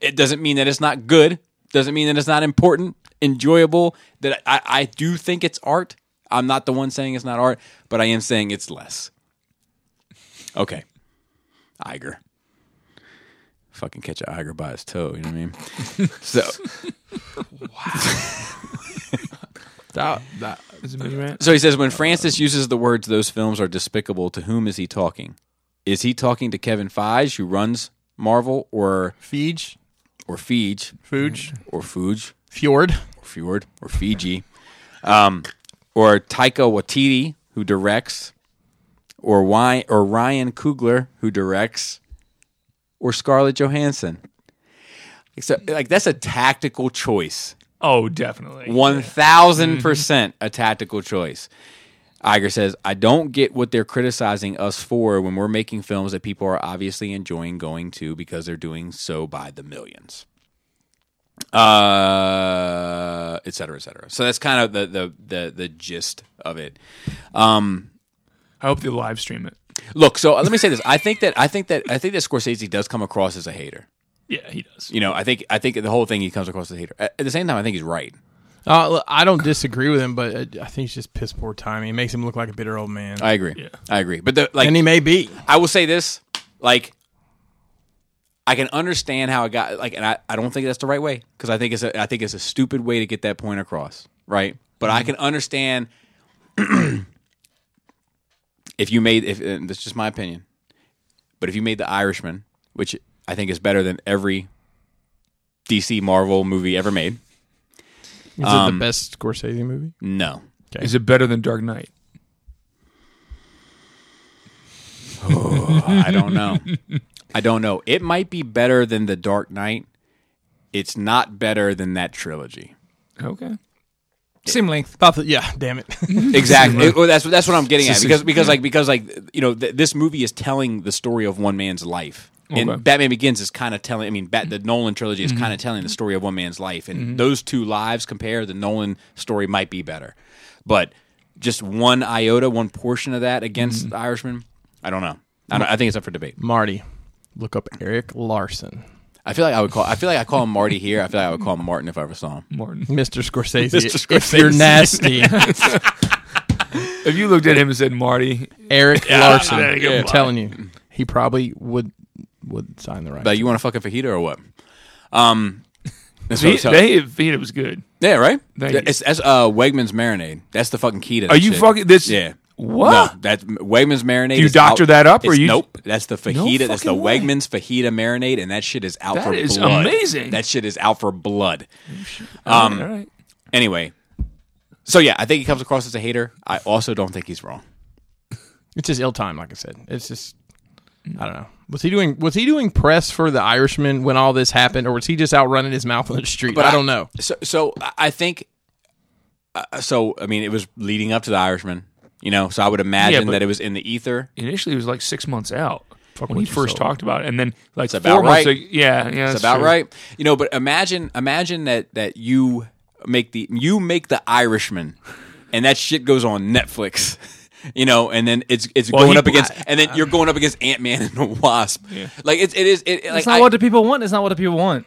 It doesn't mean that it's not good. Doesn't mean that it's not important, enjoyable. That I, I do think it's art. I'm not the one saying it's not art, but I am saying it's less. Okay, Iger. Fucking catch an Iger by his toe. You know what I mean? so,
That, that,
so he says when Francis uses the words "those films are despicable," to whom is he talking? Is he talking to Kevin Feige, who runs Marvel, or
Feige,
or Feige,
Fuge,
or Fuge,
Fjord.
or Fjord, or Fiji, um, or Taika Waititi, who directs, or why, or Ryan Coogler, who directs, or Scarlett Johansson? Except, like that's a tactical choice.
Oh, definitely.
One thousand percent a tactical choice. Iger says, I don't get what they're criticizing us for when we're making films that people are obviously enjoying going to because they're doing so by the millions. Uh et cetera, et cetera. So that's kind of the the the, the gist of it.
I hope they live stream it.
Look, so uh, let me say this. I think that I think that I think that Scorsese does come across as a hater.
Yeah, he does.
You know, I think I think the whole thing he comes across as a hater. At at the same time, I think he's right.
Uh, look, I don't disagree with him, but uh, I I think it's just piss poor timing. It makes him look like a bitter old man,
I agree. I agree. But the like
and he may be.
I will say this, like I can understand how it got like, and I, I don't think that's the right way because I think it's a I think it's a stupid way to get that point across, right? But I can understand if you made if and that's just my opinion, but if you made The Irishman, which I think is better than every DC Marvel movie ever made,
Is it the best Scorsese movie?
no,
Is it better than Dark Knight?
I don't know. I don't know. It might be better than The Dark Knight. It's not better than that trilogy.
Okay.
Same length.
About the, yeah, damn it.
Exactly. It- well, that's that's what I'm getting at because because like because like you know th- this movie is telling the story of one man's life. And
Okay. Mm-hmm.
Batman Begins is kind of telling. I mean, Bat, the Nolan trilogy is kind of telling the story of one man's life, and those two lives compared, the Nolan story might be better, but just one iota, one portion of that against
Mm-hmm.
the Irishman, I don't know. I, don't, I think it's up for debate.
Marty, look up Eric Larson,
I feel like I would call. I feel like I call him Marty here. I feel like I would call him Martin if I ever saw him.
Martin.
Mr. Scorsese.
Mr.
If you're
Scorsese.
nasty,
If you looked at him and said Marty,
Eric
Yeah,
Larson.
there you go,
I'm
Marty.
telling you, he probably would would sign the right.
Like, you want a fucking fajita or what? Um, that's what I
they,
was telling-
they Vita was good.
Yeah, right.
Thank you.
It's that's uh, Wegman's marinade. That's the fucking key to.
Are
that
you
shit.
fucking this?
Yeah.
What?
No, that's Wegman's marinade.
you
is
doctor
out-
that up, or
it's-
you-
Nope. That's the fajita. that's the
fucking way.
Wegman's fajita marinade, and that shit is out
That
for
is
blood.
amazing.
That shit is out for blood.
Um, All right.
Anyway, so yeah, I think he comes across as a hater. I also don't think he's wrong.
It's just ill time, like I said. It's just I don't know. Was he doing was he doing press for the Irishman when all this happened, or was he just out running his mouth on the street? I, don't know.
So, so I- I think. Uh, so I mean, it was leading up to the Irishman, you know. So I would imagine
but-
that it was in the ether.
Initially, it was like six months out when
with
he first
yourself.
talked about it, and then like four
about
months.
right.
ag- yeah, yeah,
That's about right. You know, but imagine imagine that that you make the you make the Irishman, and that shit goes on Netflix. You know, and then it's it's
Well,
going
he-
up against, and then you're going up against Ant Man and the Wasp. Like it's it is it, like
It's not
I-
what the people want. It's not what the people want.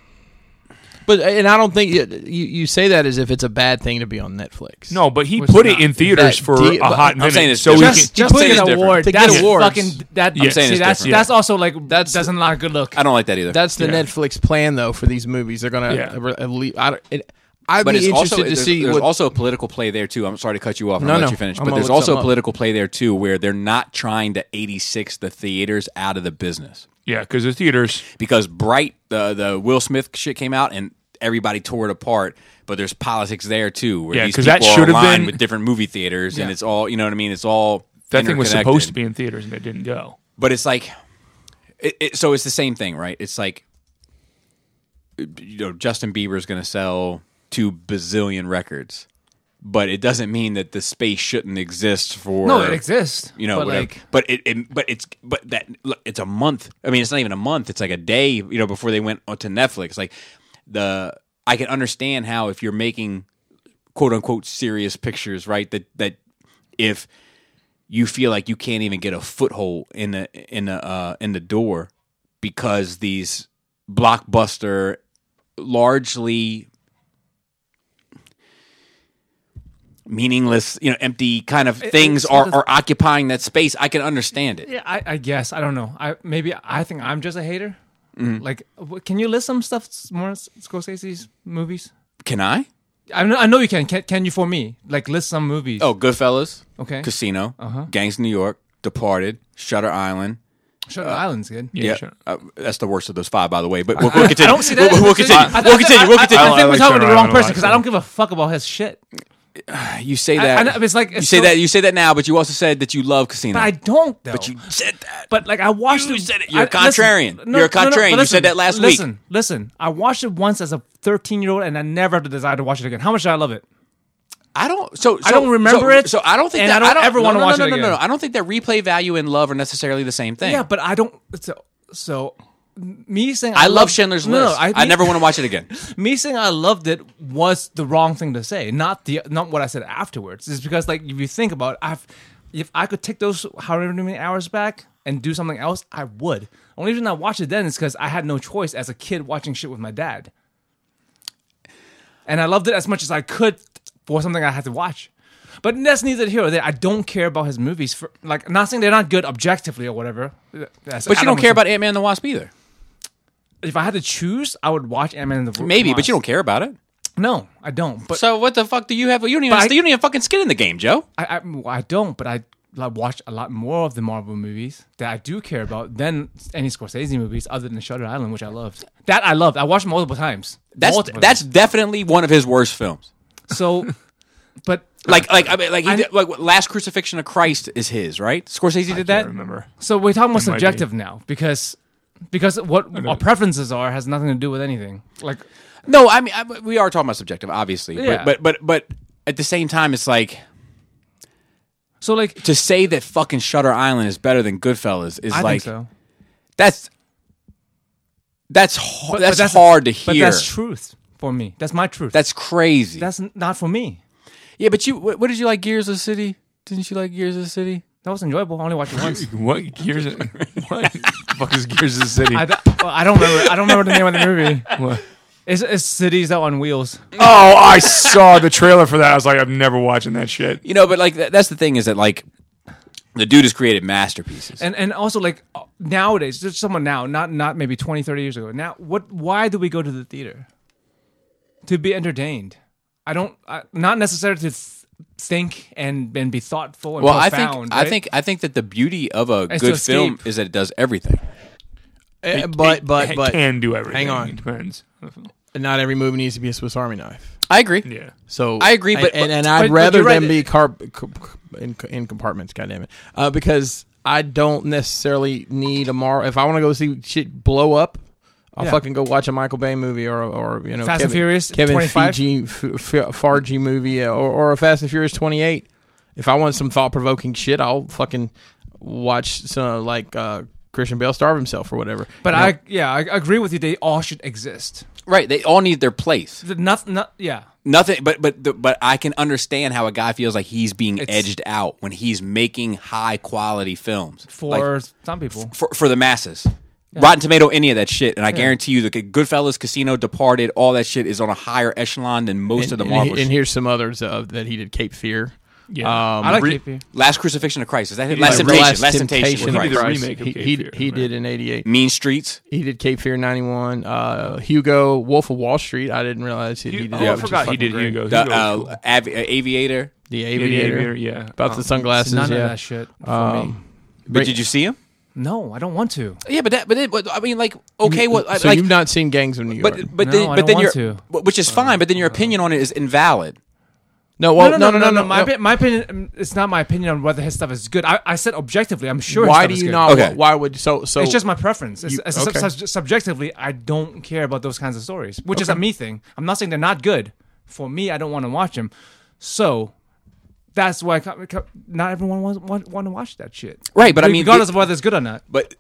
But and I don't think you, you you say that as if it's a bad thing to be on Netflix.
No, but he
Was
put it
not-
in theaters
that
for
de-
a hot
I'm
minute.
saying it's
so he
different.
can-
Just- just saying
putting
it's
an
different.
award.
To
that's
get awards.
fucking that.
I'm saying
see,
it's
that's
different.
that's also like
That's-
that's doesn't not a good look.
I don't like that either.
that's the
Yeah.
Netflix plan though for these movies. They're gonna
Yeah.
re- re- I don't, it, I'd
but
be
it's
interested
also
to
there's,
see
there's
what
also a political play there too. I'm sorry to cut you off. and
No,
I'll let
no.
you finish.
I'm
but
gonna
there's
look
also
something
a
up.
political play there too, where they're not trying to 86 the theaters out of the business.
yeah, because the theaters.
because Bright, the the Will Smith shit came out and everybody tore it apart. But there's politics there too, where
Yeah,
these
'cause
people
that
are
should have
aligned
been-
with different movie theaters, and it's all you know what I mean. It's all
That thing was
interconnected.
supposed to be in theaters and it didn't go.
but it's like, it, it, so it's the same thing, right? It's like you know Justin Bieber is going to sell two bazillion records, but it doesn't mean that the space shouldn't exist for
No, it exists.
You know,
but
whatever.
like
but it, it, but it's, but that look, it's a month. I mean, it's not even a month. It's like a day. You know, before they went on to Netflix, like the I can understand how if you're making quote unquote serious pictures, right? That that if you feel like you can't even get a foothold in the in the uh, in the door because these blockbuster, largely meaningless, you know, empty kind of things
it's
are,
not a-
are occupying that space. I can understand it.
Yeah, I, I guess I don't know. I maybe I think I'm just a hater.
Mm-hmm.
Like, wh- can you list some stuff s- more S- Scorsese's movies?
Can I?
I know, I know you can. can. Can you for me? Like, list some movies.
Oh, Goodfellas,
okay.
Casino,
Uh-huh.
Gangs of New York, Departed, Shutter Island.
Shutter Island's good.
Yeah,
sure.
uh, that's the worst of those five, by the way. But we'll, we'll continue.
I don't see that.
We'll, we'll
I-
continue.
I-
we'll
I-
continue. We'll continue.
I, I, I think we're
like
talking to
Shutter
the wrong
Island a
person
lot,
because I don't give a fuck about his shit.
You say
I-
that.
I know, it's like-
you
it's
say
so-
that. You say that now, but you also said that you love Casino.
But I don't. Though.
But you said that.
But like I watched
You
it.
said it.
I-
You're a contrarian. You're a contrarian.
but
You said that last week.
listen, Listen, listen. I watched it once as a 13 year old, and I never have the desire to watch it again. How much did I love it?
I don't. So, so
I don't remember
so,
it,
So I don't think
and
that
I don't ever
no,
wanna
no, no,
watch it
no, No, no,
again.
no. I don't think that replay value and love are necessarily the same thing.
Yeah, but I don't. So, so me saying
I love Schindler's
no,
List.
No,
I,
I,
never want to watch it again.
Me saying I loved it was the wrong thing to say. Not the not what I said afterwards. It's because like if you think about, it, I've if I could take those however many hours back and do something else, I would. Only reason I watched it then is because I had no choice as a kid watching shit with my dad, and I loved it as much as I could for something I had to watch. But that's neither here nor there. I don't care about his movies. For, like, not saying they're not good objectively or whatever. That's-
But
I
you don't care
understand
about Ant Man and the Wasp either.
if I had to choose, I would watch Ant Man and the Wasp.
Maybe, but you don't care about it.
No, I don't. But
So what the fuck do you have? You don't even.
But I-
you don't even fucking skin in the game, Joe.
I, I, well, I don't. But I like, watch a lot more of the Marvel movies that I do care about than any Scorsese movies, other than Shutter Island, which I loved. That I loved. I watched multiple times.
That's
Multiple
that's
times.
definitely one of his worst films.
so. But
Like like I mean, like he
I-
did, like Last Crucifixion of Christ is his right. Scorsese did that.
remember.
so we're talking about
might be.
subjective now because because what our preferences are has nothing to do with anything. Like
No, I mean I, we are talking about subjective, obviously.
Yeah.
But, but but but at the same time, it's like
so like.
to say that fucking Shutter Island is better than Goodfellas is
I
like
think so.
that's that's ha-
But- but
that's,
a-
hard to
But
hear.
that's
That's,
truth for me. That's my truth.
crazy.
that's n- not for me.
yeah, but you what, what did you like Gears of the City? Didn't you like Gears of the City?
That was enjoyable. I only watched it once.
What gears? Of, what the fuck is Gears of the City?
I, don't- well, I don't remember. I don't remember the name of the movie. It's, it's cities out on wheels.
oh, I saw the trailer for that. I was like, I'm never watching that shit.
You know, but like that, that's the thing is that like the dude has created masterpieces.
And and also like uh, nowadays, just someone now, not not maybe 20, 30 years ago. Now, what? Why do we go to the theater? To be entertained. I don't. I, not necessarily to th- think and and be thoughtful and
well, I think
profound.
I
right?
think I think that the beauty of a
It's to
good film
escape.
is that it does everything.
Eh, but
It-
but
it
but
can do everything.
Hang on.
It depends.
not every movie needs to be a Swiss Army knife.
I agree.
Yeah.
So
I agree, but-
and, and
but-
I'd
but
rather
you're right.
them be car- c- c- in, in compartments. Goddamn it, uh, because I don't necessarily need a Marvel. If I want to go see shit blow up, I'll
Yeah.
fucking go watch a Michael Bay movie or or you know
Fast and
Kevin,
Furious
Kevin
25?
Feige, F- F- Fargy movie uh, or, or a Fast and Furious twenty eight. If I want some thought provoking shit, I'll fucking watch some like uh, Christian Bale starve himself or whatever.
But
You know?
I yeah, I agree with you. They all should exist.
Right. They all need their place.
The- Not, not yeah.
Nothing, but but the, but I can understand how a guy feels like he's being
It's-
edged out when he's making high quality films
For
Like,
some people,
for for the masses. Rotten Tomato, any of that shit, and I guarantee you, the Goodfellas, Casino, Departed, all that shit is on a higher echelon than most of the
and,
Marvel.
and, he- and
shit.
here's some others uh, that he did Cape Fear.
Yeah.
Um,
I like
re-
KP.
Last Crucifixion of Christ is that it? Last
Yeah,
Temptation,
Last
Last, Temptation,
Temptation
with
of
He did
Christ.
a
Christ.
remake of
He,
Cape
he,
Fear,
he
right?
did in 88.
Mean Streets.
He did Cape Fear 91. Uh, Hugo, Wolf of Wall Street. I didn't realize he, he did
oh,
that,
I
which is
forgot he
fucking
did
great.
Hugo.
The,
Hugo was cool.
uh, Av- uh, Aviator.
The
Yeah, the
Aviator.
Aviator, yeah.
About the sunglasses.
Oh, none
yeah. Um,
of that shit for me.
But did you see him?
No, I don't want to.
Yeah, but that, but, it, but I mean, like, okay, well, I-
so
like,
you've not seen Gangs of New York.
but but
No,
then,
I
but
don't
then
want
your
to.
which is fine, but then your opinion on it is invalid.
No, well, no, no, no, no.
My, opi- my opinion, um, it's not my opinion on whether his stuff is good. I, I said objectively, I'm sure. his
Why
stuff
do
is
you
good.
not?
Okay.
Why would so so?
It's just my preference. It's,
You-
it's sub-
okay.
sub- subjectively, I don't care about those kinds of stories, which is a me thing. I'm not saying they're not good. For me, I don't want to watch them. So that's why I ca- ca- not everyone wants want, want to watch that shit.
Right, but I mean,
regardless
the-
of whether it's good or not.
But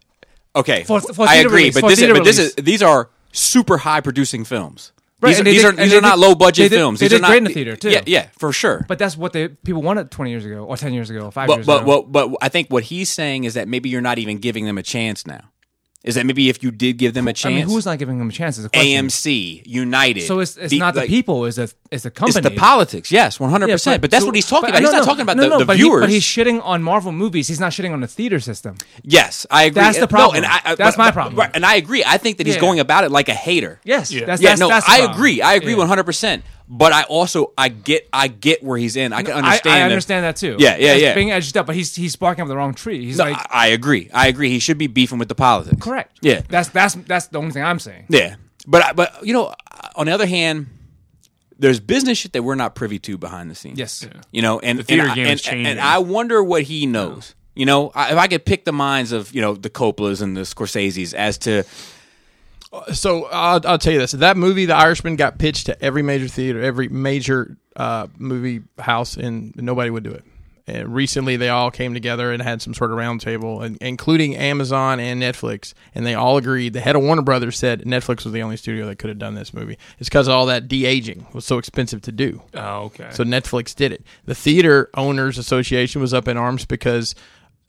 okay,
For- for
I
theater
agree.
release,
But
for
this, is,
theater
but this is
release.
these are super high producing films.
Right,
these,
and
are-
they
these
did-
are
and
these
they
are not
did-
low budget
they did-
films.
they
These
did
are not,
great in the theater, too.
Yeah, yeah, for sure.
But that's what they people wanted 20 years ago or 10 years ago, or five
but
years
but
ago.
well, but I think what he's saying is that maybe you're not even giving them a chance now. Is that maybe if you did give them a
I
chance,
mean, who's not giving them a chance? Is the question.
AMC, United?
So it's, it's
the-
not the
like,
people. It's the it's the company.
It's the politics. Yes, one hundred
Yeah,
percent. But that's
so-
what he's talking
but-
about.
no,
he's not
no,
talking about
no,
the,
no,
the
but he-
viewers.
but he's shitting on Marvel movies. He's not shitting on the theater system.
yes, I agree.
That's the
No,
problem.
and I, I,
That's
but-
my
but-
problem.
right, and I agree. I think that he's
Yeah.
going about it like a hater.
Yes, that's,
yeah,
that's,
no,
that's the
I
problem.
agree. I agree
Yeah.
one hundred percent. But I also I get I get where he's in. I can
I-
understand.
I,
that-
understand that too.
Yeah, yeah,
It's
yeah.
Being edged up, but he's he's barking up the wrong tree. He's
No,
like
I, I agree. I agree. He should be beefing with the politics.
correct.
Yeah.
that's that's that's the only thing I'm saying.
Yeah, but I- but you know, on the other hand, there's business shit that we're not privy to behind the scenes.
Yes.
you know, and the
theater
and, I-
game
and,
is changing.
and I wonder what he knows. You know, I, if I could pick the minds of you know the Coplas and the Scorseses as to
so I'll, I'll tell you this: that movie, The Irishman, got pitched to every major theater, every major uh, movie house, and nobody would do it. And recently, they all came together and had some sort of roundtable, and including Amazon and Netflix, and they all agreed. The head of Warner Brothers said Netflix was the only studio that could have done this movie. It's because all that de aging was so expensive to do.
Oh, okay.
So Netflix did it. The Theater Owners Association was up in arms because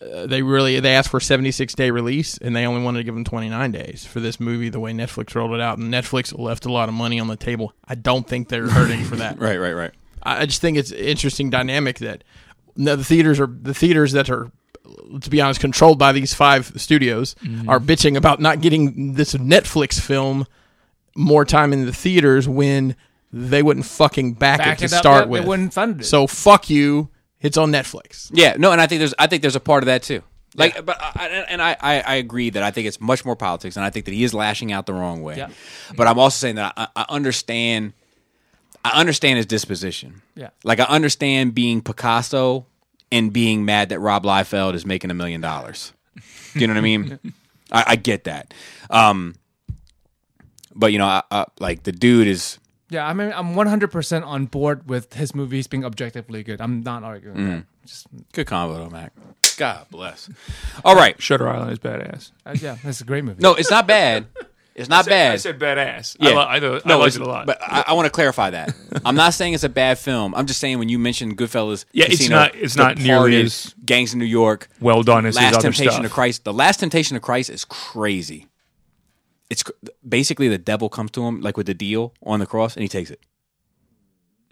uh, they really they asked for a 76 day release and they only wanted to give them 29 days for this movie the way Netflix rolled it out and Netflix left a lot of money on the table. I don't think they're hurting for that.
right, right, right.
I I just think it's an interesting dynamic that no, the theaters are the theaters that are to be honest controlled by these five studios
Mm-hmm.
are bitching about not getting this Netflix film more time in the theaters when they wouldn't fucking back,
Back
it
it
to
up,
start
yeah,
with.
they wouldn't fund it.
So fuck you. It's on Netflix.
Yeah, no, and I think there's I think there's a part of that too. Like, but I, I- and I, I I agree that I think it's much more politics, and I think that he is lashing out the wrong way.
Yeah.
But I'm also saying that I, I understand, I understand his disposition.
Yeah.
like I understand being Picasso and being mad that Rob Liefeld is making a million dollars. Do you know what I mean? I, I get that. Um, but you know, I, I, like the dude is
Yeah, I mean, I'm 100 percent on board with his movies being objectively good. I'm not arguing. That.
Mm.
Just
good combo though, Mac. God bless. All right,
Shutter Island is badass.
uh, yeah, it's a great movie.
no, it's not bad. It's not bad.
I said badass.
Yeah.
I, li- I, do- I
No,
liked
it's-
it a lot.
But I, I want to clarify that. I'm not saying it's a bad film. I'm just saying when you mentioned Goodfellas,
Yeah, it's
Casino,
not- it's
The
not nearly
Party,
as
Gangs of New York,
well done as his
Last
other
Temptation
stuff.
of Christ. The Last Temptation of Christ is crazy. It's cr- basically the devil comes to him like with the deal on the cross, and he takes it.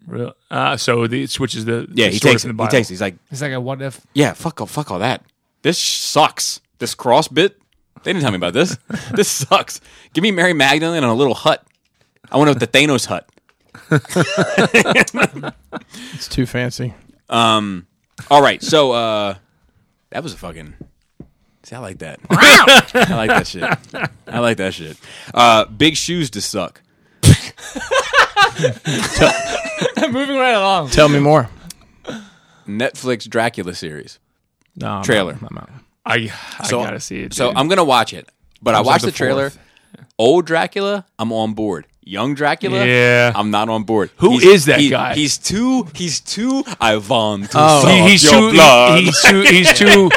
Real- Uh, so the, it switches the
Yeah,
the
he
story
takes
from
it.
the
He
Bible.
takes it. He's like,
It's like a what if.
yeah, fuck, all, fuck all that. This sucks. This cross bit. They didn't tell me about this. this sucks. Give me Mary Magdalene and a little hut. I want to the Thanos hut.
It's too fancy.
Um. All right. So uh, that was a fucking. See, I like that. I like that shit. I like that shit. Uh, big shoes to suck.
Moving right along.
Tell me more.
Netflix Dracula series.
No, I'm
Trailer.
out. I'm out.
I, I
So-
gotta see it.
So
dude.
I'm gonna watch it. But I
Comes out
watched the
the
trailer.
fourth.
Old Dracula, I'm on board. Young Dracula,
Yeah.
I'm not on board.
Who
Who is
is that guy?
He's too. He's too. I want to.
Oh.
suck
He- he's
your
too. he-
blood.
he's too. He's too.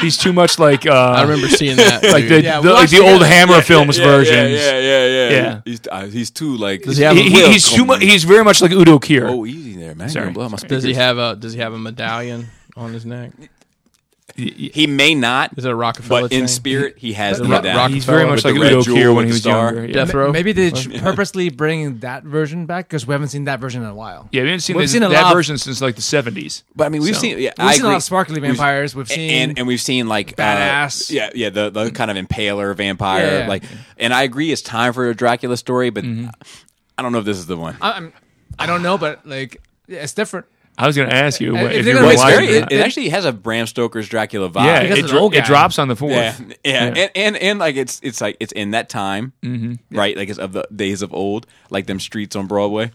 He's too much like. Uh,
I remember seeing that.
like the
dude.
the, like the old Hammer films
Yeah,
version.
Yeah, yeah, yeah, yeah.
Yeah.
He's, uh, he's too like.
Does he have a-
He- he- he's too much. He's very much like Udo Kier.
Oh, easy there, man. You're
Sorry.
gonna blow my
Does he
speakers.
have a Does he have a medallion on his neck?
He may not,
Is it a Rockefeller?
but in
thing?
spirit, he has
Ro-
the medallion.
Rock-
he's very much
With
like
the red
Udo
jewel
Kier
with
when
the
he was
star.
younger. Yeah.
Death Row.
Maybe they should purposely bring that version back because we haven't seen that version in a while.
Yeah, we haven't seen,
We've
this-
seen a
that
lot of-
version since like the seventies.
But I mean, we've
So-
seen. Yeah,
We've
I
seen a
agree.
lot of sparkly
We've-
vampires. We've seen
and and we've seen like uh,
Badass.
yeah, yeah, the, the kind of impaler vampire.
Yeah, yeah.
Like, and I agree, it's time for a Dracula story, but I don't know if this is the one.
I, I'm, I don't know, but like yeah, it's different.
I was going to ask you
Uh,
what,
if
if
they're
you're
gonna
Well, it's
Why
watching
very,
that.
it, it actually has a Bram Stoker's Dracula vibe.
yeah,
Because
it,
it's
dro-
an old
it
guy.
drops on the fourth.
Yeah, yeah, And, and and like it's it's like it's in that time, right? Like it's of the days of old, like them streets on Broadway.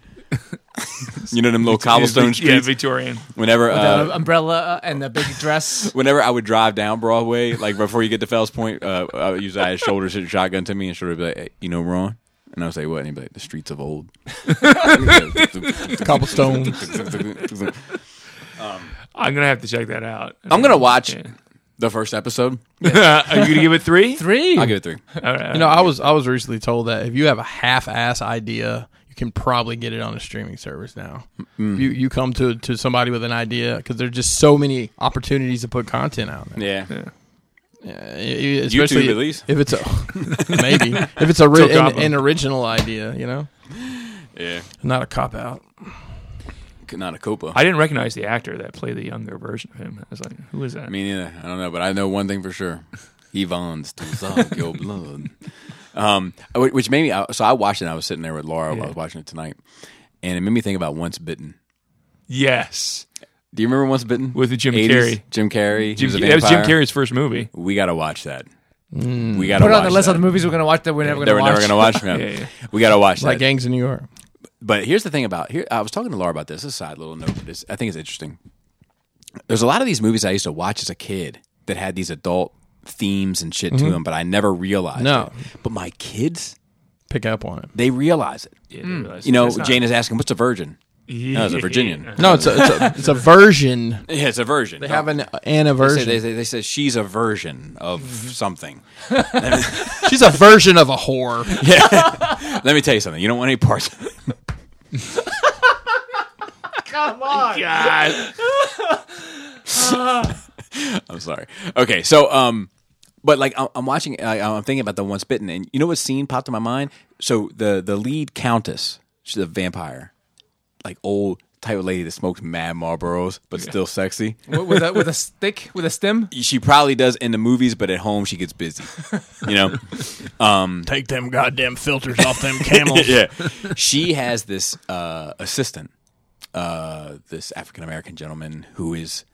you know them little cobblestone
Yeah,
streets.
Victorian.
whenever uh,
the umbrella and the big dress.
whenever I would drive down Broadway, like before you get to Fells Point, uh, I would use I's shoulder to shotgun to me, and shoulder would be like, hey, "You know, Ron." And I was like, "What?" And he'd be like, "The streets of old."
Cobblestone.
I'm gonna have to check that out.
I'm gonna watch
Yeah.
the first episode.
Are you gonna give it three?
Three.
I'll give it three.
All right.
You know, I was I was recently told that if you have a half-ass idea, you can probably get it on a streaming service now. You you come to to somebody with an idea because there's just so many opportunities to put content out. Now.
Yeah,
Uh, e- especially
YouTube at least.
if it's a maybe if it's a ri-
Till
an,
Gotham.
an original idea, you know,
yeah.
not a cop out.
Not a copa.
I didn't recognize the actor that played the younger version of him. I was like, who is that?
Me neither. I don't know, but I know one thing for sure. Yvonne's to suck your blood. Um, wh- which made me. I- So I watched it. and I was sitting there with Laura while I was watching it tonight, and it made me think about Once Bitten.
yes,
Do you remember Once Bitten
With Jim Carrey.
Jim Carrey. he
Jim,
was a
that was Jim
vampire.
Carrey's first movie.
We gotta watch that. We gotta
Put it
watch
on the list
that.
of the movies we're gonna watch that we're never
They
gonna
were
watch.
never gonna watch man.
Yeah, yeah.
We gotta watch
Like
that.
gangs in New York.
But here's the thing about here. I was talking to Laura about this. This is a side little note, but it's, I think it's interesting. There's a lot of these movies I used to watch as a kid that had these adult themes and shit
Mm-hmm.
to them, but I never realized.
No.
it. but my kids,
Pick up on it.
they realize it.
Yeah, didn't realize
Mm. You know,
that's not-
Jane is asking, "What's a virgin?" No, it's a Virginian.
No, it's a it's a, it's a version.
Yeah, it's a virgin.
They have an an
They say,
aversion.
they, they, they say she's a version of
Mm-hmm.
something.
She's a version of a whore.
Let me tell you something. You don't want any parts.
God.
I'm sorry. Okay, so um, but like I- I'm watching, I, I'm thinking about the once bitten, and you know what scene popped in my mind? So the the lead countess, she's a vampire, like old type of lady that smokes mad Marlboros, but still sexy.
With- with a with a stick with a stem.
She probably does in the movies, but at home she gets busy. You know,
Take them goddamn filters off them camels.
yeah. She has this uh, assistant, uh, this African American gentleman who is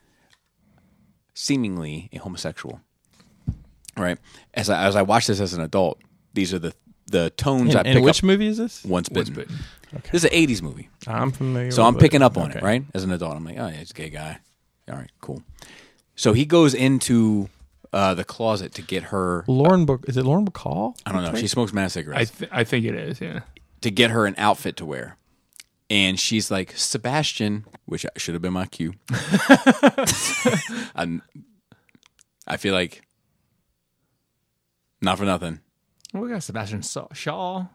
seemingly a homosexual. Right. As I, as I watch this as an adult, these are the the tones I
And,
pick
which
up.
movie is this?
Once bitten. This is an '80s movie,
I'm familiar.
so I'm
with it.
picking up on it.
Okay.
Right. As an adult, I'm like, oh yeah, it's a gay guy. All right, cool. So he goes into uh, the closet to get her.
Lauren Book is it Lauren Bacall?
I don't know. She smokes mad cigarettes.
I, th- I think it is, yeah.
to get her an outfit to wear. And she's like, Sebastian, which should have been my cue. i I feel like, not for nothing,
Oh, we got Sebastian Sa- Shaw.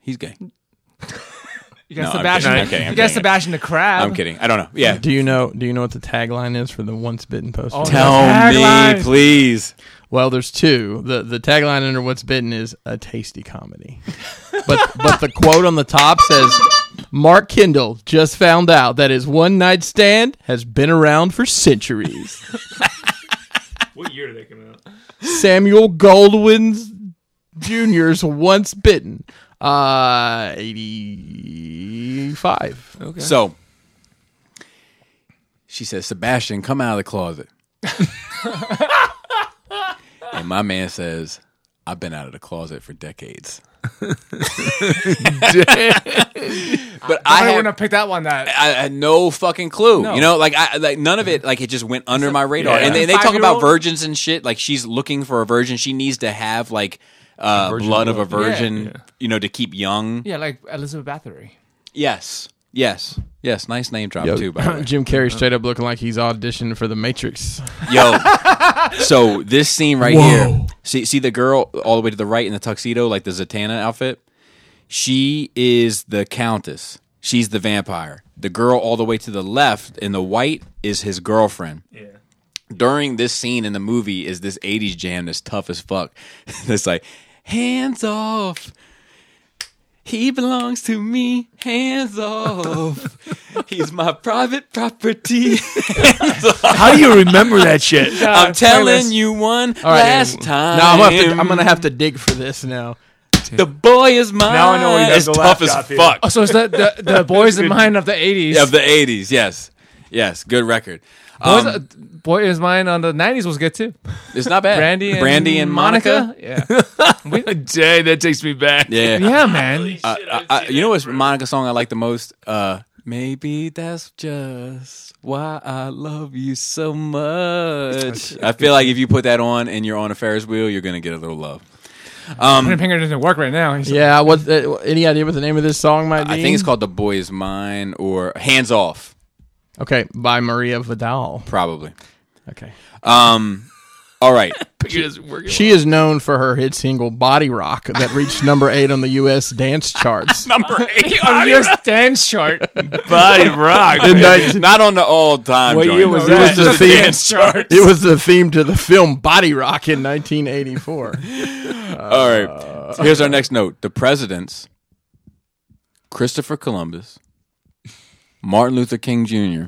he's gay.
You
No,
got
I'm
Sebastian.
kidding, I'm kidding, I'm
you got
kidding.
Sebastian the Crab.
I'm kidding. I don't know. Yeah.
Do you know do you know what the tagline is for the once bitten poster?
Tell me, please.
Well, there's two. The the tagline under What's Bitten is a tasty comedy. but but the quote on the top says Mark Kindle just found out that his one night stand has been around for centuries.
What year did they come out?
Samuel Goldwyn's Jr.'s Once Bitten. Uh, 85.
So she says, Sebastian, come out of the closet. and my man says, I've been out of the closet for decades. but I,
I
have-
wouldn't have picked that one. That
I had no fucking clue.
No.
You know, like I like none of it. Like it just went under my radar.
yeah.
And they, they talk about
Five-year-old?
virgins and shit. Like she's looking for a virgin. She needs to have like uh, blood,
virgin
of a
blood.
Yeah.
virgin. You know, to keep young.
yeah, like Elizabeth Bathory.
Yes, yes, yes. Nice name drop too. By the way.
Jim Carrey straight up looking like he's auditioned for The Matrix.
Yo. so this scene right here. See, see the girl all the way to the right in the tuxedo, like the Zatanna outfit. She is the Countess. She's the vampire. The girl all the way to the left in the white is his girlfriend. Yeah. During this scene in the movie is this '80s jam that's tough as fuck. That's like hands off. He belongs to me. Hands off. He's my private property.
How do you remember that shit?
I'm telling
Uh, playlist.
you one
All right,
last
dude.
time.
No, I'm gonna, have to, I'm gonna have to dig for this now.
The boy is mine.
Now I know where you got
It's
the
tough as
laptop here.
fuck
Oh, so it's the the, the boys in mine of the eighties.
of the '80s. Yes, yes, good record. Um,
Boys, uh, boy is mine on the '90s was good too.
It's not bad.
Brandy, and
Brandy and Monica.
Yeah,
Jay, that takes me back.
Yeah.
yeah, man.
Uh, I, I, you know what's Monica song I like the most? Uh, Maybe that's just why I love you so much. I feel like if you put that on and you're on a Ferris wheel, you're gonna get a little love.
Pinning finger doesn't work right now. He's-
Yeah, what? Uh, any idea what the name of this song might be?
I think it's called "The Boy Is Mine" or "Hands Off,"
Okay, by Maria Vidal.
probably.
Okay,
Um, all right,
It doesn't work.
she is known for her hit single "Body Rock" that reached number eight on the U.S. dance charts.
number eight.
On your dance chart,
Body rock.
Not on the all-time.
What
joint.
year was
It was
that?
the theme.
dance chart.
It was the theme to the film Body Rock in 1984.
All right. Here's our next note. The presidents, Christopher Columbus, Martin Luther King Jr.,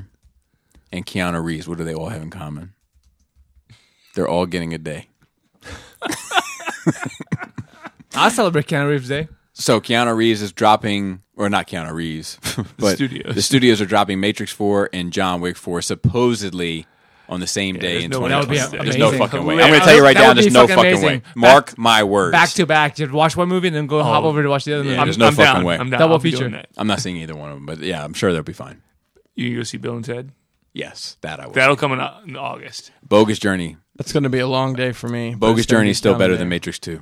and Keanu Reeves, what do they all have in common? They're all getting a day.
I celebrate Keanu Reeves Day.
So Keanu Reeves is dropping, or not Keanu Reeves, but
studios.
the studios are dropping Matrix 4 and John Wick 4 supposedly on the same day
there's
in
no way that would be
2020. There's no
amazing.
fucking way.
Hilarious.
I'm going to tell you right
That
now,
would be
there's no
fucking
fucking
amazing.
way. Mark my words.
Back to back, just watch one movie and then go hop over to watch the other.
Oh. Yeah,
movie.
there's no
I'm
fucking
down.
way.
I'm down.
Double
I'll be
feature.
doing that.
I'm not seeing either one of them, but yeah, I'm sure they'll be fine.
You can go see Bill and Ted.
Yes, that I will.
That'll come in, uh, in August.
Bogus Journey
That's going to be a long day for me. but
Bogus
it's gonna
Journey
be
is still
fun
better
day.
than Matrix Two.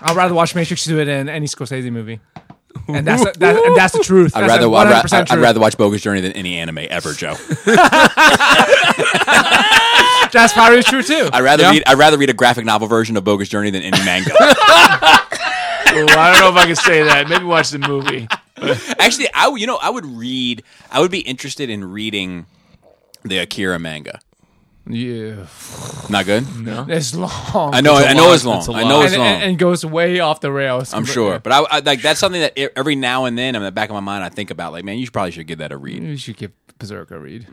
I'd rather watch Matrix 2 than any Scorsese movie. And that's the, that, and that's the truth.
I'd
That's
rather,
the
I'd,
100%
ra- I'd
truth.
rather watch Bogus Journey than any anime ever, Joe.
That's probably true too.
I'd rather read I'd rather read a graphic novel version of Bogus Journey than any manga.
Ooh, I don't know if I can say that. Maybe watch the movie.
Actually, I w- you know I would read. I would be interested in reading the Akira manga.
Yeah,
Not good.
it's long.
I know. I know it's long.
It's a
I know
lot.
it's
and,
long.
and, and goes way off the rails.
I'm sure, but I, I like that's something that e- every now and then in the back of my mind I think about. Like, man, you should- probably should give that a read.
You should give Berserk a read.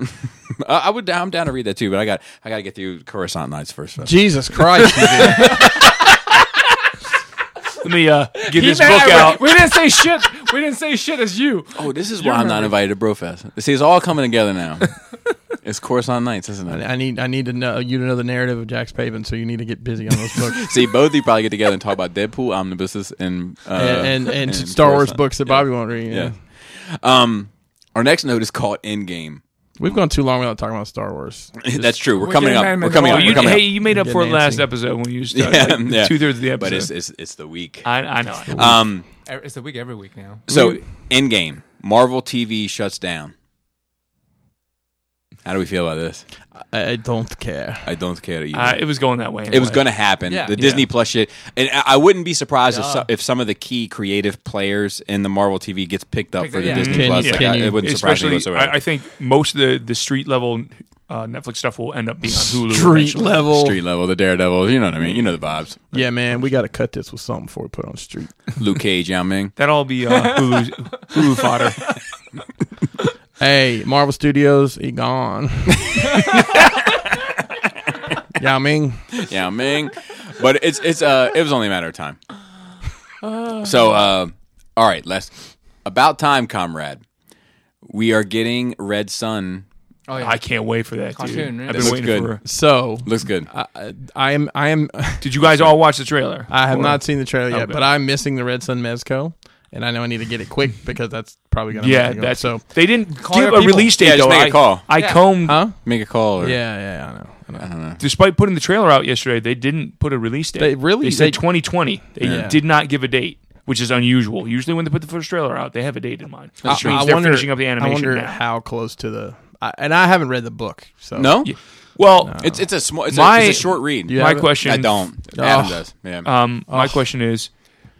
I, I would. I'm down to read that too, but I got I got to get through Coruscant Nights first. though.
Jesus Christ! you did.
Let me uh, get this
Man,
book
we-
out.
We didn't say shit. We didn't say shit as you.
Oh, this is why I'm not invited to Brofest. See, it's all coming together now. it's Coruscant Nights, isn't it?
I need I need to know you to know the narrative of Jack's Pavin, so you need to get busy on those books
See, both of you probably get together and talk about Deadpool omnibuses and uh,
and, and, and Star Wars
Coruscant.
books that Bobby won't read.
Yeah. Um, our next note is called Endgame.
We've gone too long without talking about Star Wars.
That's true. We're coming
getting
up.
mad,
We're
man.
coming
Oh,
up.
you,
We're
hey,
coming up.
you made up
Get
for it last
Nancy.
episode when you started
Yeah,
like,
yeah.
two thirds of the episode.
But it's it's it's the week.
I, I know. I know.
Um,
It's a week every week now.
so Endgame, Marvel TV shuts down. How do we feel about this?
I, I don't care.
I don't care. Either.
Uh, it was going that way.
It was
anyway.
going to happen.
Yeah.
the Disney Plus shit, and I I wouldn't be surprised if, so, if some of the key creative players in the Marvel TV gets picked up for the
yeah.
Disney
Can-
Plus.
yeah.
Like,
can
I-
you-
it wouldn't surprise me
Especially,
whatsoever.
I, I think most of the, the street level uh, Netflix stuff will end up being on Hulu.
Street
eventually.
level.
Street level, the Daredevil. You know what I mean. You know the vibes.
Yeah, man, we got to cut this with something before we put it on street.
Luke Cage, Yao Ming.
That'll all be uh, Hulu, Hulu fodder.
Hey, Marvel Studios, he gone. Yao Ming.
Yao Ming. But it's it's uh it was only a matter of time. So uh all right, Les. About time, comrade. We are getting Red Sun.
Oh yeah.
I can't wait for that. Dude.
Cartoon, right?
I've
This
been
looks
waiting
good.
for.
So
Looks good.
I, I am I am
Did you guys all watch the trailer?
I have
Or-
not seen the trailer yet,
Okay.
but I'm missing the Red Sun Mezco, and I know I need to get it quick because that's probably gonna
Yeah,
make it go.
that's
so.
They didn't
Call
give
your
a
people.
release date
Yeah, just
though.
make a
I,
call.
I combed.
Huh?
Make a call. Or,
Yeah, yeah, I know. I know.
Despite putting the trailer out yesterday, they didn't put a release date.
They really-
they said
they-
2020. They
Yeah.
did not give a date, which is unusual. Usually, when they put the first trailer out, they have a date in mind. Which means they're finishing up the animation
I wonder
now.
how close to the. I, and I haven't read the book, so
No.
Yeah. Well,
It's it's a small. It's,
My-
a, it's a short read.
You
my
haven't?
question.
I don't. Adam
Oh.
does. Yeah.
Um, my question is,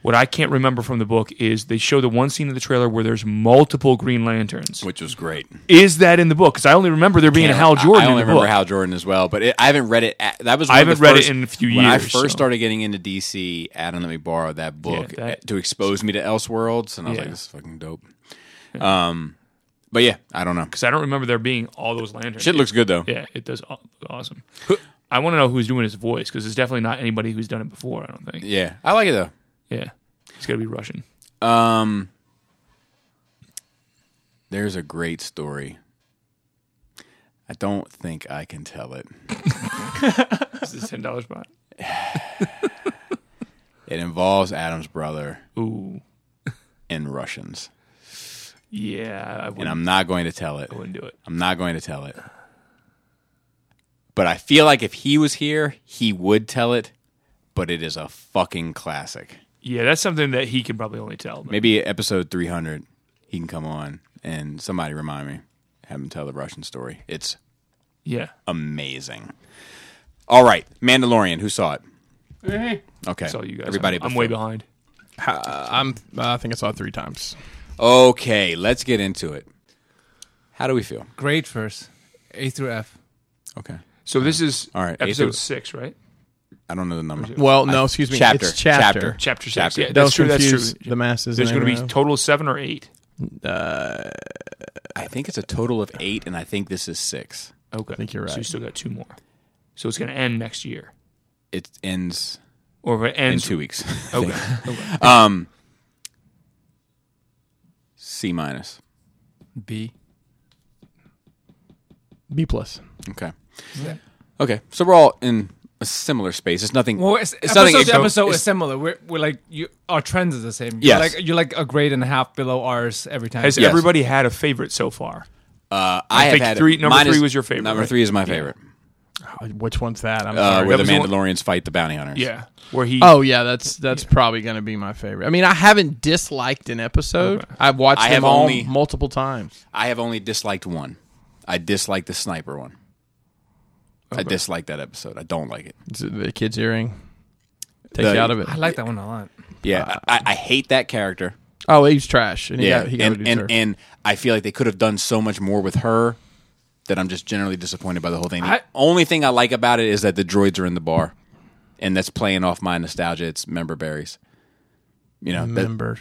what I can't remember from the book is they show the one scene in the trailer where there's multiple Green Lanterns.
which was great.
Is that in the book? Because I only remember there being a Hal
I,
Jordan.
I
in
only
the
remember
book.
Hal Jordan as well, but it, I haven't read it. At, that was one
I
of the
haven't read it
first-
in a few
When I
years,
first
so.
started getting into DC, Adam let me borrow that book
Yeah, that-
eh, to expose me to Elseworlds, and I was
Yeah.
like, "This is fucking dope." Um, but yeah, I don't know.
'Cause I don't remember there being all those lanterns.
Shit looks good though.
Yeah, it does aw- awesome. I want to know who's doing his voice because it's definitely not anybody who's done it before. I don't think.
Yeah, I like it though.
Yeah, it's got to be Russian.
Um, there's a great story I don't think I can tell it.
This is ten dollars spot.
It involves Adam's brother
Ooh,
and Russians.
yeah, I
And
wouldn't,
I'm not going to tell it.
I wouldn't do it.
I'm not going to tell it. But I feel like if he was here, he would tell it. But it is a fucking classic.
Yeah, that's something that he can probably only tell.
Maybe episode 300, he can come on and somebody remind me, have him tell the Russian story. It's
Yeah,
amazing. All right, Mandalorian. Who saw it? Okay,
that's all you guys.
Everybody,
I'm, I'm
before-
way behind.
Uh, I'm. I think I saw it three times.
Okay, let's get into it. How do we feel?
Grade first, A through F.
Okay,
So this is
All right,
episode
Ethan-
six, right?
I don't know the number.
Well, no, excuse me.
Chapter,
It's chapter.
chapter.
Chapter six.
Chapter.
Yeah,
Don't
that's true. That's true.
confuse The masses.
There's
and
going to be
everyone else.
total of seven or eight.
I think it's a total of eight, and I think this is six.
Okay, I
think you're
So you
right.
still got two more. So it's going to end next year,
It ends
or if it
in
ends
two weeks. I
Okay.
think. um, C minus.
B.
B plus.
Okay. Okay. So we're all in a similar space. It's nothing. uh,
Well, it's,
nothing.
episode to
extra-
episode
it's-
is similar. We're, we're like you, our trends are the same.
Yes.
You're like you're like a grade and a half below ours every time.
Has
Yes.
everybody had a favorite so far?
uh, I have
think
had
three- number
mine
three
is-
was your favorite,
Number
right?
three is my favorite.
Oh, Which one's that? I'm
Uh,
sorry.
where the
was the one-
Mandalorians fight the bounty hunters.
Yeah, where he.
Oh yeah, that's that's probably going to be my favorite. I mean, I haven't disliked an episode. I've watched
I
them
have
all
only-
multiple times.
I have only disliked one. I dislike the sniper one. I dislike that episode. I don't like it.
Is it The kid's earring takes
The-
you out of it.
I like that one a lot.
Yeah,
Uh,
I, I hate that character.
Oh, he's trash. And he
Yeah,
got, he got
and,
reduced
and and I feel like they could have done so much more with her that I'm just generally disappointed by the whole thing. The
I-
only thing I like about it is that the droids are in the bar, and that's playing off my nostalgia. It's member berries, you know. that-
member.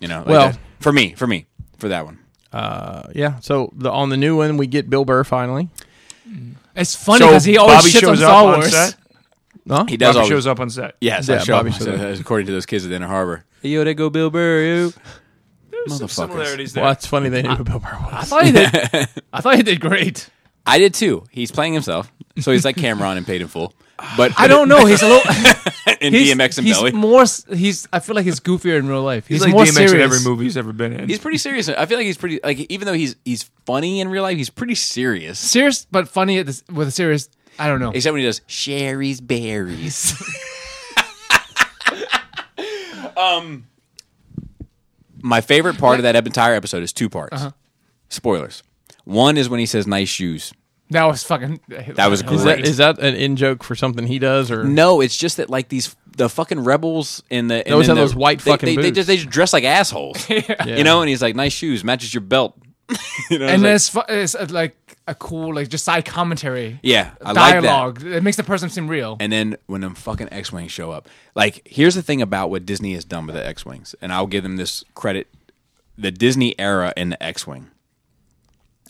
you know, like
Well-
that. for me, for me, for that one.
Uh, yeah. So the, on the new one, we get Bill Burr finally.
It's funny because he always
Bobby
shits on
shows
Star
up
Wars.
on set.
Huh?
He does
Bobby
always.
shows up on set.
yes,
Yeah,
I show up.
Bobby shows up.
according to those kids at Inner Harbor. Hey, yo, they go Bill Burr. Yo. Motherfuckers.
similarities there.
Well, that's funny they knew who Bill Burr
I
was.
thought he did. I thought he did great.
I did too. He's playing himself, so he's like Cameron and paid in full. But
I don't know. He's a little.
in
he's,
DMX and
he's
Belly.
More. s- He's. I feel like he's goofier in real life. He's,
He's like
more
DMX
serious.
in every movie he's ever been in.
He's pretty serious. I feel like he's pretty like even though he's he's funny in real life, he's pretty serious.
Serious, but funny at this, with a serious. I don't know.
Except when he does Sherry's berries. um,
Um,
my favorite part of that entire episode is two parts.
Uh-huh.
Spoilers. One is when he says "nice shoes."
That was fucking.
That was great.
Is that, is that an in joke for something he does, or
no, it's just that like these the fucking rebels in the and
Those
in
have
the-
those white
they-
fucking
they, They,
boots.
just, they just dress like assholes, you know. And he's like, "Nice shoes matches your belt." you know,
And
it's like-
there's fu- it's uh, like a cool like just side commentary.
yeah, I like that.
dialogue. It makes the person seem real.
And then when them fucking X Wings show up, like, here's the thing about what Disney has done with the X Wings, and I'll give them this credit the Disney era and the X Wing.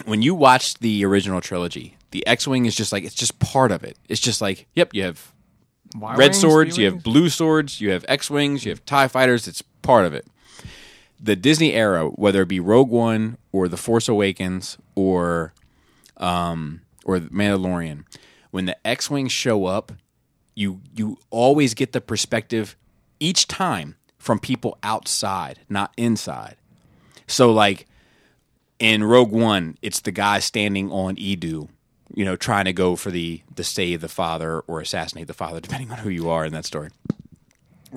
When you watch the original trilogy, the X Wing is just like, it's just part of it. It's just like, yep, you have
Y
red
wings,
swords,
B
you have
wings?
blue swords, you have X Wings, you have TIE fighters, it's part of it. The Disney era, whether it be Rogue One or The Force Awakens or um or The Mandalorian, when the X Wings show up, you you always get the perspective each time from people outside, not inside. So like in Rogue One, it's the guy standing on Edu, you know, trying to go for the the save the father or assassinate the father, depending on who you are in that story.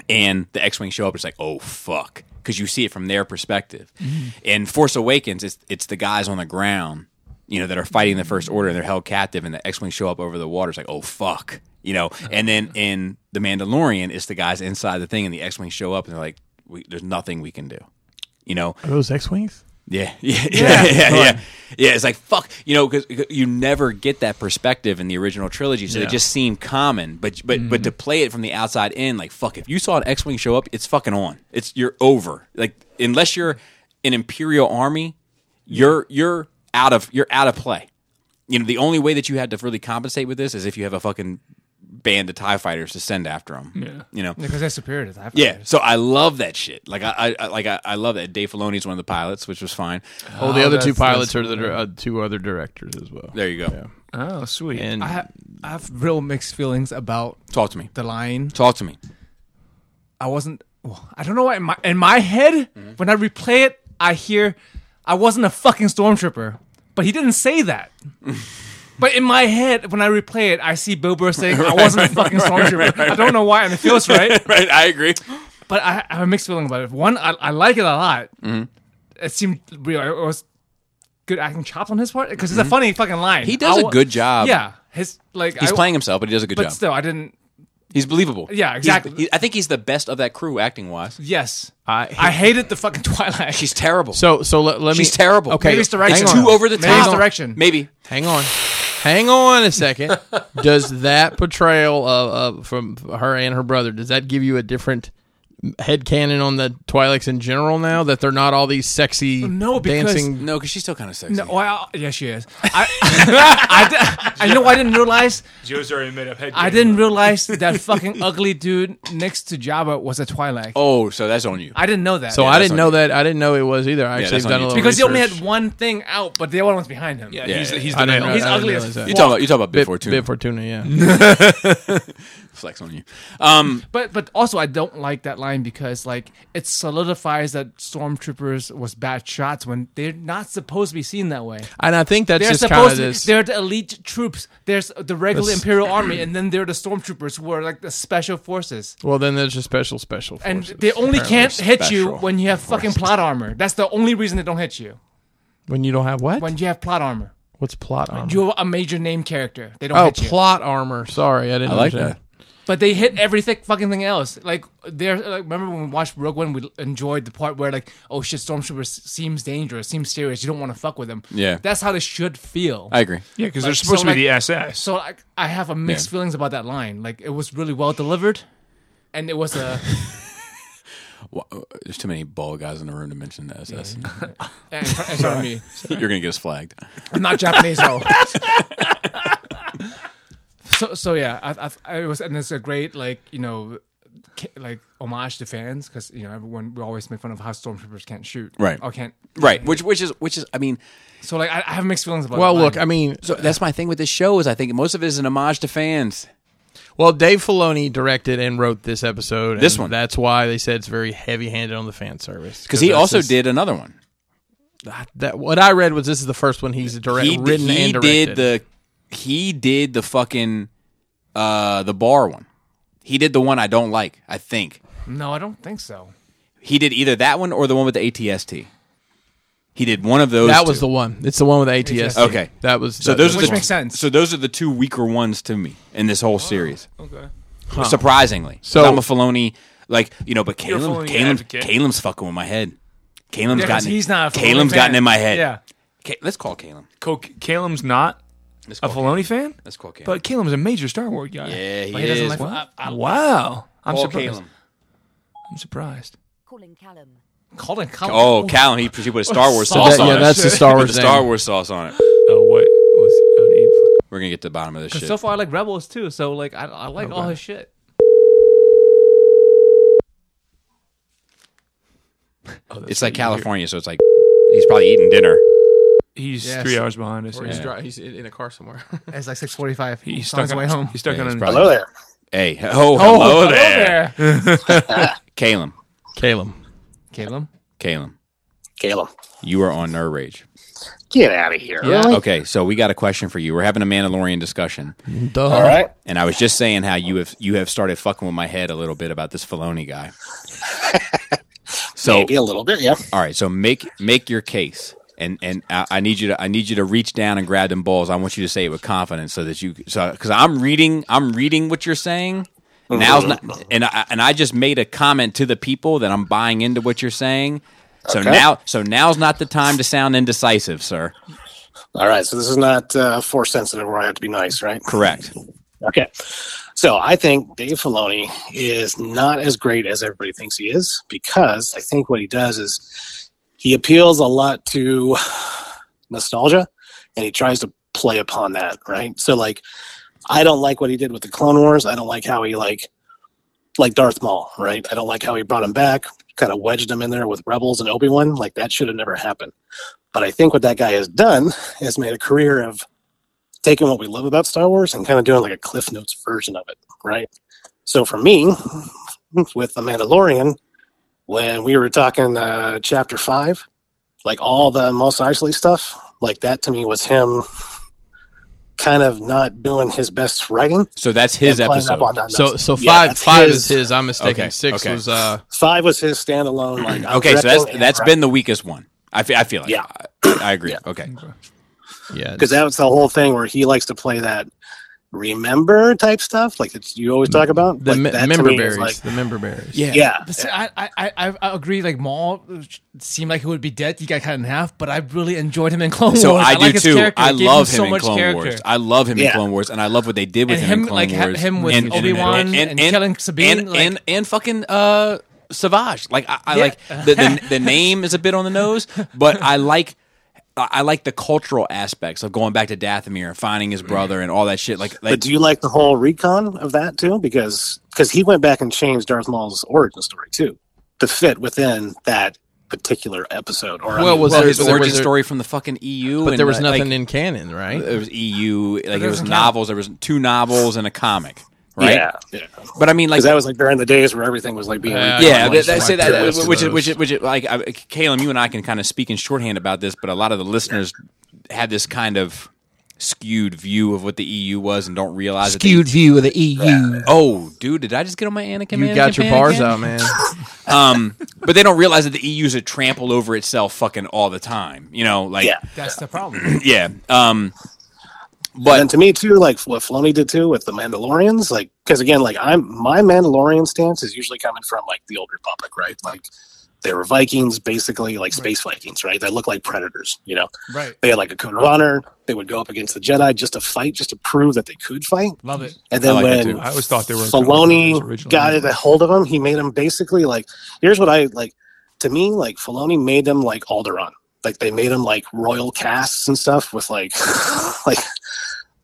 And the X-wing show up, it's like, oh fuck, because you see it from their perspective. In Force Awakens, it's it's the guys on the ground, you know, that are fighting the First Order and they're held captive, and the X-wing show up over the water. It's like, oh fuck, you know. And then in The Mandalorian, it's the guys inside the thing, and the X-wing show up, and they're like, we, there's nothing we can do, you know.
are those X wings?
Yeah, yeah, yeah, yeah, yeah. Yeah, it's like fuck, you know, because you never get that perspective in the original trilogy, so they
Yeah.
just seem common. But but but to play it from the outside in, like fuck, if you saw an X-wing show up, it's fucking on. It's you're over. Like unless you're an Imperial army, you're you're out of you're out of play. You know, the only way that you had to really compensate with this is if you have a fucking band of Tie Fighters to send after him.
Yeah.
you know.
because they're superior to that.
Yeah, so I love that shit. Like I, I I- like I, I love that Dave Filoni's one of the pilots, which was fine.
Oh, the other two
that's- that's
pilots are the dir- uh, two other directors as well.
There you go.
Oh, sweet.
And
I have, I have real mixed feelings about
Talk to me.
the line.
Talk to me.
I wasn't. well, I don't know why. In my, in my head,
Mm-hmm.
when I replay it, I hear I wasn't a fucking stormtrooper, but he didn't say that. but in my head, when I replay it, I see Bill Burr saying I wasn't a fucking stormtrooper. I don't know why, and it feels right.
right, I agree.
but I, I have a mixed feeling about it. One, I, I like it a lot.
Mm-hmm.
It seemed real. It was good acting chops on his part because it's a funny fucking line.
Mm-hmm. He does
a
a good job.
Yeah, his like
He's
I-
playing himself, but he does a good
but
job.
still, I didn't.
he's believable.
Yeah,
He's-
exactly.
he- I think he's the best of that crew acting wise.
Yes,
I-
I hated the fucking Twilight.
She's terrible.
so so let, let me.
She's terrible.
Okay,
Maybe it's direction.
it's
Hang on.
too over the top.
Maybe it's direction.
Maybe.
Hang on, hang on a second. does that portrayal of, of from her and her brother does that give you a different headcanon on the Twi'leks in general now that they're not all these sexy
No, because-
dancing?
No, because she's still kind of sexy.
No, well, yeah, she is. I, I, di- I know I didn't realize.
Joe's already made up head.
I didn't realize that fucking ugly dude next to Jabba was a Twilight.
Oh, so that's on you.
I didn't know that.
So I
that's
didn't
on
know
you.
that. I didn't know it was either. I actually
that's
have
on
done a
you.
little
because he only
research.
had one thing out, but the other one was behind him.
Yeah,
Yeah,
he's,
yeah,
he's
I
the
didn't
male.
know-
He's
I didn't
ugly
realize
as Mm-hmm.
that.
you talking about you talking about Bit
Bit,
Fortune
bit Fortuna, yeah.
flex on you. Um,
But but also I don't like that line because like it solidifies that stormtroopers was bad shots when they're not supposed to be seen that way.
and I think that's
They're
just kind
supposed
of
to.
this.
They're the elite troops. There's the regular
That's-
Imperial Army, and then they're the stormtroopers who are like the special forces.
Well, then there's a special, special
And
forces.
they only can't hit you
special
when you have fucking plot armor. That's the only reason they don't hit you
when you don't have what?
when you have plot armor.
What's plot armor?
You're a major name character. They don't
oh,
hit you.
plot armor. Sorry, I didn't.
I like
understand.
that.
But they hit every thick fucking thing else. Like there, like remember when we watched Rogue One, we enjoyed the part where like, oh shit, Stormtrooper s- seems dangerous, seems serious. You don't want to fuck with them.
Yeah.
that's how they should feel.
I agree.
Yeah, because
Like,
they're supposed
so,
to be
like-
the SS.
so like, I have a mixed
Yeah.
feelings about that line. Like it was really well delivered, and it was a
Wha- uh, There's too many bald guys in the room to mention the SS.
and, and sorry, me.
You're gonna get us flagged.
I'm not Japanese though. so so yeah, I, I, I was and it's a great like you know. ca- Like homage to fans because you know everyone we always make fun of how stormtroopers can't shoot
Right.
or can't
Right. Which which is which is I mean
So like I, I have mixed feelings about.
Well,
that
look, I
line.
mean,
so that's my thing with this show is I think most of it is an homage to fans.
well, Dave Filoni directed and wrote this episode. and
This one.
That's why they said it's very heavy-handed on the fan service.
Because he
that's
also
just-
did another one.
that. What I read was this is the first one he's direct,
He,
written
he
and
did
directed.
the he did the fucking uh the bar one. He did the one I don't like, I think.
no, I don't think so.
He did either that one or the one with the ATST. He did one of those.
that was
two.
the one. It's the one with ATS.
Okay.
that was
So those are
Which
the,
makes sense.
So those are the two weaker ones to me in this whole series. Okay. Surprisingly, so
So-
I'm a Filoni, like you know, but
You're a
Caleb,
Filoni
Caleb,
advocate.
Caleb's fucking with my head. Caleb's
Yeah, 'cause
gotten.
he's not. A Filoni
Caleb's
fan.
gotten in my head.
Yeah,
Ca- let's call Caleb.
Co- Caleb's not
Let's
a
call Caleb.
Filoni fan,
Let's call Caleb.
but Caleb's a major Star Wars guy.
yeah, he,
he doesn't
is.
like-
Wow. wow. I'm
Call
surprised.
Caleb.
I'm surprised.
Calling Callum.
Colin. Colin.
Oh, Calum. He, he put a Star Wars
That-
sauce on
yeah,
it.
that's the Star Wars.
the Star
thing.
Wars sauce on it.
Oh, what was oh,
We're gonna get to the bottom of this
'Cause
shit.
so far I like Rebels too. So like I, I like all his shit.
Oh,
it's like California, so it's like he's probably eating dinner.
He's
Yes.
three hours behind us.
He's,
Yeah.
dri- he's in in a car somewhere.
It's like six forty-five.
He's stuck on
his way home.
He's stuck
Yeah,
on
he's
an-
probably- Hey, oh, hello, there,
there,
Caleb.
Caleb.
Caleb.
Caleb,
Caleb.
you are on Nerd Rage.
Get out of here. Really?
Okay, so we got a question for you. We're having a Mandalorian discussion,
Duh.
All right.
and I was just saying how you have you have started fucking with my head a little bit about this Filoni guy. so
Maybe a little bit, yeah.
all right, so make make your case, and and I, I need you to I need you to reach down and grab them balls. I want you to say it with confidence, so that you so because I'm reading I'm reading what you're saying. Now's not, and I and I just made a comment to the people that I'm buying into what you're saying. So
Okay.
now so now's not the time to sound indecisive, sir.
All right. So this is not uh, force sensitive where I have to be nice, right?
Correct.
Okay. So I think Dave Filoni is not as great as everybody thinks he is because I think what he does is he appeals a lot to nostalgia and he tries to play upon that, right? So, like,
I don't like what he did with the Clone Wars. I don't like how he like like Darth Maul, right? I don't like how he brought him back, kind of wedged him in there with Rebels and Obi Wan. Like that should have never happened. But I think what that guy has done is made a career of taking what we love about Star Wars and kind of doing like a Cliff Notes version of it, right? So for me, with The Mandalorian, when we were talking uh, Chapter Five, like all the Mos Eisley stuff, like that to me was him kind of not doing his best writing.
So that's his
and playing
episode.
up on that.
So so
Yeah,
five
that's
five is his. I'm mistaken.
Okay,
Six
okay.
was uh
Five was his standalone. Like I'm
okay, so that's
directing and
that's
writing.
been the weakest one. I feel, I feel like.
Yeah.
I, I agree.
Yeah.
Okay.
yeah.
because that was the whole thing where he likes to play that remember type stuff like it's you always talk about
The
like,
me-
that to
member
me
berries.
is like,
the member berries.
yeah
But see, I, I, I, I agree. Like Maul uh, seemed like he would be dead. He got cut in half, but I really enjoyed him in Clone
So
Wars.
I,
like
do
his
too.
character.
I
It gave
love
him
him,
so
in
much
Clone
character.
Wars. I love him in
Yeah.
Clone Wars, and I love what they did with
And
him, in
him,
Clone
like, ha-
Wars.
him with Obi-Wan and Killing Sabine,
and,
like-
and and fucking uh, Savage. Like I, I
Yeah.
like the, the the name is a bit on the nose, but I like. I I like the cultural aspects of going back to Dathomir and finding his brother and all that shit. Like, like
but do you like the whole recon of that too because because he went back and changed darth maul's origin story too to fit within that particular episode or I
Well,
mean,
was
well,
there,
his
there-
origin
was there-
story from the fucking EU.
But
and,
there was
uh, like,
nothing in canon, right? Uh,
It was EU. Like it was
doesn't count.
novels. There was two novels and a comic. Right.
yeah yeah
But I mean, like
because that was like during the days where everything was like being
Yeah.
recon.
yeah,
like
that, that,
some
say that,
actors
which,
to
is
those.
which is which is like I, Caleb, you and I can kind of speak in shorthand about this, but a lot of the listeners have this kind of skewed view of what the EU was and don't realize skewed view
E
of the EU. Oh, dude, did I just get on my Anakin?
You
Anakin,
got your
Anakin?
bars out, man.
Um, but they don't realize that the EU's a trample over itself, fucking all the time. You know, like
Yeah.
That's the problem.
yeah. Um,
But
but
and to me too, like what Filoni did too with the Mandalorians, like because again, like I'm my Mandalorian stance is usually coming from like the old Republic, right? Like they were Vikings, basically like space Vikings, right? They look like predators, you know.
right.
They had like a code of honor. They would go up against the Jedi just to fight, just to prove that they could fight.
Love it.
And
I
then
like that,
when
too.
I always thought they were
Filoni
originally.
got it a hold of him, he made him basically like here's what I like to me, like Filoni made them like Alderaan. Like they made them like royal casts and stuff with like like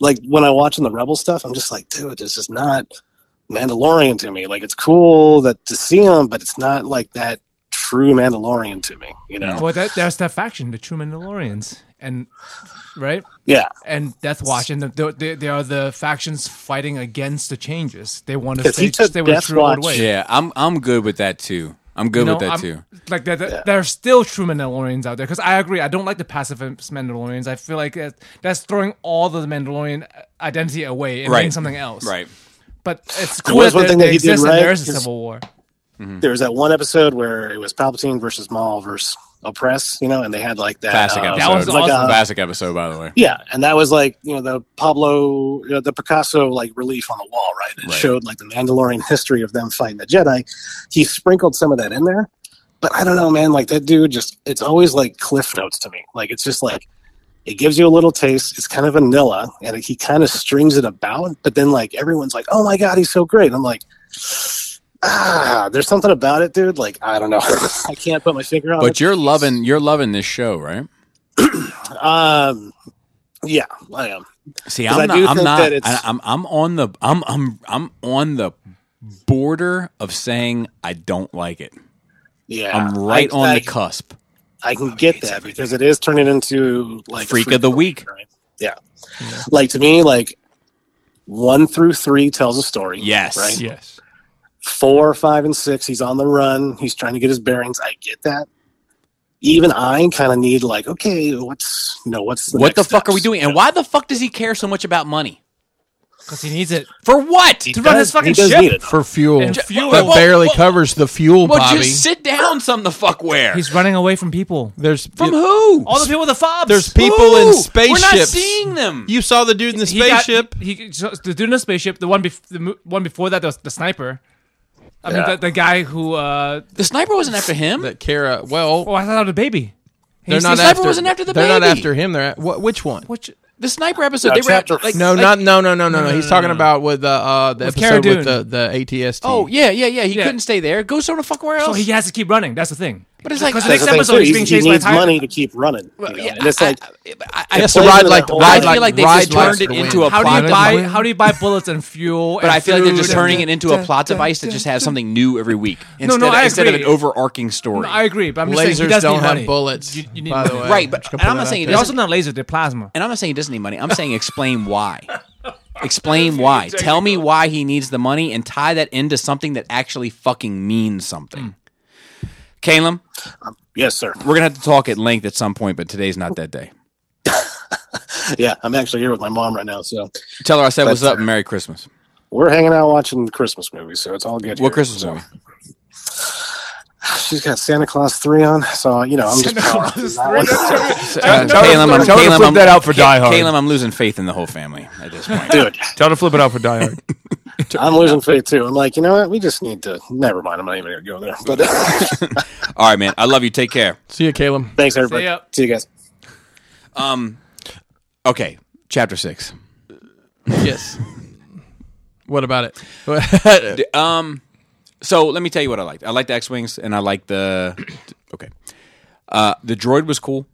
like when I watch in the Rebel stuff, I'm just like, dude, this is not Mandalorian to me. Like it's cool that to see him, but it's not like that true Mandalorian to me, you know?
Well, that, that's that faction, the True Mandalorians, and right,
Yeah.
and Death Watch, and the, they, they are the factions fighting against the changes. They want to
'Cause he
stay,
took
stay with the
Death
true old
Watch-
way.
yeah, I'm I'm good with that too. I'm good
You
with
know,
that
I'm-
too.
Like there, there,
Yeah.
there are still true Mandalorians out there because I agree. I don't like the pacifist Mandalorians. I feel like that, that's throwing all the Mandalorian identity away and
Right.
being something else.
Right.
But it's
There
cool
was
that
one
they,
thing that
they
he did
exist and
right,
there is a
is-
civil war.
There was that one episode where it was Palpatine versus Maul versus Oppress, you know, and they had like that
Classic
uh,
episode.
That was
like
awesome.
a-
Classic episode, by the way.
Yeah, and that was like you know the Pablo, you know, the Picasso like relief on the wall, right? It
Right.
showed like the Mandalorian history of them fighting the Jedi. He sprinkled some of that in there, but I don't know, man. Like that dude, just it's always like cliff notes to me. Like it's just like it gives you a little taste. It's kind of vanilla, and he kind of strings it about. But then like everyone's like, "Oh my god, he's so great!" I'm like. Ah, there's something about it, dude. Like I don't know, I can't put my finger on it.
But you're loving you're loving this show, right?
Um, yeah, I am.
See,
'Cause
I'm
I
not.
do
I'm
think
not.
that it's-
I, I'm. I'm on the. I'm. I'm. I'm on the border of saying I don't like it.
Yeah,
I'm right
I-
on
I-
the cusp.
I can get that because it is turning into like a
Freak of the week.
right? Yeah. like to me, like one through three tells a story.
Yes.
right.
Yes.
Four, five, and six, he's on the run. He's trying to get his bearings. I get that. Even I kind of need like, okay, what's you know, what's the
what
next
the fuck are we
steps?
doing? And why the fuck does he care so much about money?
Because he needs it.
For what?
He
To run
does-
his fucking
he does
ship.
need it.
For fuel.
And fuel.
That
Well,
barely
well,
covers the fuel,
Well,
Bobby.
just sit down. Some the fuck where?
He's running away from people.
There's
From who?
All the people with the fobs.
There's people
Who?
in
We're
spaceships.
not seeing them.
You saw the dude in the
He got-
spaceship.
he so the dude in the spaceship. The one, bef- the mo- one before that, the, the sniper. I mean,
Yeah.
the, the guy who. Uh,
the sniper wasn't after him.
that Kara. Well,
oh, I thought it was a baby.
they're
He's-
not
he's-
sniper
after.
wasn't after the
they're not
baby.
after him. They're at, wh- which one?
Which
the sniper episode.
No,
they were
chapter-
at, like,
No,
like-
not no, no, no, no, no. He's
no,
talking
no, no.
about with the uh, the
With
episode
Cara
with the the ATST.
Oh yeah, yeah, yeah. He
Yeah.
couldn't stay there. Go somewhere else.
so he has to keep running. That's the thing.
But it's like
Because
I-
the next
That's the
episode,
thing, too,
he's being
he, he
chased by a
needs
tiger.
money to keep running. you know,
yeah,
and it's
I-
like
I, I, I
Yes,
feel
ride
like-
like-
I
ride
feel like they
like-
just
ride
turned it
like-
into a
how do
plot.
you buy how do you buy bullets and fuel?
but
and
I feel like they're
food
just
and-
turning it into a plot device that just has something new every week
no,
instead,
I
instead of an
agree.
overarching story.
I agree, but I'm just saying he
Lasers
does
don't
need
have
money.
bullets.
You- you need
by the
money.
way,
Right, but-
Just gonna
and
put
I'm not
that
saying
out
it
They're
there.
doesn't-
also not laser. They're plasma.
and I'm not saying he doesn't need money. I'm saying explain why. Explain why. Tell me why he needs the money and tie that into something that actually fucking means something.
Hmm.
Caleb,
yes, sir.
we're gonna have to talk at length at some point, but today's not that day.
Yeah, I'm actually here with my mom right now, so
Tell her I said what's
That's-
up and Merry Christmas.
we're hanging out watching Christmas movies, so it's all
What
good. here.
Christmas
So-
movie?
She's got Santa Claus three on, so you know I'm just powering through that one.
Uh,
tell her-
Caleb, I'm-
tell her to
Caleb,
flip
I'm-
that out for Die Hard.
Caleb, I'm losing faith in the whole family at this point.
dude.
Tell to flip it out for Die Hard.
I'm losing faith too. I'm like, you know what? We just need to. Never mind. I'm not even gonna go there. But uh,
All right, man. I love you. Take care.
See you, Caleb.
thanks everybody.
See ya.
See you guys.
Okay, chapter six.
Yes. what about it?
Um, so let me tell you what I liked. I liked the X wings, and I liked the okay. Uh, the droid was cool.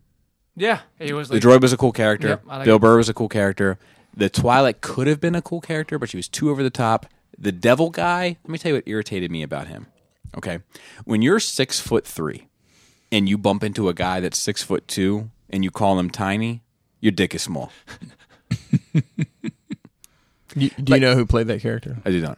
Yeah, he was
The
like
droid was a cool character.
Yep, I like
Bill
it.
Burr was a cool character. The Twilight could have been a cool character, but she was too over the top. The Devil guy. Let me tell you what irritated me about him. Okay, when you're six foot three, and you bump into a guy that's six foot two, and you call him tiny, your dick is small.
You- do you know who played that character?
I do not.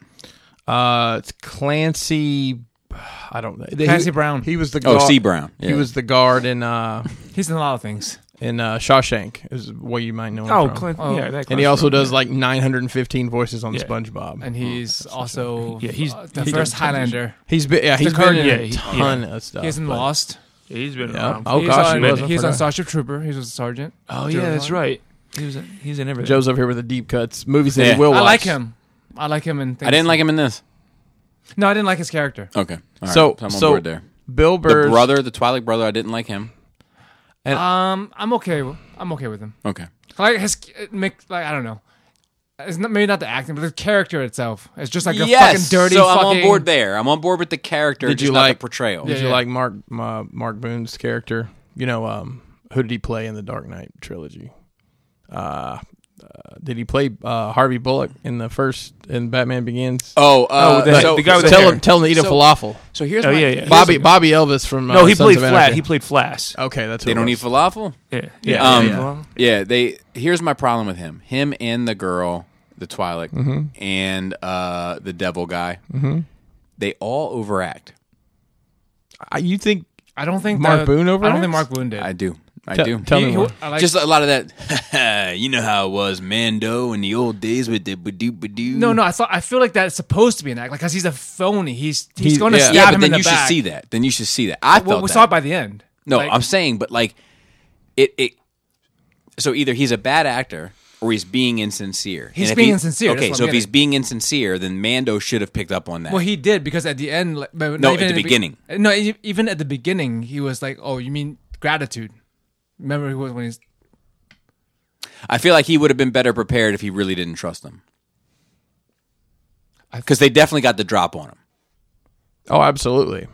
Uh, it's Clancy. I don't know.
Clancy Brown.
He was the
Oh,
guard.
C. Brown.
He
Yeah.
was the guard in uh
he's in a lot of things.
in uh, Shawshank is what you might know. Him
Oh,
from.
Clint.
Oh.
Yeah, that
And he
Clint.
also does like 915 voices on
Yeah.
SpongeBob.
And
And
he's also
Yeah, he's-
uh, the
he
first
does-
Highlander.
he's been yeah he's
current-
been in
yeah,
a
he-
ton of stuff.
He's in
Oh, but-
Lost.
He's been
Yeah.
around.
Oh,
he's
gosh,
on,
he was. I
he's on
forgot.
Starship Trooper. He was a sergeant.
Oh
General
yeah, that's
Highlander.
right. He was. In, he's in everything.
Joe's over here with the deep cuts movies that
Yeah.
he will.
I
Watch.
like him. I like him in things.
I didn't like him in this.
No, I didn't like his character.
Okay, All right.
So
I'm on
so
board there.
Bill
The
Burr
brother, the Twilight brother, I didn't like him.
Um, I'm okay. with- I'm okay with him.
Okay.
I Like his it mix, like I don't know. It's not maybe not the acting, but the character itself. It's just like a fucking dirty.
so
fucking,
I'm on board there. I'm on board with the character.
Did
just
you
not
like-
the portrayal?
Did you
yeah.
like Mark uh, Mark Boone's character? You know, um, who did he play in the Dark Knight trilogy? Uh, uh, did he play uh, Harvey Bullock in the first in Batman Begins?
Oh, uh,
Oh, the-
so,
the guy with the
tell
hair.
him, tell him to eat a
So-
falafel.
so here's
Oh,
my,
yeah, yeah.
Bobby Bobby Elvis from uh,
No, Oh, he
Sons
played
of
flat.
Anarchy.
He played Flass.
okay, that's
They
what
don't
it
eat
was.
falafel.
Yeah.
Yeah,
um,
yeah.
yeah. They here's my problem with him. Him and the girl, the Twilight,
Mm-hmm.
and uh, the devil guy. They all overact.
Uh, you think
I don't think
Mark
the-
Boone
I don't
overacts?
think Mark Boone did.
I do. I
Tell-
do.
tell me
He-
more.
I like-
just a lot of that. you know how it was, Mando, in the old days with the badoo badoo.
no, no. I saw. I feel like that's supposed to be an act, like because he's a phony. He's he's
He-
going to
yeah.
stab
Yeah,
him
but
in
then
the
you should
back.
see that. Then you should see that. I
Well,
felt
we
that.
saw it by the end.
No,
Like,
I'm saying, but like, it it. So either he's a bad actor or he's being insincere.
He's
if
being insincere, that's
Okay,
what
so
I'm
if he's
getting.
being insincere, then Mando should have picked up on that.
Well, he did because at the end, like, but
No,
not
at
even
the
be-
beginning.
no, e- even at the beginning, he was like, "Oh, you mean gratitude?" Remember he was when he's
I feel like he would have been better prepared if he really didn't trust them. Because they definitely got the drop on him.
Oh, absolutely.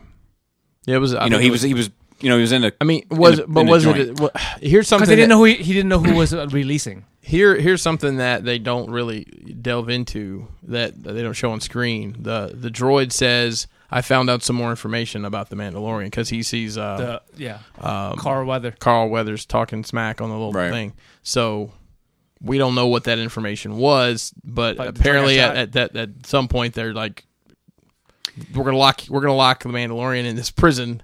Yeah, it was. I
You know,
think
he
it
was he was you know he was in a.
I mean, was
in a-
but
in a
was
joint.
it? Well, here's something.
because they didn't
that-
know who he, he didn't know who was uh, releasing.
here here's something that they don't really delve into that that they don't show on screen. The the droid says, "I found out some more information about the Mandalorian because he sees uh,
The yeah,
Um,
Carl Weather.
Carl Weathers talking smack on the little
Right.
thing." So we don't know what that information was, but,
But the droid
apparently
got
at,
shot.
at that at some point they're like, "We're gonna lock we're gonna lock the Mandalorian in this prison,"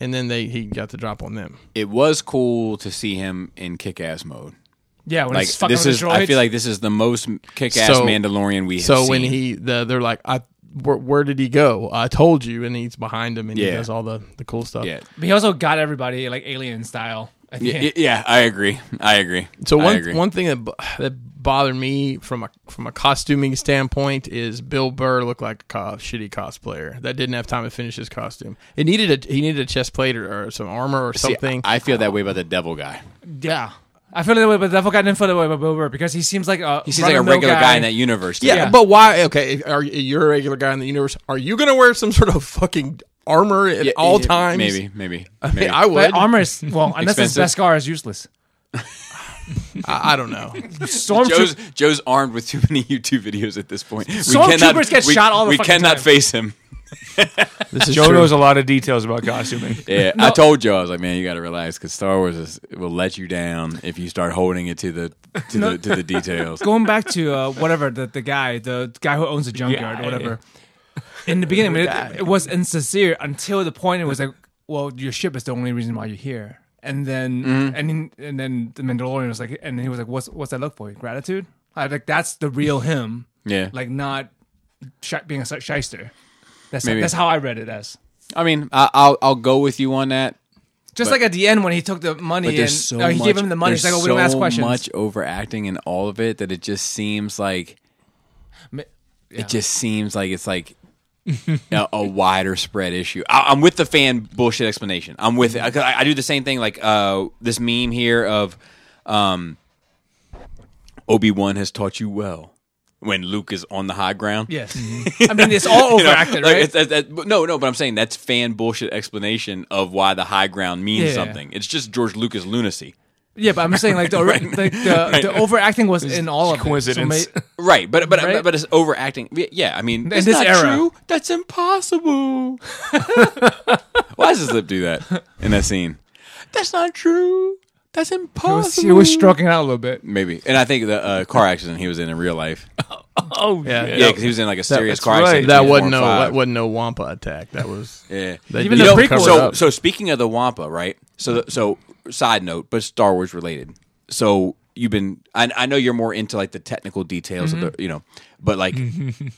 and then they he got the drop on them.
It was cool to see him in kick-ass mode.
Yeah, when
Like
he's fucking
this
with
is,
the
I feel
droids.
like this is the most kick-ass
So-
Mandalorian we have
So when
seen.
he, the, they're like, I, where, where did he go? I told you, and he's behind him, and he
Yeah.
does all the, the cool stuff.
yeah.
But he also got everybody like alien style. I think.
Yeah, yeah, I agree. I agree.
So
I
one
agree.
one thing that bo- that bothered me from a from a costuming standpoint is Bill Burr looked like a co- shitty cosplayer that didn't have time to finish his costume. It needed a he needed a chest plate or, or some armor or
See,
something.
I feel that way about the devil guy.
Yeah. I feel that way, but Devil guy didn't feel that way about Bill Burr because he seems like a
He seems like a
run-of-the-mill
regular guy. in that universe. to
yeah,
me.
but why? Okay, if- are you- you're a regular guy in the universe? Are you gonna wear some sort of fucking armor at
Yeah,
all
yeah,
times.
Maybe, maybe.
I, mean,
maybe.
I would.
But
I,
armor is well, unless it's
Expensive.
Beskar is useless.
I don't know.
Joe's,
Stormtroopers.
Joe's armed with too many YouTube videos at this point. We
Stormtroopers get
we,
shot all the
We
fucking
cannot
time.
face him.
This is
Joe
true.
knows a lot of details about costuming.
Yeah, I told Joe I was like, man, you got to relax because Star Wars is, will let you down if you start holding it to the to the to the details.
Going back to uh, whatever the, the guy, the guy who owns the junkyard or whatever. In the beginning, it, it was insincere until the point it was like, well, your ship is the only reason why you're here. And then,
Mm-hmm.
and then, and then the Mandalorian was like, and he was like, what's what's that look for? Gratitude? I like that's the real him,
Yeah,
like not shi- being a shi- shyster. That's
Maybe.
that's how I read it as.
I mean, I, I'll I'll go with you on that.
Just like at the end when he took the money
But
and
there's so
or he
much,
gave him the money, he's
there's
like, "Oh, we don't ask
so
questions."
much overacting in all of it that it just seems like
Ma-
it just seems like it's like a, a wider spread issue. I, I'm with the fan bullshit explanation. I'm with it. 'Cause I, I do the same thing. Like uh, this meme here of um, Obi Wan has taught you well when Luke is on the high ground.
Yes, I mean it's all
You know,
overacted,
like,
right?
it's- it's- it's- but no, no, but I'm saying that's fan bullshit explanation of why the high ground means
Yeah.
something. It's just George Lucas lunacy.
Yeah, but I'm saying like the like the, the overacting was in all of
coincidence.
It. So may-
Right, but but
Right?
but it's overacting. Yeah, Yeah, I mean, it's
this
not
era.
true. That's impossible. Why does his lip do that in that scene? That's not true. That's impossible.
it was, he was stroking out a little bit.
Maybe, and I think the uh, car accident he was in in real life.
Oh yeah,
Yeah, because he was in like a serious
that's
car
right.
accident.
that
He
wasn't
one
no
five.
that wasn't no Wampa attack. That was
Yeah.
They
Even
did
the
cover
prequel-
it
so
up.
so speaking of the Wampa, right? So the, so side note, but Star Wars related. So you've been I, I know you're more into like the technical details of the you know, but like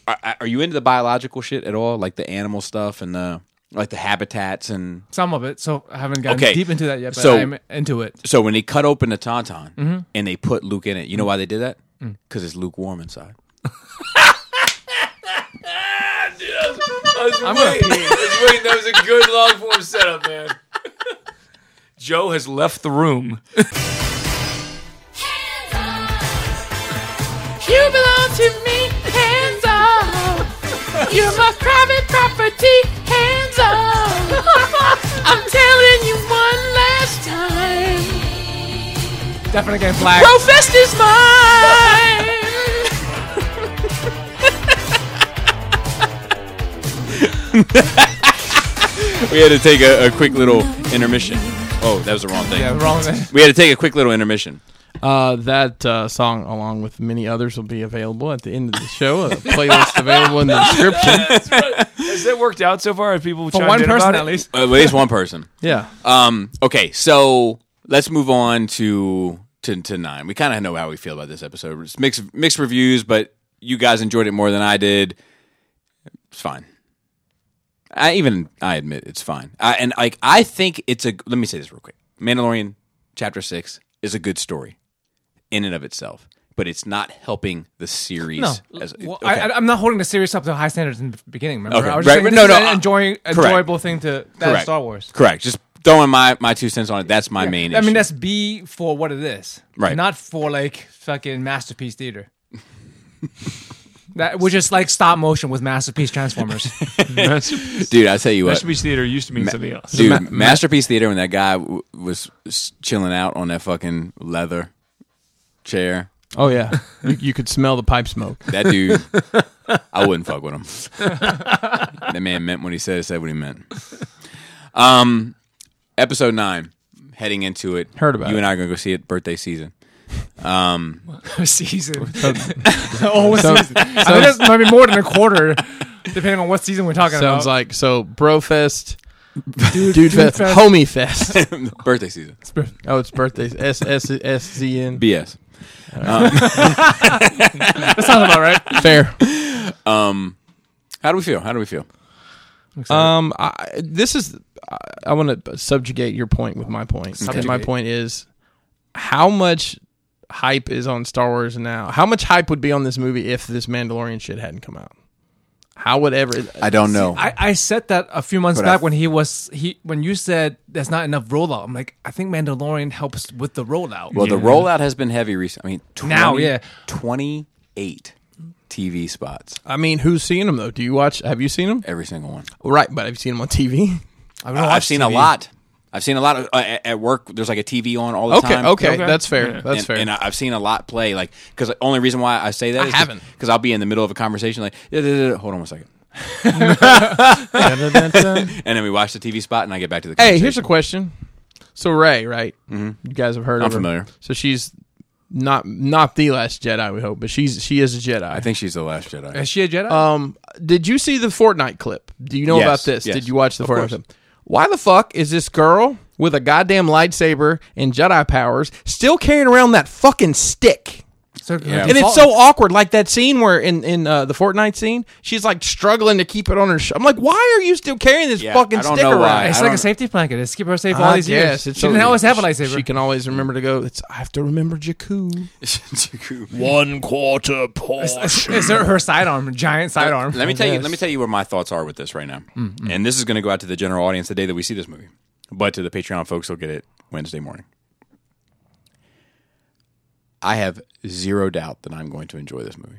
are, are you into the biological shit at all? Like the animal stuff and the like the habitats and
Some of it. So I haven't gotten
Okay.
deep into that yet, but
So-
I'm into it.
so when they cut open the tauntaun and they put Luke in it, you know why they did that? Because it's lukewarm inside.
I'm gonna That was a good long form setup, man. Joe has left the room.
You belong to me, hands off. You're my private property, hands off. I'm telling you one last time.
Definitely getting flagged.
Profest is mine.
We had to take a, a quick little intermission. Oh, that was the wrong thing.
Yeah, wrong. thing.
We had to take a quick little intermission.
Uh, that uh, song, along with many others, will be available at the end of the show. A playlist available in the description.
Has that worked out so far? Have people
For
chimed
one
in
person
about
at
it?
least.
Uh, at least one person.
Yeah,
Um. Okay. So let's move on to to, to nine. We kind of know how we feel about this episode. It's mixed mixed reviews, but you guys enjoyed it more than I did. It's fine. I even I admit it's fine. I, and like I think it's a. Let me say this real quick. Mandalorian chapter six is a good story, in and of itself, but it's not helping the series.
No,
as-
well,
okay.
I, I- I'm not holding the series up to high standards in the beginning. Remember,
Okay,
I was
right,
just saying,
no,
this
no,
is
uh,
an enjoying,
correct.
enjoyable thing to that
Correct.
Star Wars.
Correct. Just throwing my my two cents on it. That's my main.
I mean,
issue.
that's B for what it is,
Right.
Not for like fucking masterpiece theater. that which is like stop motion with masterpiece Transformers.
Masterpiece
dude. I tell you what.
Masterpiece Theater used to mean something else.
Dude, Masterpiece Theater when that guy w- was s- chilling out on that fucking leather chair.
oh yeah, you, you could smell the pipe smoke.
That dude, I wouldn't fuck with him. that man meant what he said. Said what he meant. Um, episode nine, heading into it.
Heard about
you
it.
and I are gonna go see it birthday season. Um,
season. oh, season. I mean, that's maybe more than a quarter, depending on what season we're talking
Sounds
about.
like so Brofest, Dude, Fest, Homie Fest.
birthday season.
oh, it's birthdays. S S S Z N.
BS.
that sounds about right.
Fair.
Um, How do we feel? How do we feel?
Um, I, this is I, I want to subjugate your point with my point. And my
Subjugate.
point is how much hype is on Star Wars now? How much hype would be on this movie if this Mandalorian shit hadn't come out? How would ever?
I don't know.
I, I said that a few months
But I-
back when he was he when you said there's not enough rollout. I'm like, I think Mandalorian helps with the rollout.
well, the rollout has been heavy recently. I mean, 20,
Now, yeah.
twenty eight TV spots.
I mean, who's seen them though? Do you watch? Have you seen them?
Every single one.
Right, but have you seen them on TV?
I've,
Oh,
Uh, I've seen a lot. I've seen a lot of, uh, at at work. There's like a TV on all the
Okay,
time.
okay,
Okay.
that's fair.
Yeah.
That's
and,
fair.
And I- I've seen a lot play. Like, because the only reason why I say that
I
is
haven't.
because I'll be in the middle of a conversation. Like, "Duh, duh, duh, duh." hold on one second, and then we watch the TV spot, and I get back to the.
hey, here's a
conversation.
question. So Ray, right? You guys have heard
Mm-hmm. I'm
of her.
familiar.
So she's not not the last Jedi, we hope, but she's she is a Jedi.
I think she's the last Jedi.
Is she a Jedi?
Um, did you see the Fortnite clip? Do you know
Yes,
about this?
yes.
Did you watch the
Of
Fortnite
course.
clip? Why the fuck is this girl with a goddamn lightsaber and Jedi powers still carrying around that fucking stick?
so,
yeah.
And it's so awkward, like that scene where in in uh, the Fortnite scene, she's like struggling to keep it on her. Sh- I'm like, why are you still carrying this
Yeah,
fucking
I don't
stick
know
around?
why.
It's
I
like
don't-
a safety blanket. It's keep her safe all these years.
Yes,
She didn't always have a lightsaber.
She can always remember to go. It's, I have to remember Jakku.
One quarter portion.
It's, it's her, her sidearm, giant sidearm.
Let me tell you. Let me tell you where my thoughts are with this right now.
Mm,
And this is going to go out to the general audience the day that we see this movie, but to the Patreon folks, they'll get it Wednesday morning. I have zero doubt that I'm going to enjoy this movie.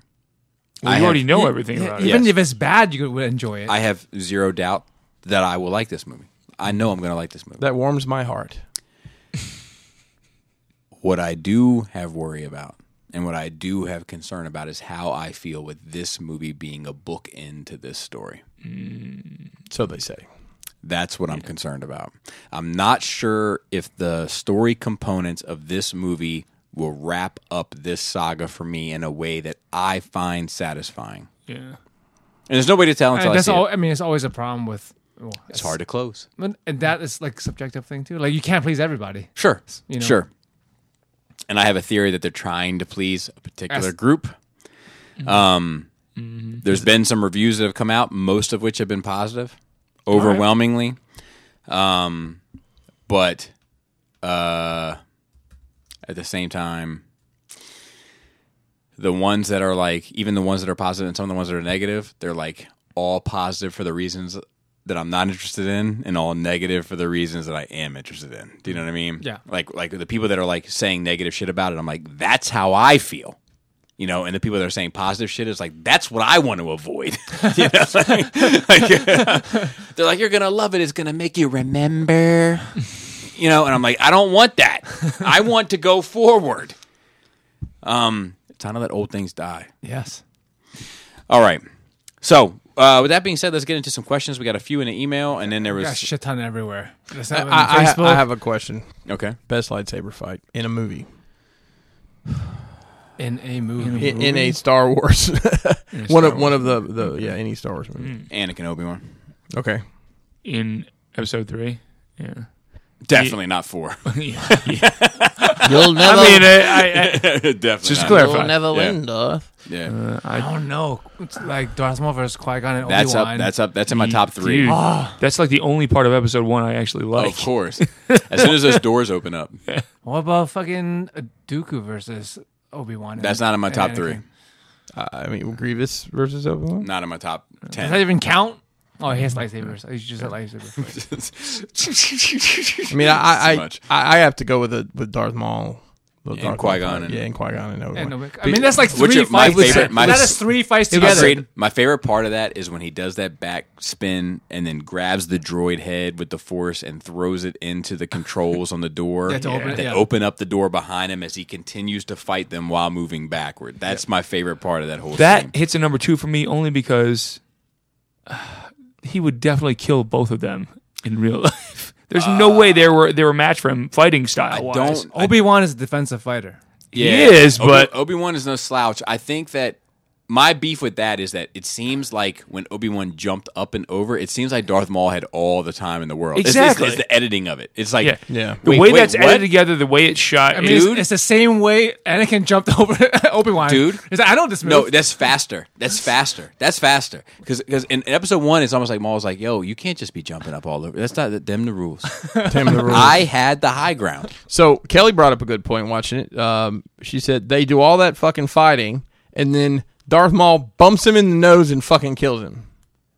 Well,
I
you
have-
already know everything about it.
Even
Yes.
if it's bad, you would enjoy it.
I have zero doubt that I will like this movie. I know I'm going to like this movie.
That warms my heart.
what I do have worry about and what I do have concern about is how I feel with this movie being a bookend to this story.
So they say.
That's what I'm concerned about. I'm not sure if the story components of this movie will wrap up this saga for me in a way that I find satisfying.
Yeah.
And there's no way to tell until
And
I
that's
see
all.
it.
I mean, it's always a problem with. well,
It's hard to close.
but- and that is like subjective thing too. Like you can't please everybody.
Sure.
You know?
Sure. And I have a theory that they're trying to please a particular
Yes.
group.
Mm-hmm.
Um, There's been some reviews that have come out, most of which have been positive, overwhelmingly. Um, but uh, at the same time, the ones that are like, even the ones that are positive and some of the ones that are negative, they're like all positive for the reasons that I'm not interested in, and all negative for the reasons that I am interested in. Do you know what I mean?
Yeah.
Like, like the people that are like saying negative shit about it, I'm like, that's how I feel. You know, and the people that are saying positive shit is like, that's what I want to avoid. You know? Like, they're like, you're gonna love it. It's gonna make you remember. You know, and I'm like, I don't want that. I want to go forward. Um, time to let old things die.
Yes.
All right. So, uh, with that being said, let's get into some questions. We got a few in the email, and then there was
Got a shit ton everywhere. That's
I,
not on
I-
Facebook.
I have a question.
okay.
Best lightsaber fight in a movie.
in a movie.
in, in a Star Wars. one of one of the, the yeah any Star Wars movie.
Anakin Obi Wan.
Okay,
In episode three. Yeah.
Definitely not four.
you'll never,
I mean, I, I, I,
Definitely.
just
not.
clarify.
Yeah.
Darth.
Yeah.
uh,
I don't know. It's like Darth Maul versus Qui Gon and
that's
Obi Wan.
up. That's up. That's in my top three.
Dude, That's like the only part of episode one I actually like.
Of course. As soon as those doors open up,
What about fucking uh, Dooku versus Obi Wan?
that's not in my top three.
I mean Grievous versus Obi Wan.
Not in my top
Does that
ten.
even count? Oh, he has
Mm-hmm.
lightsabers. He's just a lightsaber.
I mean I I,
Too
I,
much.
I have to go with a, with Darth Maul. the Darth Maul
Qui-Gon
fight.
and-
yeah, and Qui Gon and Obi
And
Wan.
Obi- I mean, that's like
What's
three
your- my
fights.
favorite- my-
that is three fights together.
Agreed. My favorite part of that is when he does that back spin and then grabs the droid head with the force and throws it into the controls on the door
Yeah, to open it,
that
yeah.
open up the door behind him as he continues to fight them while moving backward. That's my favorite part of that whole scene.
That hits a number two for me only because uh, he would definitely kill both of them in real life. There's no way they were they were a match for him fighting style.
Uh, I
wise.
don't. I-
Obi Wan is a defensive fighter.
yeah.
Oh, is, but-
Obi Wan is no slouch. I think that my beef with that is that it seems like when Obi Wan jumped up and over, it seems like Darth Maul had all the time in the world. It's- it's-
Exactly.
It's, the editing of it. It's like
Yeah.
Yeah.
The
Wait,
way
wait,
that's
what?
edited together, the way it's shot,
I mean, it's,
Dude.
it's the same way Anakin jumped over Obi Wan.
Dude.
I know this move.
No, that's faster. That's faster. That's faster. Because in episode one, it's almost like Maul's like, "Yo, you can't just be jumping up all over. That's not them the rules.
Damn the rules.
I had the high ground.
So Kelly brought up a good point watching it. Um, she said they do all that fucking fighting, and then Darth Maul bumps him in the nose and fucking kills him.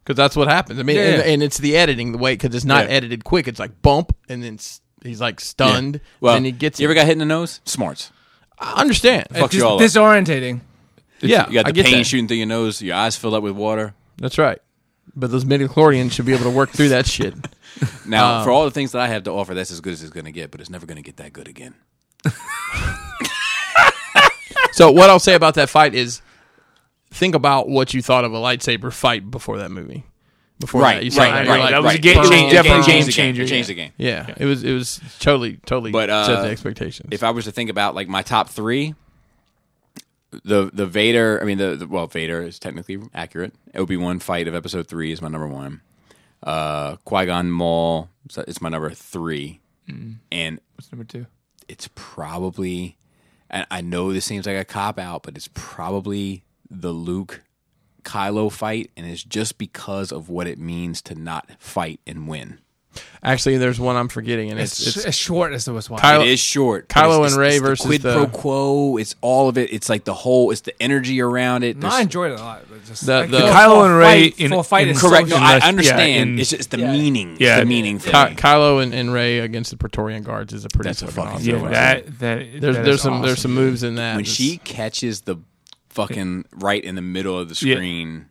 Because that's what happens. I mean, and, and it's the editing, the way because it's not
Yeah.
edited quick. It's like bump, and then s- he's like stunned.
Well,
and he gets.
you ever got hit in the nose? Smarts.
I understand.
Fuck
Dis-
you all. up.
disorientating.
yeah,
you got
I
the
get
pain
that.
shooting through your nose. Your eyes fill up with water.
That's right. But those midichlorians should be able to work through that shit.
Now, for all the things that I have to offer, that's as good as it's going to get, but it's never going to get that good again.
So what I'll say about that fight is, think about what you thought of a lightsaber fight before that movie. Before
Right,
that, you
right,
saw
right,
that,
right,
you're like,
That was a
right.
game-
It changed-
definitely
it changed the
game
game. It
changer,
changed the game.
Yeah, it was it was totally totally
But, uh,
set the expectations.
If I was to think about like my top three, the the Vader, I mean the, the well Vader is technically accurate. Obi Wan fight of Episode three is my number one. Uh, Qui Gon Maul, so it's my number three, and
What's number two?
it's probably. And I know this seems like a cop out, but it's probably the Luke Kylo fight, and it's just because of what it means to not fight and win.
Actually, there's one I'm forgetting, and it's,
It's,
it's,
as short as it was. Wild.
Kylo-
It is short. but
Kylo
it's-
and
it's-
Rey
it's the
versus
quid
the-
pro quo. It's all of it. It's like the whole. It's the energy around it.
No,
There's-
I enjoyed it a lot. But just,
The-
like,
the-
for a
Kylo and Rey
fight,
in-
for a fight
in-
is
correct. No,
so-
I
Yeah,
understand.
in-
it's just the meaning. Yeah,
Yeah.
it's the meaning thing.
Ky- Kylo and, and Ray against the Praetorian Guards is a pretty
That's a
fucking
fucking
awesome
good
Yeah,
fight.
that that
There's
that
there's
is
some
awesome.
there's some moves in that.
when
that's-
she catches the fucking right in the middle of the
Yeah.
screen,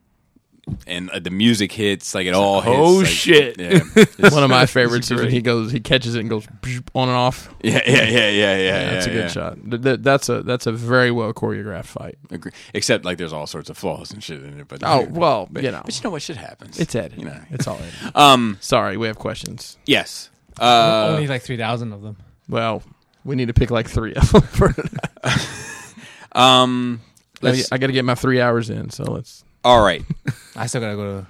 and uh, the music hits, like it all. hits,
oh,
like-
shit.
Yeah.
one of my favorites is when
great.
he goes he catches it and goes boop, on and off.
yeah, yeah, yeah, yeah, yeah, yeah.
that's a good
yeah.
shot. Th- th- that's a that's a very well choreographed fight.
Agree. Except like there's all sorts of flaws and shit in it. But
Oh well, you know,
But you know what? Shit happens.
it's Ed.
You know.
it's all Ed.
Um.
Sorry, we have questions.
Yes. Uh,
only like three thousand of them.
Well, we need to pick like three of them. For,
um. Let's,
Oh, I got to get my three hours in, so let's.
all right.
I still gotta go to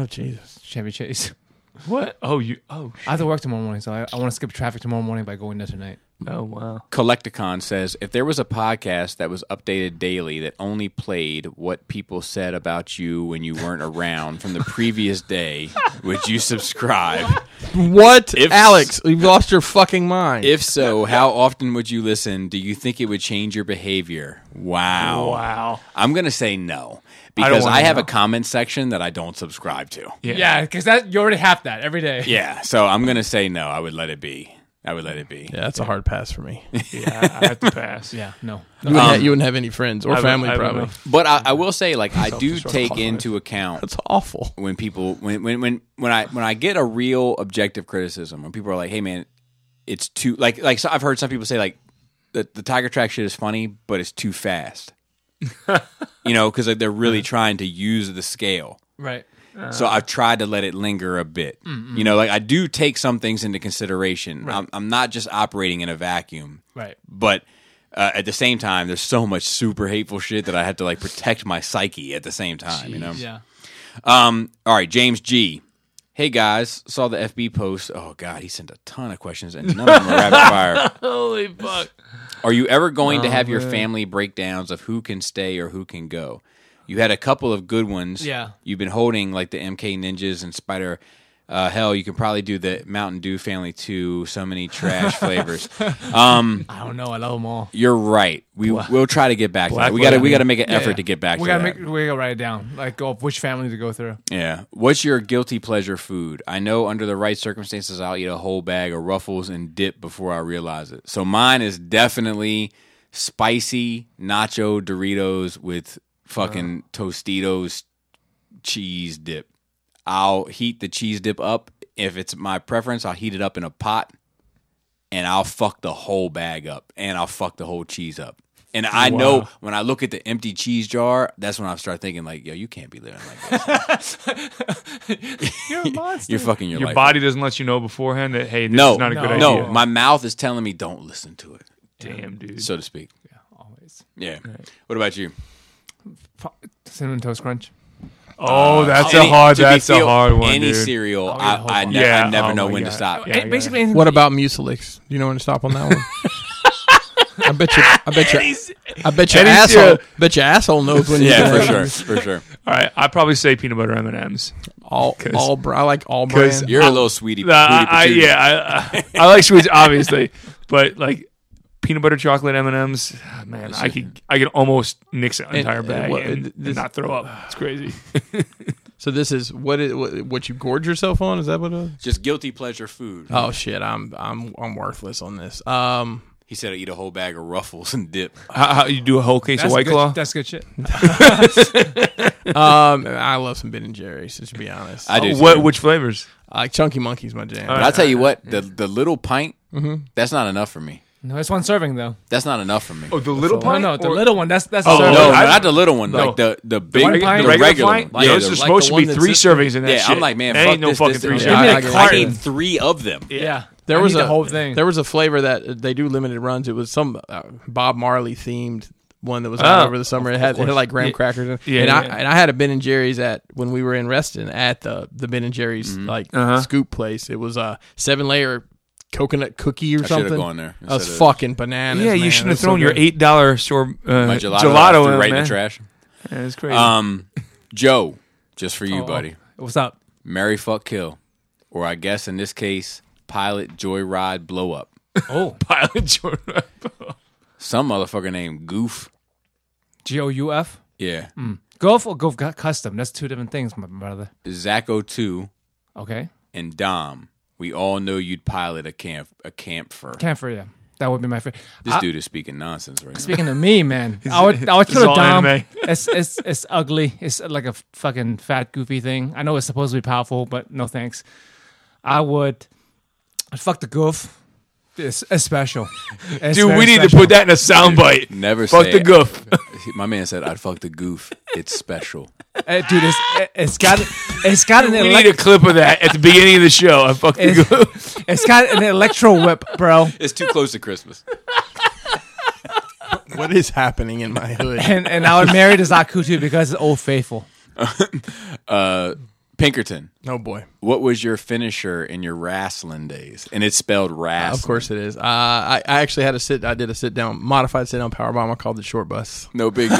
Oh Jesus!
Chevy Chase.
What? Oh, you. Oh,
I have to work tomorrow morning, so I, I want to skip traffic tomorrow morning by going there tonight.
oh, wow.
Collecticon says if there was a podcast that was updated daily that only played what people said about you when you weren't around from the previous day, would you subscribe?
What,
If-
Alex? You've lost your fucking mind.
If so, how often would you listen? Do you think it would change your behavior? Wow.
Wow.
I'm going to say no
don't
because
wanna
I, have a
know.
comment section that I don't subscribe to.
Yeah.
because Uh, that you already have that every day.
Yeah, so I'm going to say no. I would let it be. I would let it be.
yeah, that's a hard pass for me. You
Yeah, I have to pass.
Yeah, no.
wouldn't, ha- you wouldn't have any friends or
Um, I would-
family,
I would
probably.
know.
But I, I will say, like, I do
Self-destruct
take
quality.
into account
That's awful.
when people when when when when I when I get a real objective criticism when people are like, "Hey man, it's too like like so I've heard some people say like the the Tiger Track shit is funny, but it's too fast." you know, because like, they're really trying to use the scale.
Right.
So I've tried to let it linger a bit.
Mm,
You know, like I do take some things into consideration. I'm, I'm not just operating in a vacuum,
Right.
but uh, at the same time, there's so much super hateful shit that I have to like protect my psyche at the same time. you know,
Yeah.
um, all right, James G. Hey guys, saw the FB post. Oh god, he sent a ton of questions and none of them are rapid fire.
Holy fuck.
Are you ever going to have your family breakdowns of who can stay or who can go? You had a couple of good ones.
Yeah.
You've been holding like the MK Ninjas and Spider. Uh, hell, you can probably do the Mountain Dew family too. So many trash flavors. Um,
I don't know. I love them all.
You're right. We we'll try to get back. To that. We got to we got to make an effort to get back.
We
to
gotta
that.
make. We gotta write it down. Like, go which family to go through.
Yeah. What's your guilty pleasure food? I know under the right circumstances, I'll eat a whole bag of Ruffles and dip before I realize it. So mine is definitely spicy nacho Doritos with fucking Tostitos cheese dip. I'll heat the cheese dip up. If it's my preference, I'll heat it up in a pot and I'll fuck the whole bag up and I'll fuck the whole cheese up. And I know when I look at the empty cheese jar, that's when I start thinking like, yo, you can't be living like this.
You're a monster.
You're fucking your,
Your
life up.
body doesn't let you know beforehand that, hey, this
No,
is not a
no,
good idea.
my mouth is telling me don't listen to it,
Damn, dude.
so to speak.
Always.
Yeah. What about you?
Fu- Cinnamon toast crunch.
oh, that's
uh, Any-
a hard,
to be
that's a
feel-
hard one,
Any
dude.
cereal,
eat
I,
a whole
I,
box.
ne- I
Yeah,
never
oh
know
my
when to
God.
stop.
Yeah, I
Any-
got
basically, anything
What
to
about Mucilix? Do you know when to stop on that one? I bet you. I bet you. I bet your
Eddie's
asshole.
here.
Bet your asshole knows when.
Yeah,
you
for sure, for sure.
All right, I probably say peanut butter M and M's.
All, all. br- I like all
'Cause
brands.
You're a little sweetie.
I,
patootie
I,
patootie.
yeah, I, I, I like sweets obviously, but like peanut butter chocolate M and M's, man, I could I could almost nix an entire
and
bag
what-
and, and
this-
not throw up. It's crazy.
So this is what it, what, what you gorge yourself on. Is that what? It is?
Just guilty pleasure food.
Oh shit! I'm I'm I'm worthless on this. Um,
He said, I eat a whole bag of Ruffles and dip.
How, how you do a whole case
That's
of White
good,
Claw?
That's good shit.
Um, I love some Ben and Jerry's. To be honest,
I do.
What,
too.
which flavors?
like Chunky Monkey's my jam.
but I'll tell you what, the, the little pint, that's not enough for me.
No, it's one serving though.
That's not enough for me.
Oh, the little
No,
pint.
no, the
or-
little one. That's that's a
Oh,
serving.
no,
I-
not the little one. Like the, the big,
one
the,
pint?
regular,
pint?
one. Like,
yeah,
the-
those are
like
supposed
the
to be
one
three
that's-
servings in that
yeah,
shit.
I'm like, man,
There
fuck
ain't no
this,
fucking
this,
three
this.
servings.
I,
me a
I- I
carton.
need three of them.
yeah,
There
I
was
need
a
the whole thing.
There was a flavor that uh, they do limited runs. It was some uh, Bob Marley themed one that was
Oh,
out over the summer. It had, it had like graham
Yeah.
crackers. In. it.
Yeah,
and I
yeah.
and I had a Ben and Jerry's at when we were in Reston at the the Ben and Jerry's
Mm-hmm.
like
Uh-huh.
scoop place. It was a seven layer coconut cookie or
I should've
something.
gone there
That was
instead of-
fucking bananas.
Yeah,
man.
you
It
shouldn't have
was so
thrown your
good.
eight dollar store uh,
My gelato, I
gelato
threw
in,
right
man.
in the trash.
Yeah, it's crazy.
Um, Joe, just for you, buddy.
What's up?
Mary fuck kill, or I guess in this case, pilot joyride blow up.
Oh,
Pilot Jordan.
Some motherfucker named Goof.
G O U F.
Yeah,
Golf or golf got custom. That's two different things, my brother.
Zacko two
Okay,
and Dom. We all know you'd pilot a camp a camphor.
camphor. Yeah, that would be my favorite.
This dude is speaking nonsense right now.
Speaking of me, man, I would I would
it's
kill a
all
dom.
anime.
It's it's it's ugly. It's like a fucking fat goofy thing. I know it's supposed to be powerful, but no thanks. I would I'd fuck the goof. It's, it's special, It's
Dude,
very
we need to
special.
put that in a soundbite.
Never
Fuck
say
the
it.
goof.
My man said, "I'd fuck the goof. It's special."
Eh, dude. It's it- it's got it's got an
We need a
elec-
clip of that at the beginning of the show. I fuck the goof.
it's, it's got an electro whip, bro.
It's too close to Christmas.
What is happening in my hood?
And and I would marry the Zaku too because it's old faithful.
Uh, Pinkerton,
oh boy.
what was your finisher in your wrestling days? And it's spelled wrestling.
Uh, Of course it is. Uh, I, I actually had a sit. I did a sit down, modified sit down power bomb. I called the short bus.
no big deal.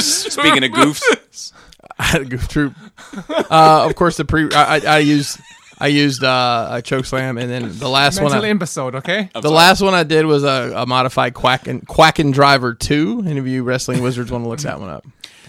Speaking of goofs,
I had a goof troop. Uh, of course, the pre. I, I, I used I used uh, a choke slam, and then the last one.
Mental
I,
imbecile, okay?
the last one I did was a, a modified Quackin Quackin Driver Two. Any of you wrestling wizards want to look that one up?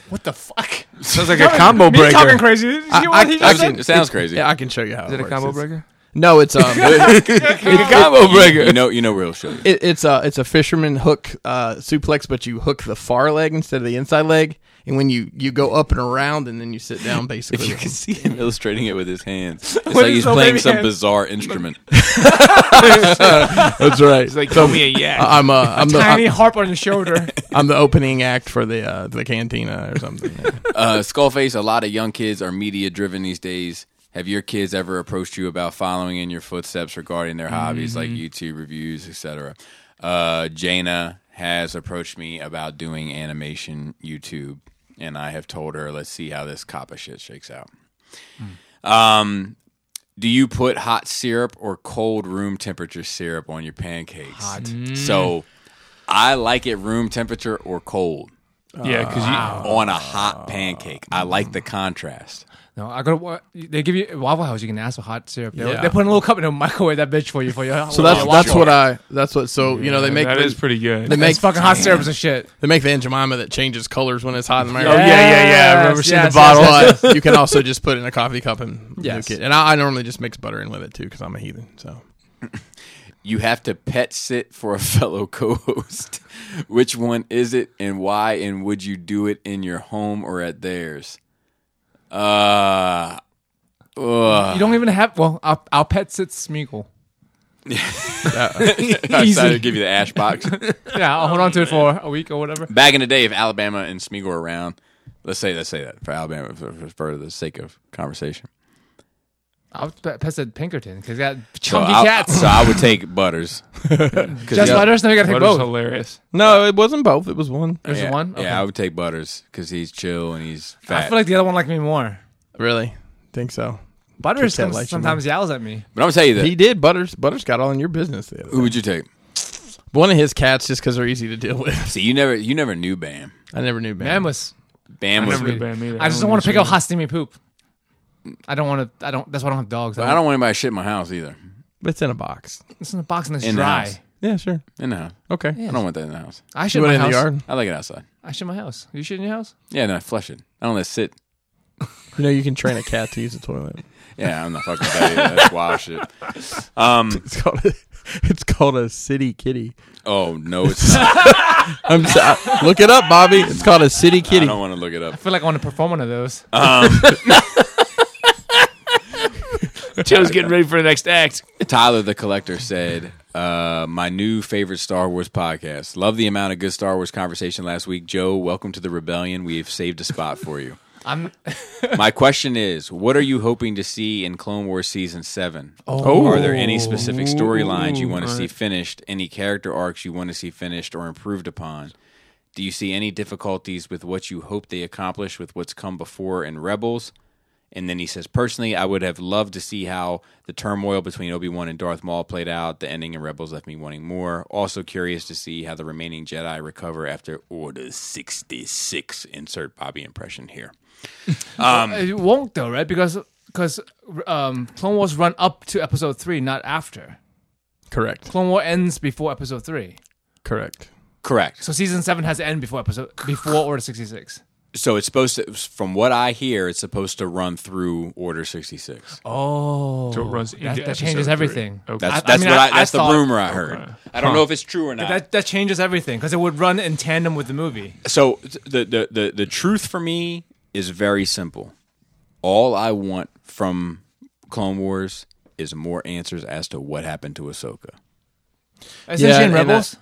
What the fuck?
Sounds like a combo
Me talking
breaker.
crazy. Did you hear what he
I-
just said?
it sounds crazy.
Yeah, I can show you how. Is it,
a
works.
combo
It's-
breaker?
No, it's um,
A combo breaker.
you know, you know, where he'll show you.
it, it's a it's a fisherman hook uh, suplex, but you hook the far leg instead of the inside leg, and when you you go up and around, and then you sit down basically.
If you can see him illustrating it with his hands, it's
With
like he's
his little
playing
baby
some
hands.
bizarre instrument.
That's right.
It's like, throw me a yak.
I'm uh, I'm the
Tiny harp on his shoulder.
I'm the opening act for the uh, the cantina or something.
Uh, Skullface, a lot of young kids are media driven these days. Have your kids ever approached you about following in your footsteps regarding their hobbies like YouTube reviews, etc.? Uh, Jaina has approached me about doing animation YouTube, and I have told her, "Let's see how this coppa shit shakes out." Um, do you put hot syrup or cold room temperature syrup on your pancakes? Hot. So I like it room temperature or cold
yeah, because you.
on a hot pancake. I like the contrast.
No, I gotta. wa- They give you at Waffle House. You can ask for hot syrup. They,
Yeah.
they put in a little cup and they'll microwave that bitch for you for your.
So that's that's what I that's what. So you know they make
that
the,
is pretty good.
they make
fucking hot syrup is a shit.
They make the Aunt Jemima that changes colors when it's hot in
Oh yeah,
America.
yeah, yeah. I remember
Yes,
seeing
yes,
the bottle.
But you can also just put it in a coffee cup and
Yes.
nuke it. And I, I normally just mix butter in with it too because I'm a heathen. So
You have to pet sit for a fellow co host. Which one is it and why? And would you do it in your home or at theirs? Uh,
You don't even have. Well, our, our pet sits Smeagol.
I
Easy.
decided to give you the ash box.
Yeah, I'll hold on to it for a week or whatever.
Back in the day, if Alabama and Smeagol were around, let's say let's say that for Alabama for, for, for the sake of conversation.
I'll pet, pet sit Pinkerton because got
So,
chunky
I'll-
cats.
so I would take Butters.
Just let us know you gotta take
That was
both.
hilarious.
no, it wasn't both. It was one.
There's
yeah,
one. Okay.
Yeah, I would take Butters because he's chill and he's fat.
I feel like the other one liked me more.
Really, think so.
Butters
Kit Kat
comes-
likes you
sometimes yells at me.
but I'm gonna tell you
He
that.
did. Butters Butters got all in your business. The other
Who
day.
would you take?
One of his cats just because they're easy to deal with.
See, you never you never knew Bam.
I never knew. Man,
Man was.
Bam was
Never knew Bam either.
I just don't want to pick up hot steamy poop. I don't want to. I don't. That's why I don't have dogs.
But I don't want anybody to shit in my house either.
it's in a box.
It's in a box and it's
In the
dry.
house.
Yeah, sure.
In the house.
Okay.
I don't want that in the house.
I shit
You
in
went
my
in the
house.
yard.
I like it outside.
I shit in my house. You shit in your house?
Yeah, then I flush it. I don't let it sit.
You know you can train a cat to use the toilet.
Yeah, I'm not fucking with that either. That's wild shit. Um,
It's called a, It's called a city kitty.
Oh no, it's not.
I'm so, look it up, Bobby. It's called a city
I
kitty.
don't want to look it up.
I feel like I want to perform one of those.
Uh.
Joe's getting ready for the next act.
Tyler the Collector said, uh, "My new favorite Star Wars podcast. Love the amount of good Star Wars conversation last week. Joe, welcome to the rebellion. We've saved a spot for you.
I'm.
My question is, what are you hoping to see in Clone Wars season seven? Oh, are there any specific storylines you want to see finished? Any character arcs you want to see finished or improved upon?" Do you see any difficulties with what you hope they accomplish with what's come before in Rebels? And then he says, personally, I would have loved to see how the turmoil between Obi Wan and Darth Maul played out. The ending in Rebels left me wanting more. Also curious to see how the remaining Jedi recover after Order sixty six. Insert Bobby impression here.
it won't though, right? Because because um, Clone Wars run up to episode three, not after.
Correct.
Clone War ends before episode three,
Correct.
Correct.
so season seven has to end before episode before Order sixty six.
So it's supposed to, from what I hear, it's supposed to run through Order sixty six.
Oh,
So it runs
that,
into
that
episode
changes
three.
everything.
Okay.
That's
I- I
that's
mean,
what
I-
I,
I
that's the
thought-
rumor I heard. I don't know if it's true or not.
That that changes everything because it would run in tandem with the movie.
so th- the, the the the truth for me is very simple. All I want from Clone Wars is more answers as to what happened to Ahsoka.
Isn't
Yeah,
she in
and
Rebels?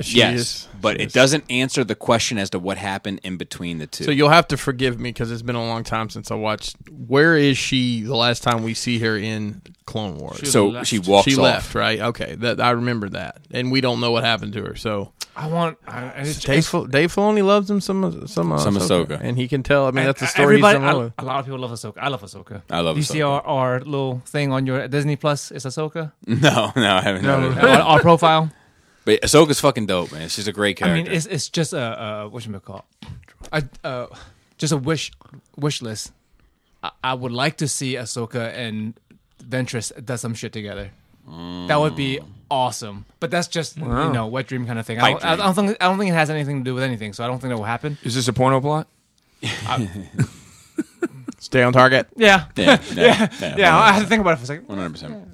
She
yes,
is-
but
she
it
is.
doesn't answer the question as to what happened in between the two.
So you'll have to forgive me because it's been a long time since I watched. Where is she? The last time we see her in Clone Wars,
So
left.
she walks
she
off.
left, right? Okay, that I remember that, and we don't know what happened to her. So
I want. I, I just,
Dave, Fil- Dave Filoni loves him some some uh,
Some
Ahsoka.
Ahsoka.
and he can tell. I mean, that's the story. he's
Everybody,
done well
I,
with.
a lot of people love Ahsoka. I love Ahsoka.
I love
Do you see
Ahsoka.
our, our little thing on your Disney Plus? Is Ahsoka
no, no, I haven't. No,
our, our profile?
But Ahsoka's fucking dope, man. She's a great
I
character.
mean, it's it's just a uh, what you call, a uh, just a wish wish list. I, I would like to see Ahsoka and Ventress does some shit together. That would be awesome. But that's just you know wet dream kind of thing. I
Pipe
don't, I don't think I don't think it has anything to do with anything. So I don't think that will happen.
Is this a porno plot?
Stay on target.
Yeah,
yeah, Um, yeah,
yeah. I had to think about it for a second.
one hundred percent.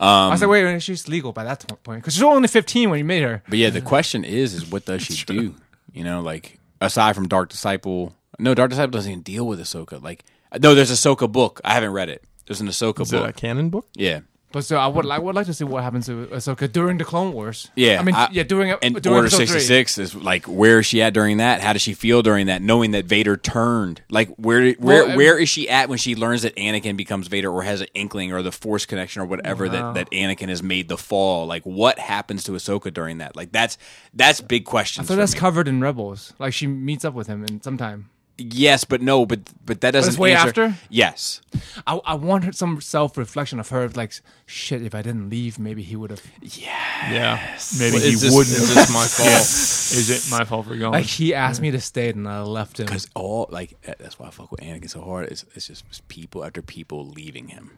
I said, wait, wait, she's legal by that point because she was only 15 when you made her.
But yeah, the question is, is what does she do? You know, like aside from Dark Disciple, no, Dark Disciple doesn't even deal with Ahsoka. Like, no, there's Ahsoka book. I haven't read it. There's an Ahsoka
Is it
book.
a canon book?
Yeah,
But so I would like would like to see what happens to Ahsoka during the Clone Wars.
yeah.
I mean, yeah, during
and
during
Order
episode three.
sixty six is like where is she at during that? How does she feel during that? Knowing that Vader turned, like where where
Well, I-
where is she at when she learns that Anakin becomes Vader or has an inkling or the Force connection or whatever that that Anakin has made the fall? Like what happens to Ahsoka during that? Like that's that's big questions.
So
for
that's
me.
covered in Rebels. Like she meets up with him in sometime.
Yes, but no, but but that doesn't.
way
answer-
after?
Yes,
I, I want her, some self reflection of her. Like shit, if I didn't leave, maybe he would have.
Yeah,
Maybe
Well, is
he
this-
wouldn't.
Is this my fault?
Is it my fault for going?
Like he asked me to stay and I left him.
because all like that- that's why I fuck with Anakin so hard. It's it's just people after people leaving him.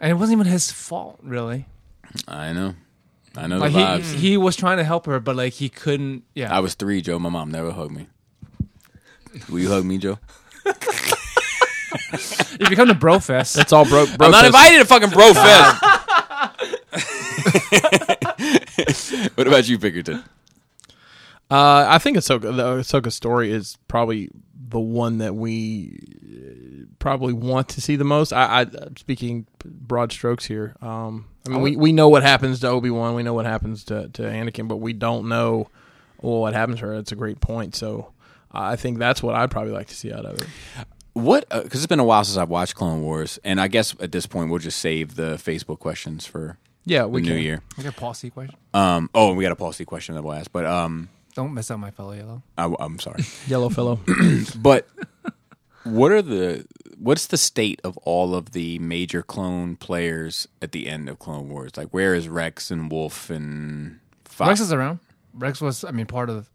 And it wasn't even his fault, really.
I know, I know
Like
the
he,
vibes.
he was trying to help her, but like he couldn't. Yeah,
I was three, Joe. My mom never hugged me. Will you hug me, Joe?
you become the bro fest.
It's all broke. Bro
I'm not
fist.
invited to fucking bro fest. what about you, Pickerton?
Uh, I think Ahsoka, the Ahsoka story is probably the one that we uh, probably want to see the most. I, I speaking broad strokes here. Um, I mean, we, we know what happens to Obi Wan, we know what happens to, to Anakin, but we don't know well, what happens to her. That's a great point. So I think that's what I'd probably like to see out of it.
What? Because it's been a while since I've watched Clone Wars, and I guess at this point we'll just save the Facebook questions for
Yeah,
the
we
new
can.
year.
Like a policy question.
Um. Oh, and we got a policy question that we'll ask, but um,
Don't mess up my fellow yellow.
I, I'm sorry.
Yellow fellow.
But what are the what's the state of all of the major clone players at the end of Clone Wars? Like where is Rex and Wolf and Fox?
Rex is around. Rex was, I mean, part of.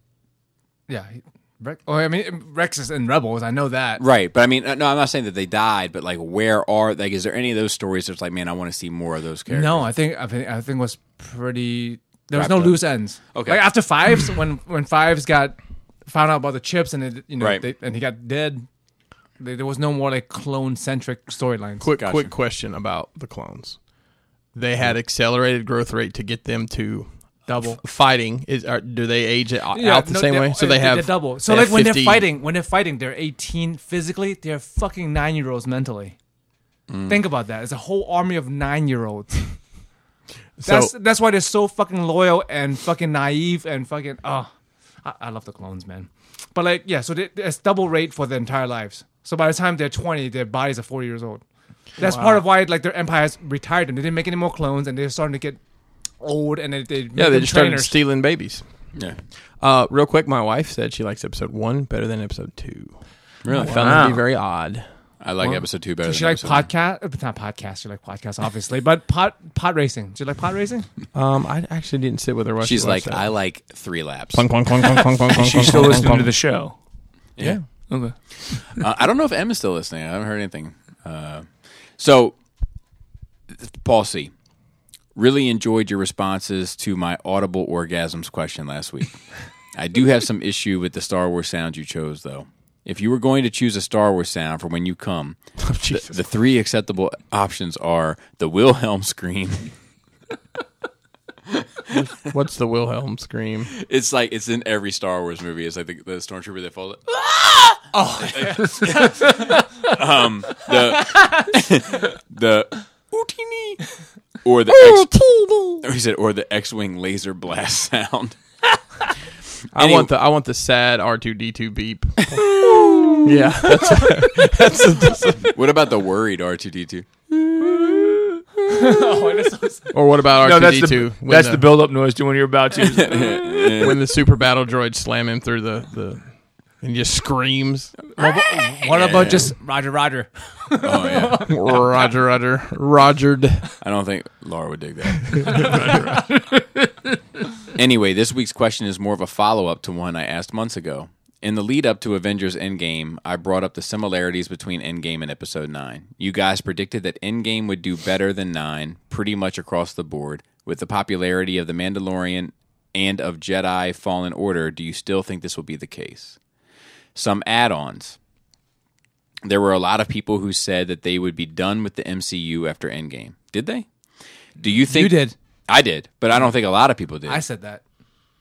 Yeah, he- Rex. Oh, I mean, Rex is in Rebels. I know that.
right, but I mean, uh, no, I'm not saying that they died, but like where are like is there any of those stories that's like, man, I want to see more of those characters?
No, I think I think I think it was pretty. There was
Wrapped
no
up.
loose ends.
Okay.
Like after fives, when when fives got found out about the chips and it, you know
Right.
they, and he got dead, they, there was no more like clone centric storylines.
quick
Gotcha.
quick question about the clones. they had accelerated growth rate to get them to Hmm. double fighting. Is are, do they age it out the
no,
same
they're-
way? So they
they're
have
double. So
they
like
have
when they're
50
fighting, when they're fighting, they're 18 physically. They're fucking nine year olds mentally.
Mm.
Think about that. It's a whole army of nine year olds. That's that's why they're so fucking loyal and fucking naive and fucking oh, I, I love the clones, man. But like yeah, so they, it's double rate for their entire lives. So by the time they're 20, their bodies are 40 years old. That's part of why like their empires retired them. They didn't make any more clones, and they're starting to get old, and they, they make
Yeah, they
them
just started
trainers.
stealing babies.
Yeah.
Uh, real quick, my wife said she likes episode one better than episode two. Really, I found that to be very odd.
I like episode two better.
She
than
like
episode
podcast, uh, not podcast. She like podcast, obviously, but pot pot racing. Do you like pot racing?
Um, I actually didn't sit with her. While
one.
she
She's like,
watched that.
I like three laps.
Clunk, clunk, clunk, clunk, clunk, clunk, clunk,
She's still
clunk,
listening
clunk,
to the show.
Yeah.
Okay.
Uh, I don't know if Emma's still listening. I haven't heard anything. Uh, so, Paul C. Really enjoyed your responses to my audible orgasms question last week. I do have some issue with the Star Wars sound you chose, though. If you were going to choose a Star Wars sound for when you come, the, the three acceptable options are the Wilhelm scream.
clunk. What's the Wilhelm scream?
It's like it's in every Star Wars movie. It's like the, the stormtrooper that falls. "Ah!" um, the the Utini or the X, or he said or the X-wing laser blast sound.
I
Anyway.
want the I want the sad R two D two beep. yeah, that's, that's, that's
What about the worried R2D2?
Oh,
or what about
No,
R two
that's
D two?
the that's the build-up noise to when you're about to.
when the super battle droids slam him through the the and he just screams.
What about just Roger Roger?
Oh yeah,
Roger, Roger, Rogered.
I don't think Laura would dig that. anyway, this week's question is more of a follow-up to one I asked months ago. In the lead up to Avengers Endgame, I brought up the similarities between Endgame and Episode 9. You guys predicted that Endgame would do better than 9 pretty much across the board. With the popularity of The Mandalorian and of Jedi Fallen Order, do you still think this will be the case? Some add ons. There were a lot of people who said that they would be done with the MCU after Endgame. Did they? Do you think.
You did.
I did, but I don't think a lot of people did.
I said that.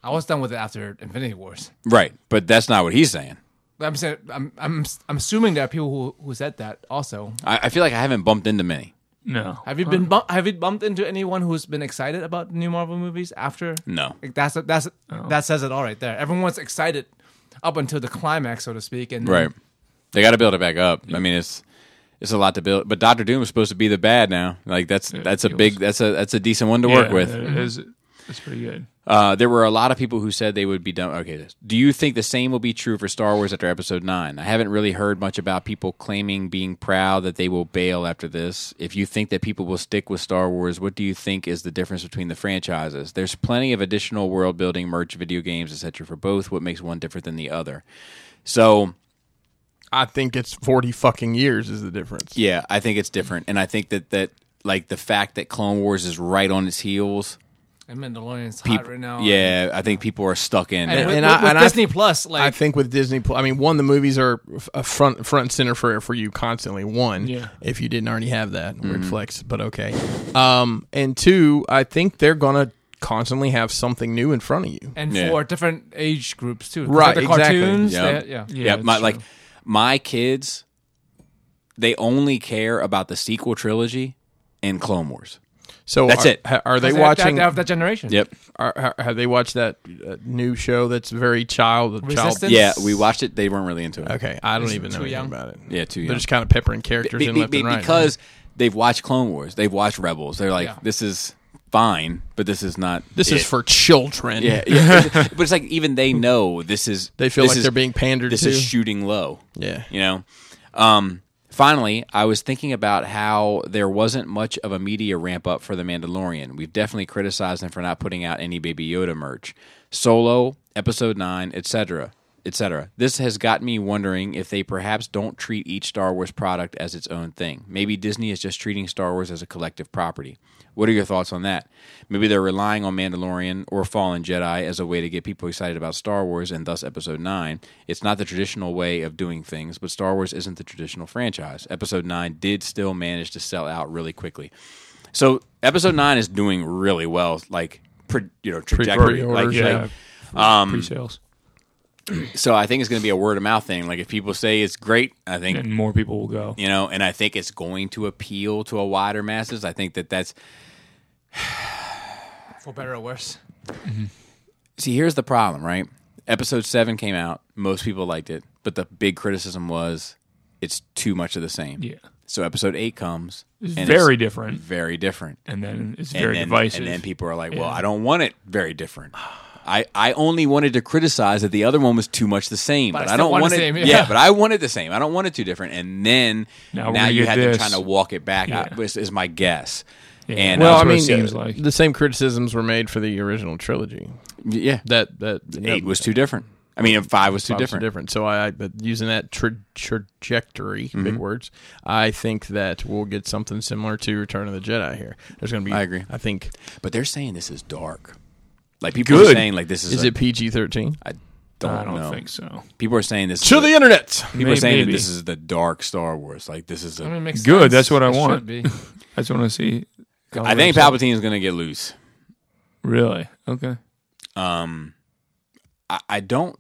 I was done with it after Infinity Wars.
right, but that's not what he's saying.
But I'm saying I'm I'm I'm assuming there are people who who said that also.
I, I feel like I haven't bumped into many.
no.
Have you been bump, have you bumped into anyone who's been excited about the new Marvel movies after?
No.
Like that's a, that's a- that says it all right there. Everyone's excited up until the climax, so to speak, and
Right. They got to build it back up. I mean, it's it's a lot to build. But Doctor Doom is supposed to be the bad now. Like that's that's a
he
big that's a that's a decent one to work
Yeah,
with.
it is- It's pretty good.
Uh, there were a lot of people who said they would be done. Okay, this. do you think the same will be true for Star Wars after Episode Nine? I haven't really heard much about people claiming being proud that they will bail after this. If you think that people will stick with Star Wars, what do you think is the difference between the franchises? There's plenty of additional world building, merch, video games, etc. For both, what makes one different than the other? So
I think it's forty fucking years is the difference.
Yeah, I think it's different, and I think that that like the fact that Clone Wars is right on its heels.
and Mandalorian's
peop-
hot right now.
yeah, I think people are stuck in.
and,
it.
with,
and
with-
I-
with
and I-
Disney Plus, like
I think with Disney, Pl- I mean, one, the movies are f- a front front and center for for you constantly. One,
Yeah.
if you didn't already have that, weird
Mm-hmm.
flex, but okay. Um, and two, I think they're gonna constantly have something new in front of you.
and
Yeah.
for different age groups too. 'Cause
Right,
the
exactly.
cartoons.
Yeah.
Yeah, yeah.
yeah,
it's
my
true.
like my kids, they only care about the sequel trilogy and Clone Wars.
So
That's
are,
it.
ha- Are they
That-
watching?
that, that, that generation?
Yep.
are, ha- have they watched that uh, new show that's very child
Resistance?
child?
Yeah, we watched it. They weren't really into it.
Okay, I don't even know
too
anything
young.
about it.
Yeah, too
They're
young.
just kind of peppering characters
Be-
in
be-
left
be-
and right.
because they've watched Clone Wars, they've watched Rebels. They're like,
Yeah.
this is fine, but this is not.
this is
it.
for children.
Yeah, yeah. but it's like even they know this is.
They feel
this
like
is-
they're being pandered
This
to.
is shooting low.
Yeah.
you know. Um, finally, I was thinking about how there wasn't much of a media ramp up for the Mandalorian. We've definitely criticized them for not putting out any Baby Yoda merch, Solo, Episode Nine, etc. Etc. This has got me wondering if they perhaps don't treat each Star Wars product as its own thing. Maybe Disney is just treating Star Wars as a collective property. What are your thoughts on that? Maybe they're relying on Mandalorian or Fallen Jedi as a way to get people excited about Star Wars and thus Episode 9. It's not the traditional way of doing things, but Star Wars isn't the traditional franchise. Episode 9 did still manage to sell out really quickly. So episode nine is doing really well, like pre, you know trajectory. Like,
yeah.
like,
pre-sales,
so I think it's going to be a word of mouth thing. Like if people say it's great, I think
and more people will go.
you know, and I think it's going to appeal to a wider masses. I think that that's
For better or worse.
see here's the problem right episode 7 came out most people liked it but the big criticism was it's too much of the same
Yeah.
so episode 8 comes
It's
and
very different,
very different
and then it's
And
very
then-
divisive.
and then people are like well
Yeah.
i don't want it very different I, I only wanted to criticize that the other one was too much the same, but,
I
I
still
don't
want
want
the
it.
same, yeah.
yeah. but I want it the same. I don't want it too different. And then
Now
now,
we're gonna
you
get
had them
this.
trying to walk it back.
Yeah.
I, is, is my guess. And
Well,
uh,
I mean, seems like.
the same criticisms were made for the original trilogy.
yeah,
That that
eight was too different. I mean, five was too
Five was
different.
different. So I, I but using that tra- trajectory, big words. I think that we'll get something similar to Return of the Jedi here. There's going to be.
I agree.
I think
But they're saying this is dark. Like people are
Good.
saying like this is.
is
a-
it PG thirteen?
I don't,
I don't
know.
think so.
People are saying this.
To
is
the internet.
people are
May-
saying that
maybe.
this is the dark Star Wars. Like this is. A, I,
Good, that's what I want.
Be.
That's what I see.
think Palpatine is going to get loose.
Really? Okay.
Um, I, I don't.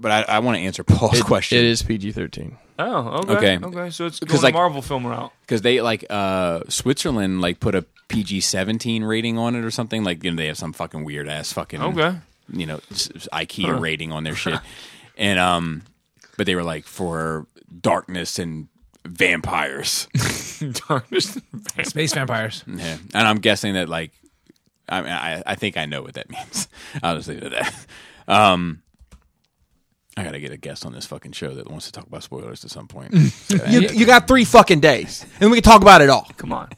But I, I want to answer Paul's question.
It is PG thirteen.
Oh,
Okay.
okay. so it's
'Cause,
going
like-
the Marvel film route.
because they like uh Switzerland like put a PG seventeen rating on it or something. Like you know they have some fucking weird ass fucking
Okay.
you know s- s- IKEA rating on their shit, and um, but they were like for darkness and vampires,
Darkness.
Space vampires.
yeah. and I'm guessing that like I mean, I I think I know what that means. I'll just leave it at that. Um. I gotta get a guest on this fucking show that wants to talk about spoilers at some point.
You, you got three fucking days, and we can talk about it all.
Come on.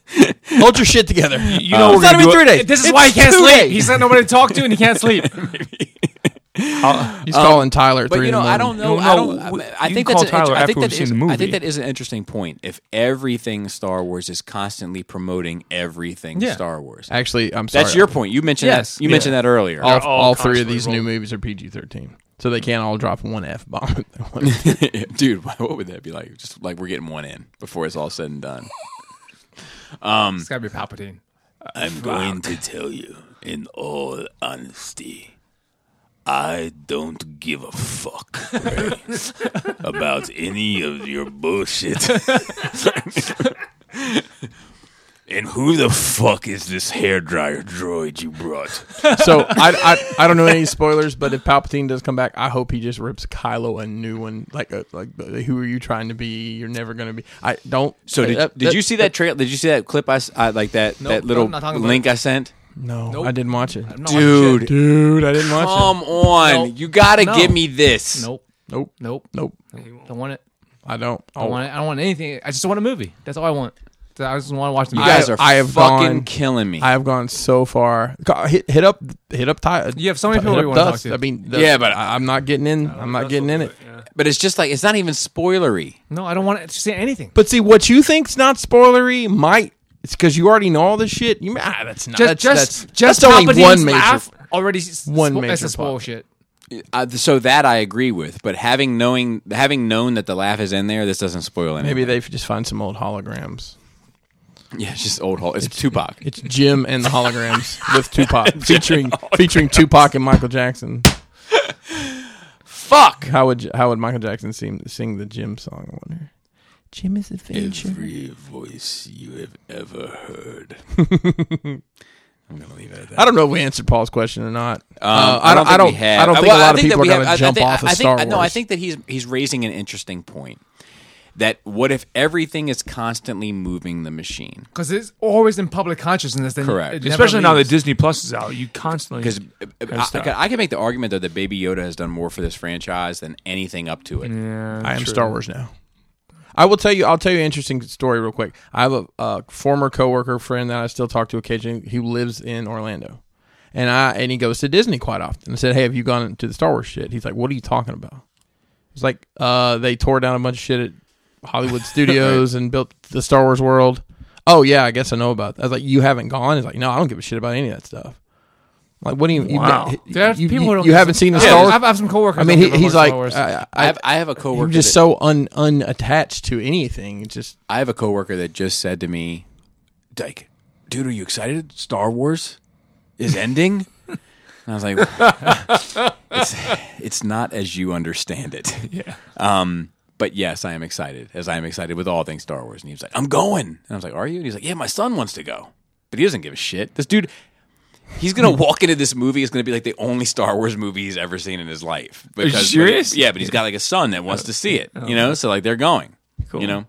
Hold your shit together.
You know
it's not
we're gonna
even
do
three
it-
days.
This is
It's
why he can't
two
sleep.
days.
He's got nobody to talk to, and he can't sleep.
He's calling Tyler.
But
three
you
in the
know, I
morning.
Oh,
don't know.
No,
I don't.
no,
I-
we-
I
you
think
can
that's.
call
An, int-
Tyler
I
after
think that
we've seen
is.
the movie.
I think that is an interesting point. If everything Star Wars is constantly promoting everything
Yeah.
Star Wars,
Actually, I'm sorry.
that's your point. You mentioned
Yes.
that. You mentioned that earlier.
all,
They're all
all three of
constantly
these new
rolled.
movies are PG thirteen, so they can't all drop one f bomb.
Dude, why- what would that be like? Just like we're getting one in before it's all said and done.
It's got to be Palpatine.
I'm going to tell you, in all honesty, I don't give a fuck about any of your bullshit. and who the fuck is this hairdryer droid you brought?
so I, I I don't know any spoilers, but if Palpatine does come back, I hope he just rips Kylo a new one. Like a, like who are you trying to be? You're never gonna be. I don't. Uh,
So did,
that-
did you see that trail? Did you see that clip? I, s- I- like that that little
I'm not talking about
link I sent.
No, I didn't watch it,
I'm not watching shit.
Dude, I didn't watch
Come on,
Nope.
you gotta
No.
give me this.
Nope.
it. Nope,
Nope.
nope. Oh.
Don't want it.
I don't.
I don't want it. I don't want anything. I just want a movie. That's all I want. I just want to watch the
You
movie.
guys
I-
are
I have
fucking
gone-
killing me.
I have gone so far. Go- Hit, hit up, hit up. Ty,
You have so many people
hit
you
up
wanna talk
Dust.
to.
I mean,
Yeah, but-
I, I'm not getting in. I'm not getting in it.
but it's just like it's not even spoilery.
no, I don't want to say anything.
But see, what you think's not spoilery might it's because you already know all this shit. You ah, that's not
just,
that's,
just,
that's,
just
that's only
Palpatine's
one major.
laugh already. s-
one
spo-
major
That's a spoil
plot.
shit.
Uh, so that I agree with, but having knowing having known that the laugh is in there, this doesn't spoil anything.
Maybe they just find some old holograms.
yeah, it's just old hole. It's, Tupac.
It's Jim and the holograms with Tupac featuring featuring Tupac and Michael Jackson. Fuck! How would how would Michael Jackson sing sing the Jim song? I wonder. Jim is adventure.
Every voice you have ever heard.
I'm gonna leave it at that.
I don't know if we answered Paul's question or not.
Um,
uh, I don't. I don't. I don't,
have-
think
well,
a
I
lot of
think that
people are
we
going
have- I- I
to jump
think-
off of
I think,
Star Wars.
No, I think that he's he's raising an interesting point. That what if everything is constantly moving the machine?
Because it's always in public consciousness. Then
Correct.
it never
Especially now that
leaves.
Disney Plus is out, you constantly
Because
That's
uh, I,
tough.
I, can make the argument though that Baby Yoda has done more for this franchise than anything up to it.
Mm. I am Star Wars now. I will tell you. I'll tell you an interesting story real quick. I have a, a former coworker friend that I still talk to occasionally who lives in Orlando, and I and he goes to Disney quite often. I said, "Hey, have you gone to the Star Wars shit?" He's like, "What are you talking about?" It's like uh, they tore down a bunch of shit at Hollywood Studios and built the Star Wars world. Oh yeah, I guess I know about that. I was like, "You haven't gone?" He's like, "No, I don't give a shit about any of that stuff." I'm like, what do you?
Wow.
You,
There are
you,
people
you-
who don't
you
give a-
haven't seen the
I-
Star Wars?
I've- I have some coworkers
I mean,
who
he,
don't give a
he's
fuck
like,
Star Wars.
I,
I
I,
have I have a coworker
I'm just
that,
so un unattached to anything. It's just
I have a coworker that just said to me, Dyke, dude, are you excited? Star Wars is ending? And I was like, it's, it's not as you understand it. Yeah. Um, but yes, I am excited, as I am excited with all things Star Wars. And he was like, I'm going. And I was like, Are you? And he's like, Yeah, my son wants to go. But he doesn't give a shit. This dude, he's going to walk into this movie. It's going to be like the only Star Wars movie he's ever seen in his life. Because,
serious?
Yeah, but he's got like a son that wants to see it, you know? So, like, they're going. Cool. You know?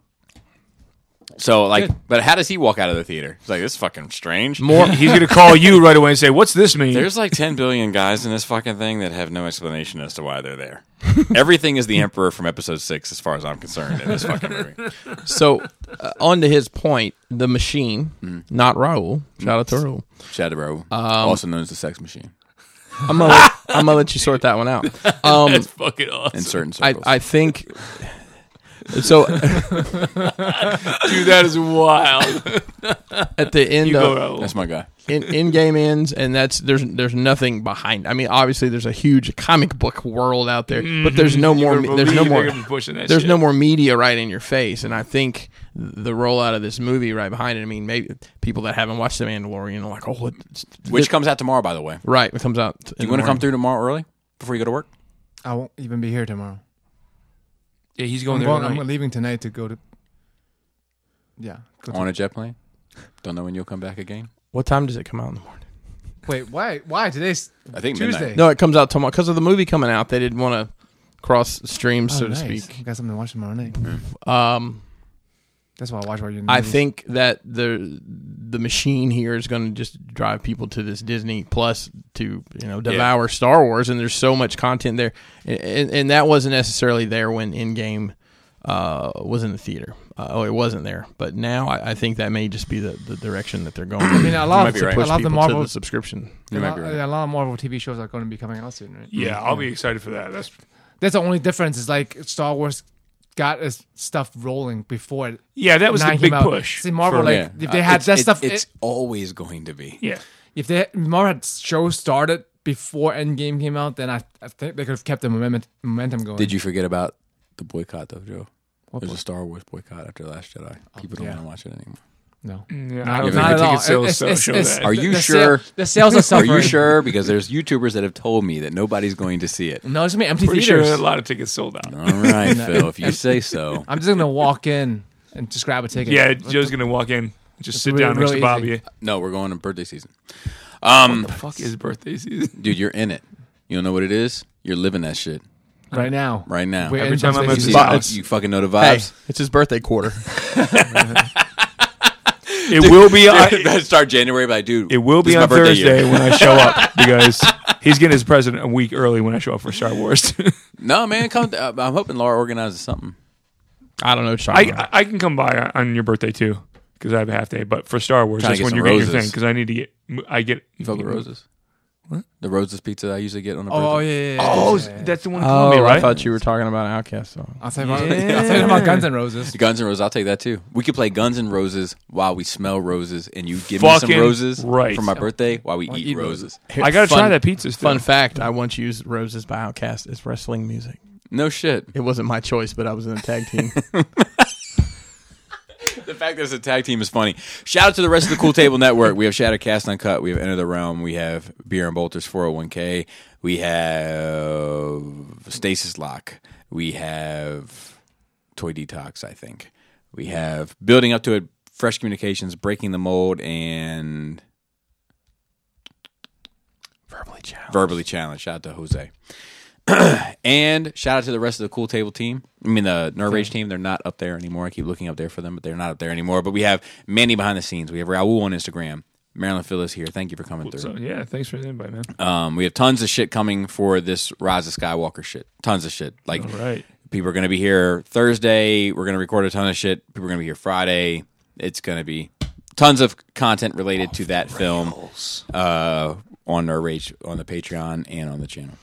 So, like, but how does he walk out of the theater? He's like, This is fucking strange.
More, he's going to call you right away and say, "What's this mean?"
There's like 10 billion guys in this fucking thing that have no explanation as to why they're there. Everything is the Emperor from episode six, as far as I'm concerned, in this fucking movie.
So, uh, on to his point, the machine,
Mm.
not Raul. Shout out to Raul.
Shadow Row,
Um,
also known as the Sex Machine,
I'm gonna, let, I'm gonna let you sort that one out. Um,
fucking awesome.
in certain
I,
circles.
I think so.
Dude, that is wild.
At the end
You go,
of
Raoul.
That's my guy.
in, in game ends, and that's there's there's nothing behind. I mean, obviously there's a huge comic book world out there,
Mm-hmm.
but there's no more.
better
There's no
believe they're
more.
gonna be pushing that
There's
shit.
no more media right in your face, and I think the rollout of this movie right behind it. I mean, maybe people that haven't watched The Mandalorian are like, oh, what?
Which comes out tomorrow, by the way.
Right, it comes out.
Do you want to come through tomorrow early before you go to work?
I won't even be here tomorrow.
Yeah, he's
I'm,
going
going,
there.
I'm
tonight.
leaving tonight to go to. Yeah. Go to,
On a jet plane? Don't know when you'll come back again.
What time does it come out in the morning?
wait, why? Why today's
I think midnight.
Tuesday?
No, it comes out tomorrow because of the movie coming out. They didn't want to cross streams,
Oh,
so to
nice.
speak.
I got something to watch tomorrow night.
Um,
That's why I watch while you're. in the
I
movies.
think that the the machine here is going to just drive people to this Disney Plus to you know devour Star Wars, and there's so much content there, and, and, and that wasn't necessarily there when In Game uh, was in the theater. Uh, oh, it wasn't there, but now I, I think that may just be the, the direction that they're going.
I mean, a lot of
be right.
a
push
lot of the
people
Marvel,
to the subscription.
You
a
might
lot-
be right.
a lot of Marvel TV shows are going to be coming out soon, right?
Yeah, I'll be excited for that. That's
That's the only difference. Is like Star Wars got its stuff rolling before it.
yeah, that was
nine came
the big
out.
push.
See, Marvel
for-
like if they had
it's,
that
it-
stuff,
It's
it-
always going to be.
yeah,
if they Marvel had show started before Endgame came out, then I, I think they could have kept the momentum momentum going.
Did you forget about the boycott, though, Joe? There's a Star Wars boycott after Last Jedi. People don't
yeah.
want to watch it anymore.
No,
yeah. I
Not
don't think
at
the
all.
ticket sales
It's-
so-
it's-
show
it's-
that.
Are you
the
sure?
Sale, the sales are
Are
suffering.
you sure? Because there's YouTubers that have told me that nobody's going to see it.
No, there's gonna be empty
Pretty
theaters.
sure a lot of tickets sold out.
All right, Phil, if you say so.
I'm just gonna walk in and just grab a ticket.
Yeah, Joe's gonna walk in, just sit
really-
down next
really
to Bobby.
No, we're going on birthday season.
The fuck is birthday season?
Dude, you're in it. You don't know what it is? You're living that shit
right now.
right now.
We're
Every
in
time I'm
Boston.
You
at the
see
box.
how you fucking know the
Hey,
vibes.
it's his birthday quarter.
It will be.
Dude,
I-
that'd start January, but I do.
It will
this is
be
my
on
birthday year.
Thursday when I show up because he's getting his present a week early when I show up for Star Wars.
No, man, come. uh, I'm hoping Laura organizes something.
I don't know. What you're
I,
talking about.
I- I can come by on- on your birthday too because I have a half day. But for Star Wars,
Trying to
that's
get
when
some
you're getting your
roses.
thing because I need to get. I get.
You fuck with roses. What? The roses pizza I usually get on a birthday.
Oh yeah, yeah, yeah.
Oh,
yeah, yeah.
that's the one. in
Oh,
Columbia, right?
I thought you were talking about Outcast. Song.
I'll tell you about, I'll tell you about Guns N' Roses.
Guns and Roses, I'll take that too. We could play Guns and Roses while we smell roses, and you give me
Fucking
some roses
right.
for my birthday while we eat,
eat
roses.
I gotta
Fun-
try that pizza. Still.
Fun fact: I once used "Roses" by Outcast as wrestling music.
No shit.
It wasn't my choice, but I was in a tag team.
The fact that it's a tag team is funny. Shout out to the rest of the Cool Table Network. We have Shadowcast Uncut. We have Enter the Realm. We have Beer and Bolters 401k. We have Stasis Lock. We have Toy Detox, I think. We have Building Up to It, Fresh Communications, Breaking the Mold, and
Verbally challenged.
Verbally Challenged. Shout out to Jose. and shout out to the rest of the Cool Table team. I mean, the Nerve Rage team. They're not up there anymore. I keep looking up there for them, but they're not up there anymore. But we have Manny behind the scenes. We have Raul on Instagram. Marilyn Phil is here. Thank you for coming through.
So, yeah, thanks for the invite, man.
Um, we have tons of shit coming for this Rise of Skywalker shit. Tons of shit. Like,
right.
people are going to be here Thursday. We're going to record a ton of shit. People are going to be here Friday. It's going to be tons of content related to that film uh, on our rage on the Patreon and on the channel.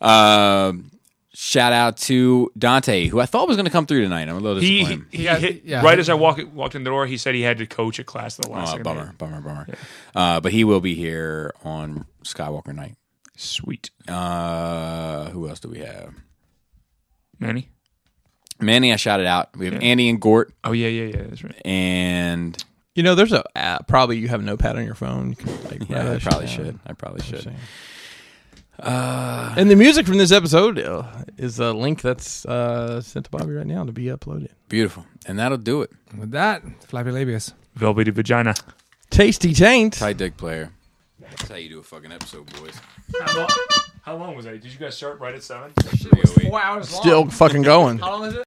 Um shout out to Dante, who I thought was going to come through tonight. I'm a little
He,
disappointed.
he, he hit,
yeah.
right as I walk, walked in the door, he said he had to coach a class the last
Uh,
second.
bummer, bummer, bummer. Uh, but he will be here on Skywalker night.
Sweet.
Uh, who else do we have?
Manny?
Manny, I shouted out. We have Andy and Gort
Oh, yeah, yeah, yeah. That's right.
and
You know, there's a app. Probably you have a notepad on your phone. You can, like, write
Yeah, I
that shit
probably
down.
should. I probably should.
And the music from this episode uh, is a link that's uh, sent to Bobby right now to be uploaded.
Beautiful. And that'll do it.
With that, flappy labius.
Velvety vagina.
Tasty taint.
Tight dick player. That's how you do a fucking episode, boys.
How long, how long was that? Did you guys start right at seven?
Four hours long.
Still fucking going.
How long is it?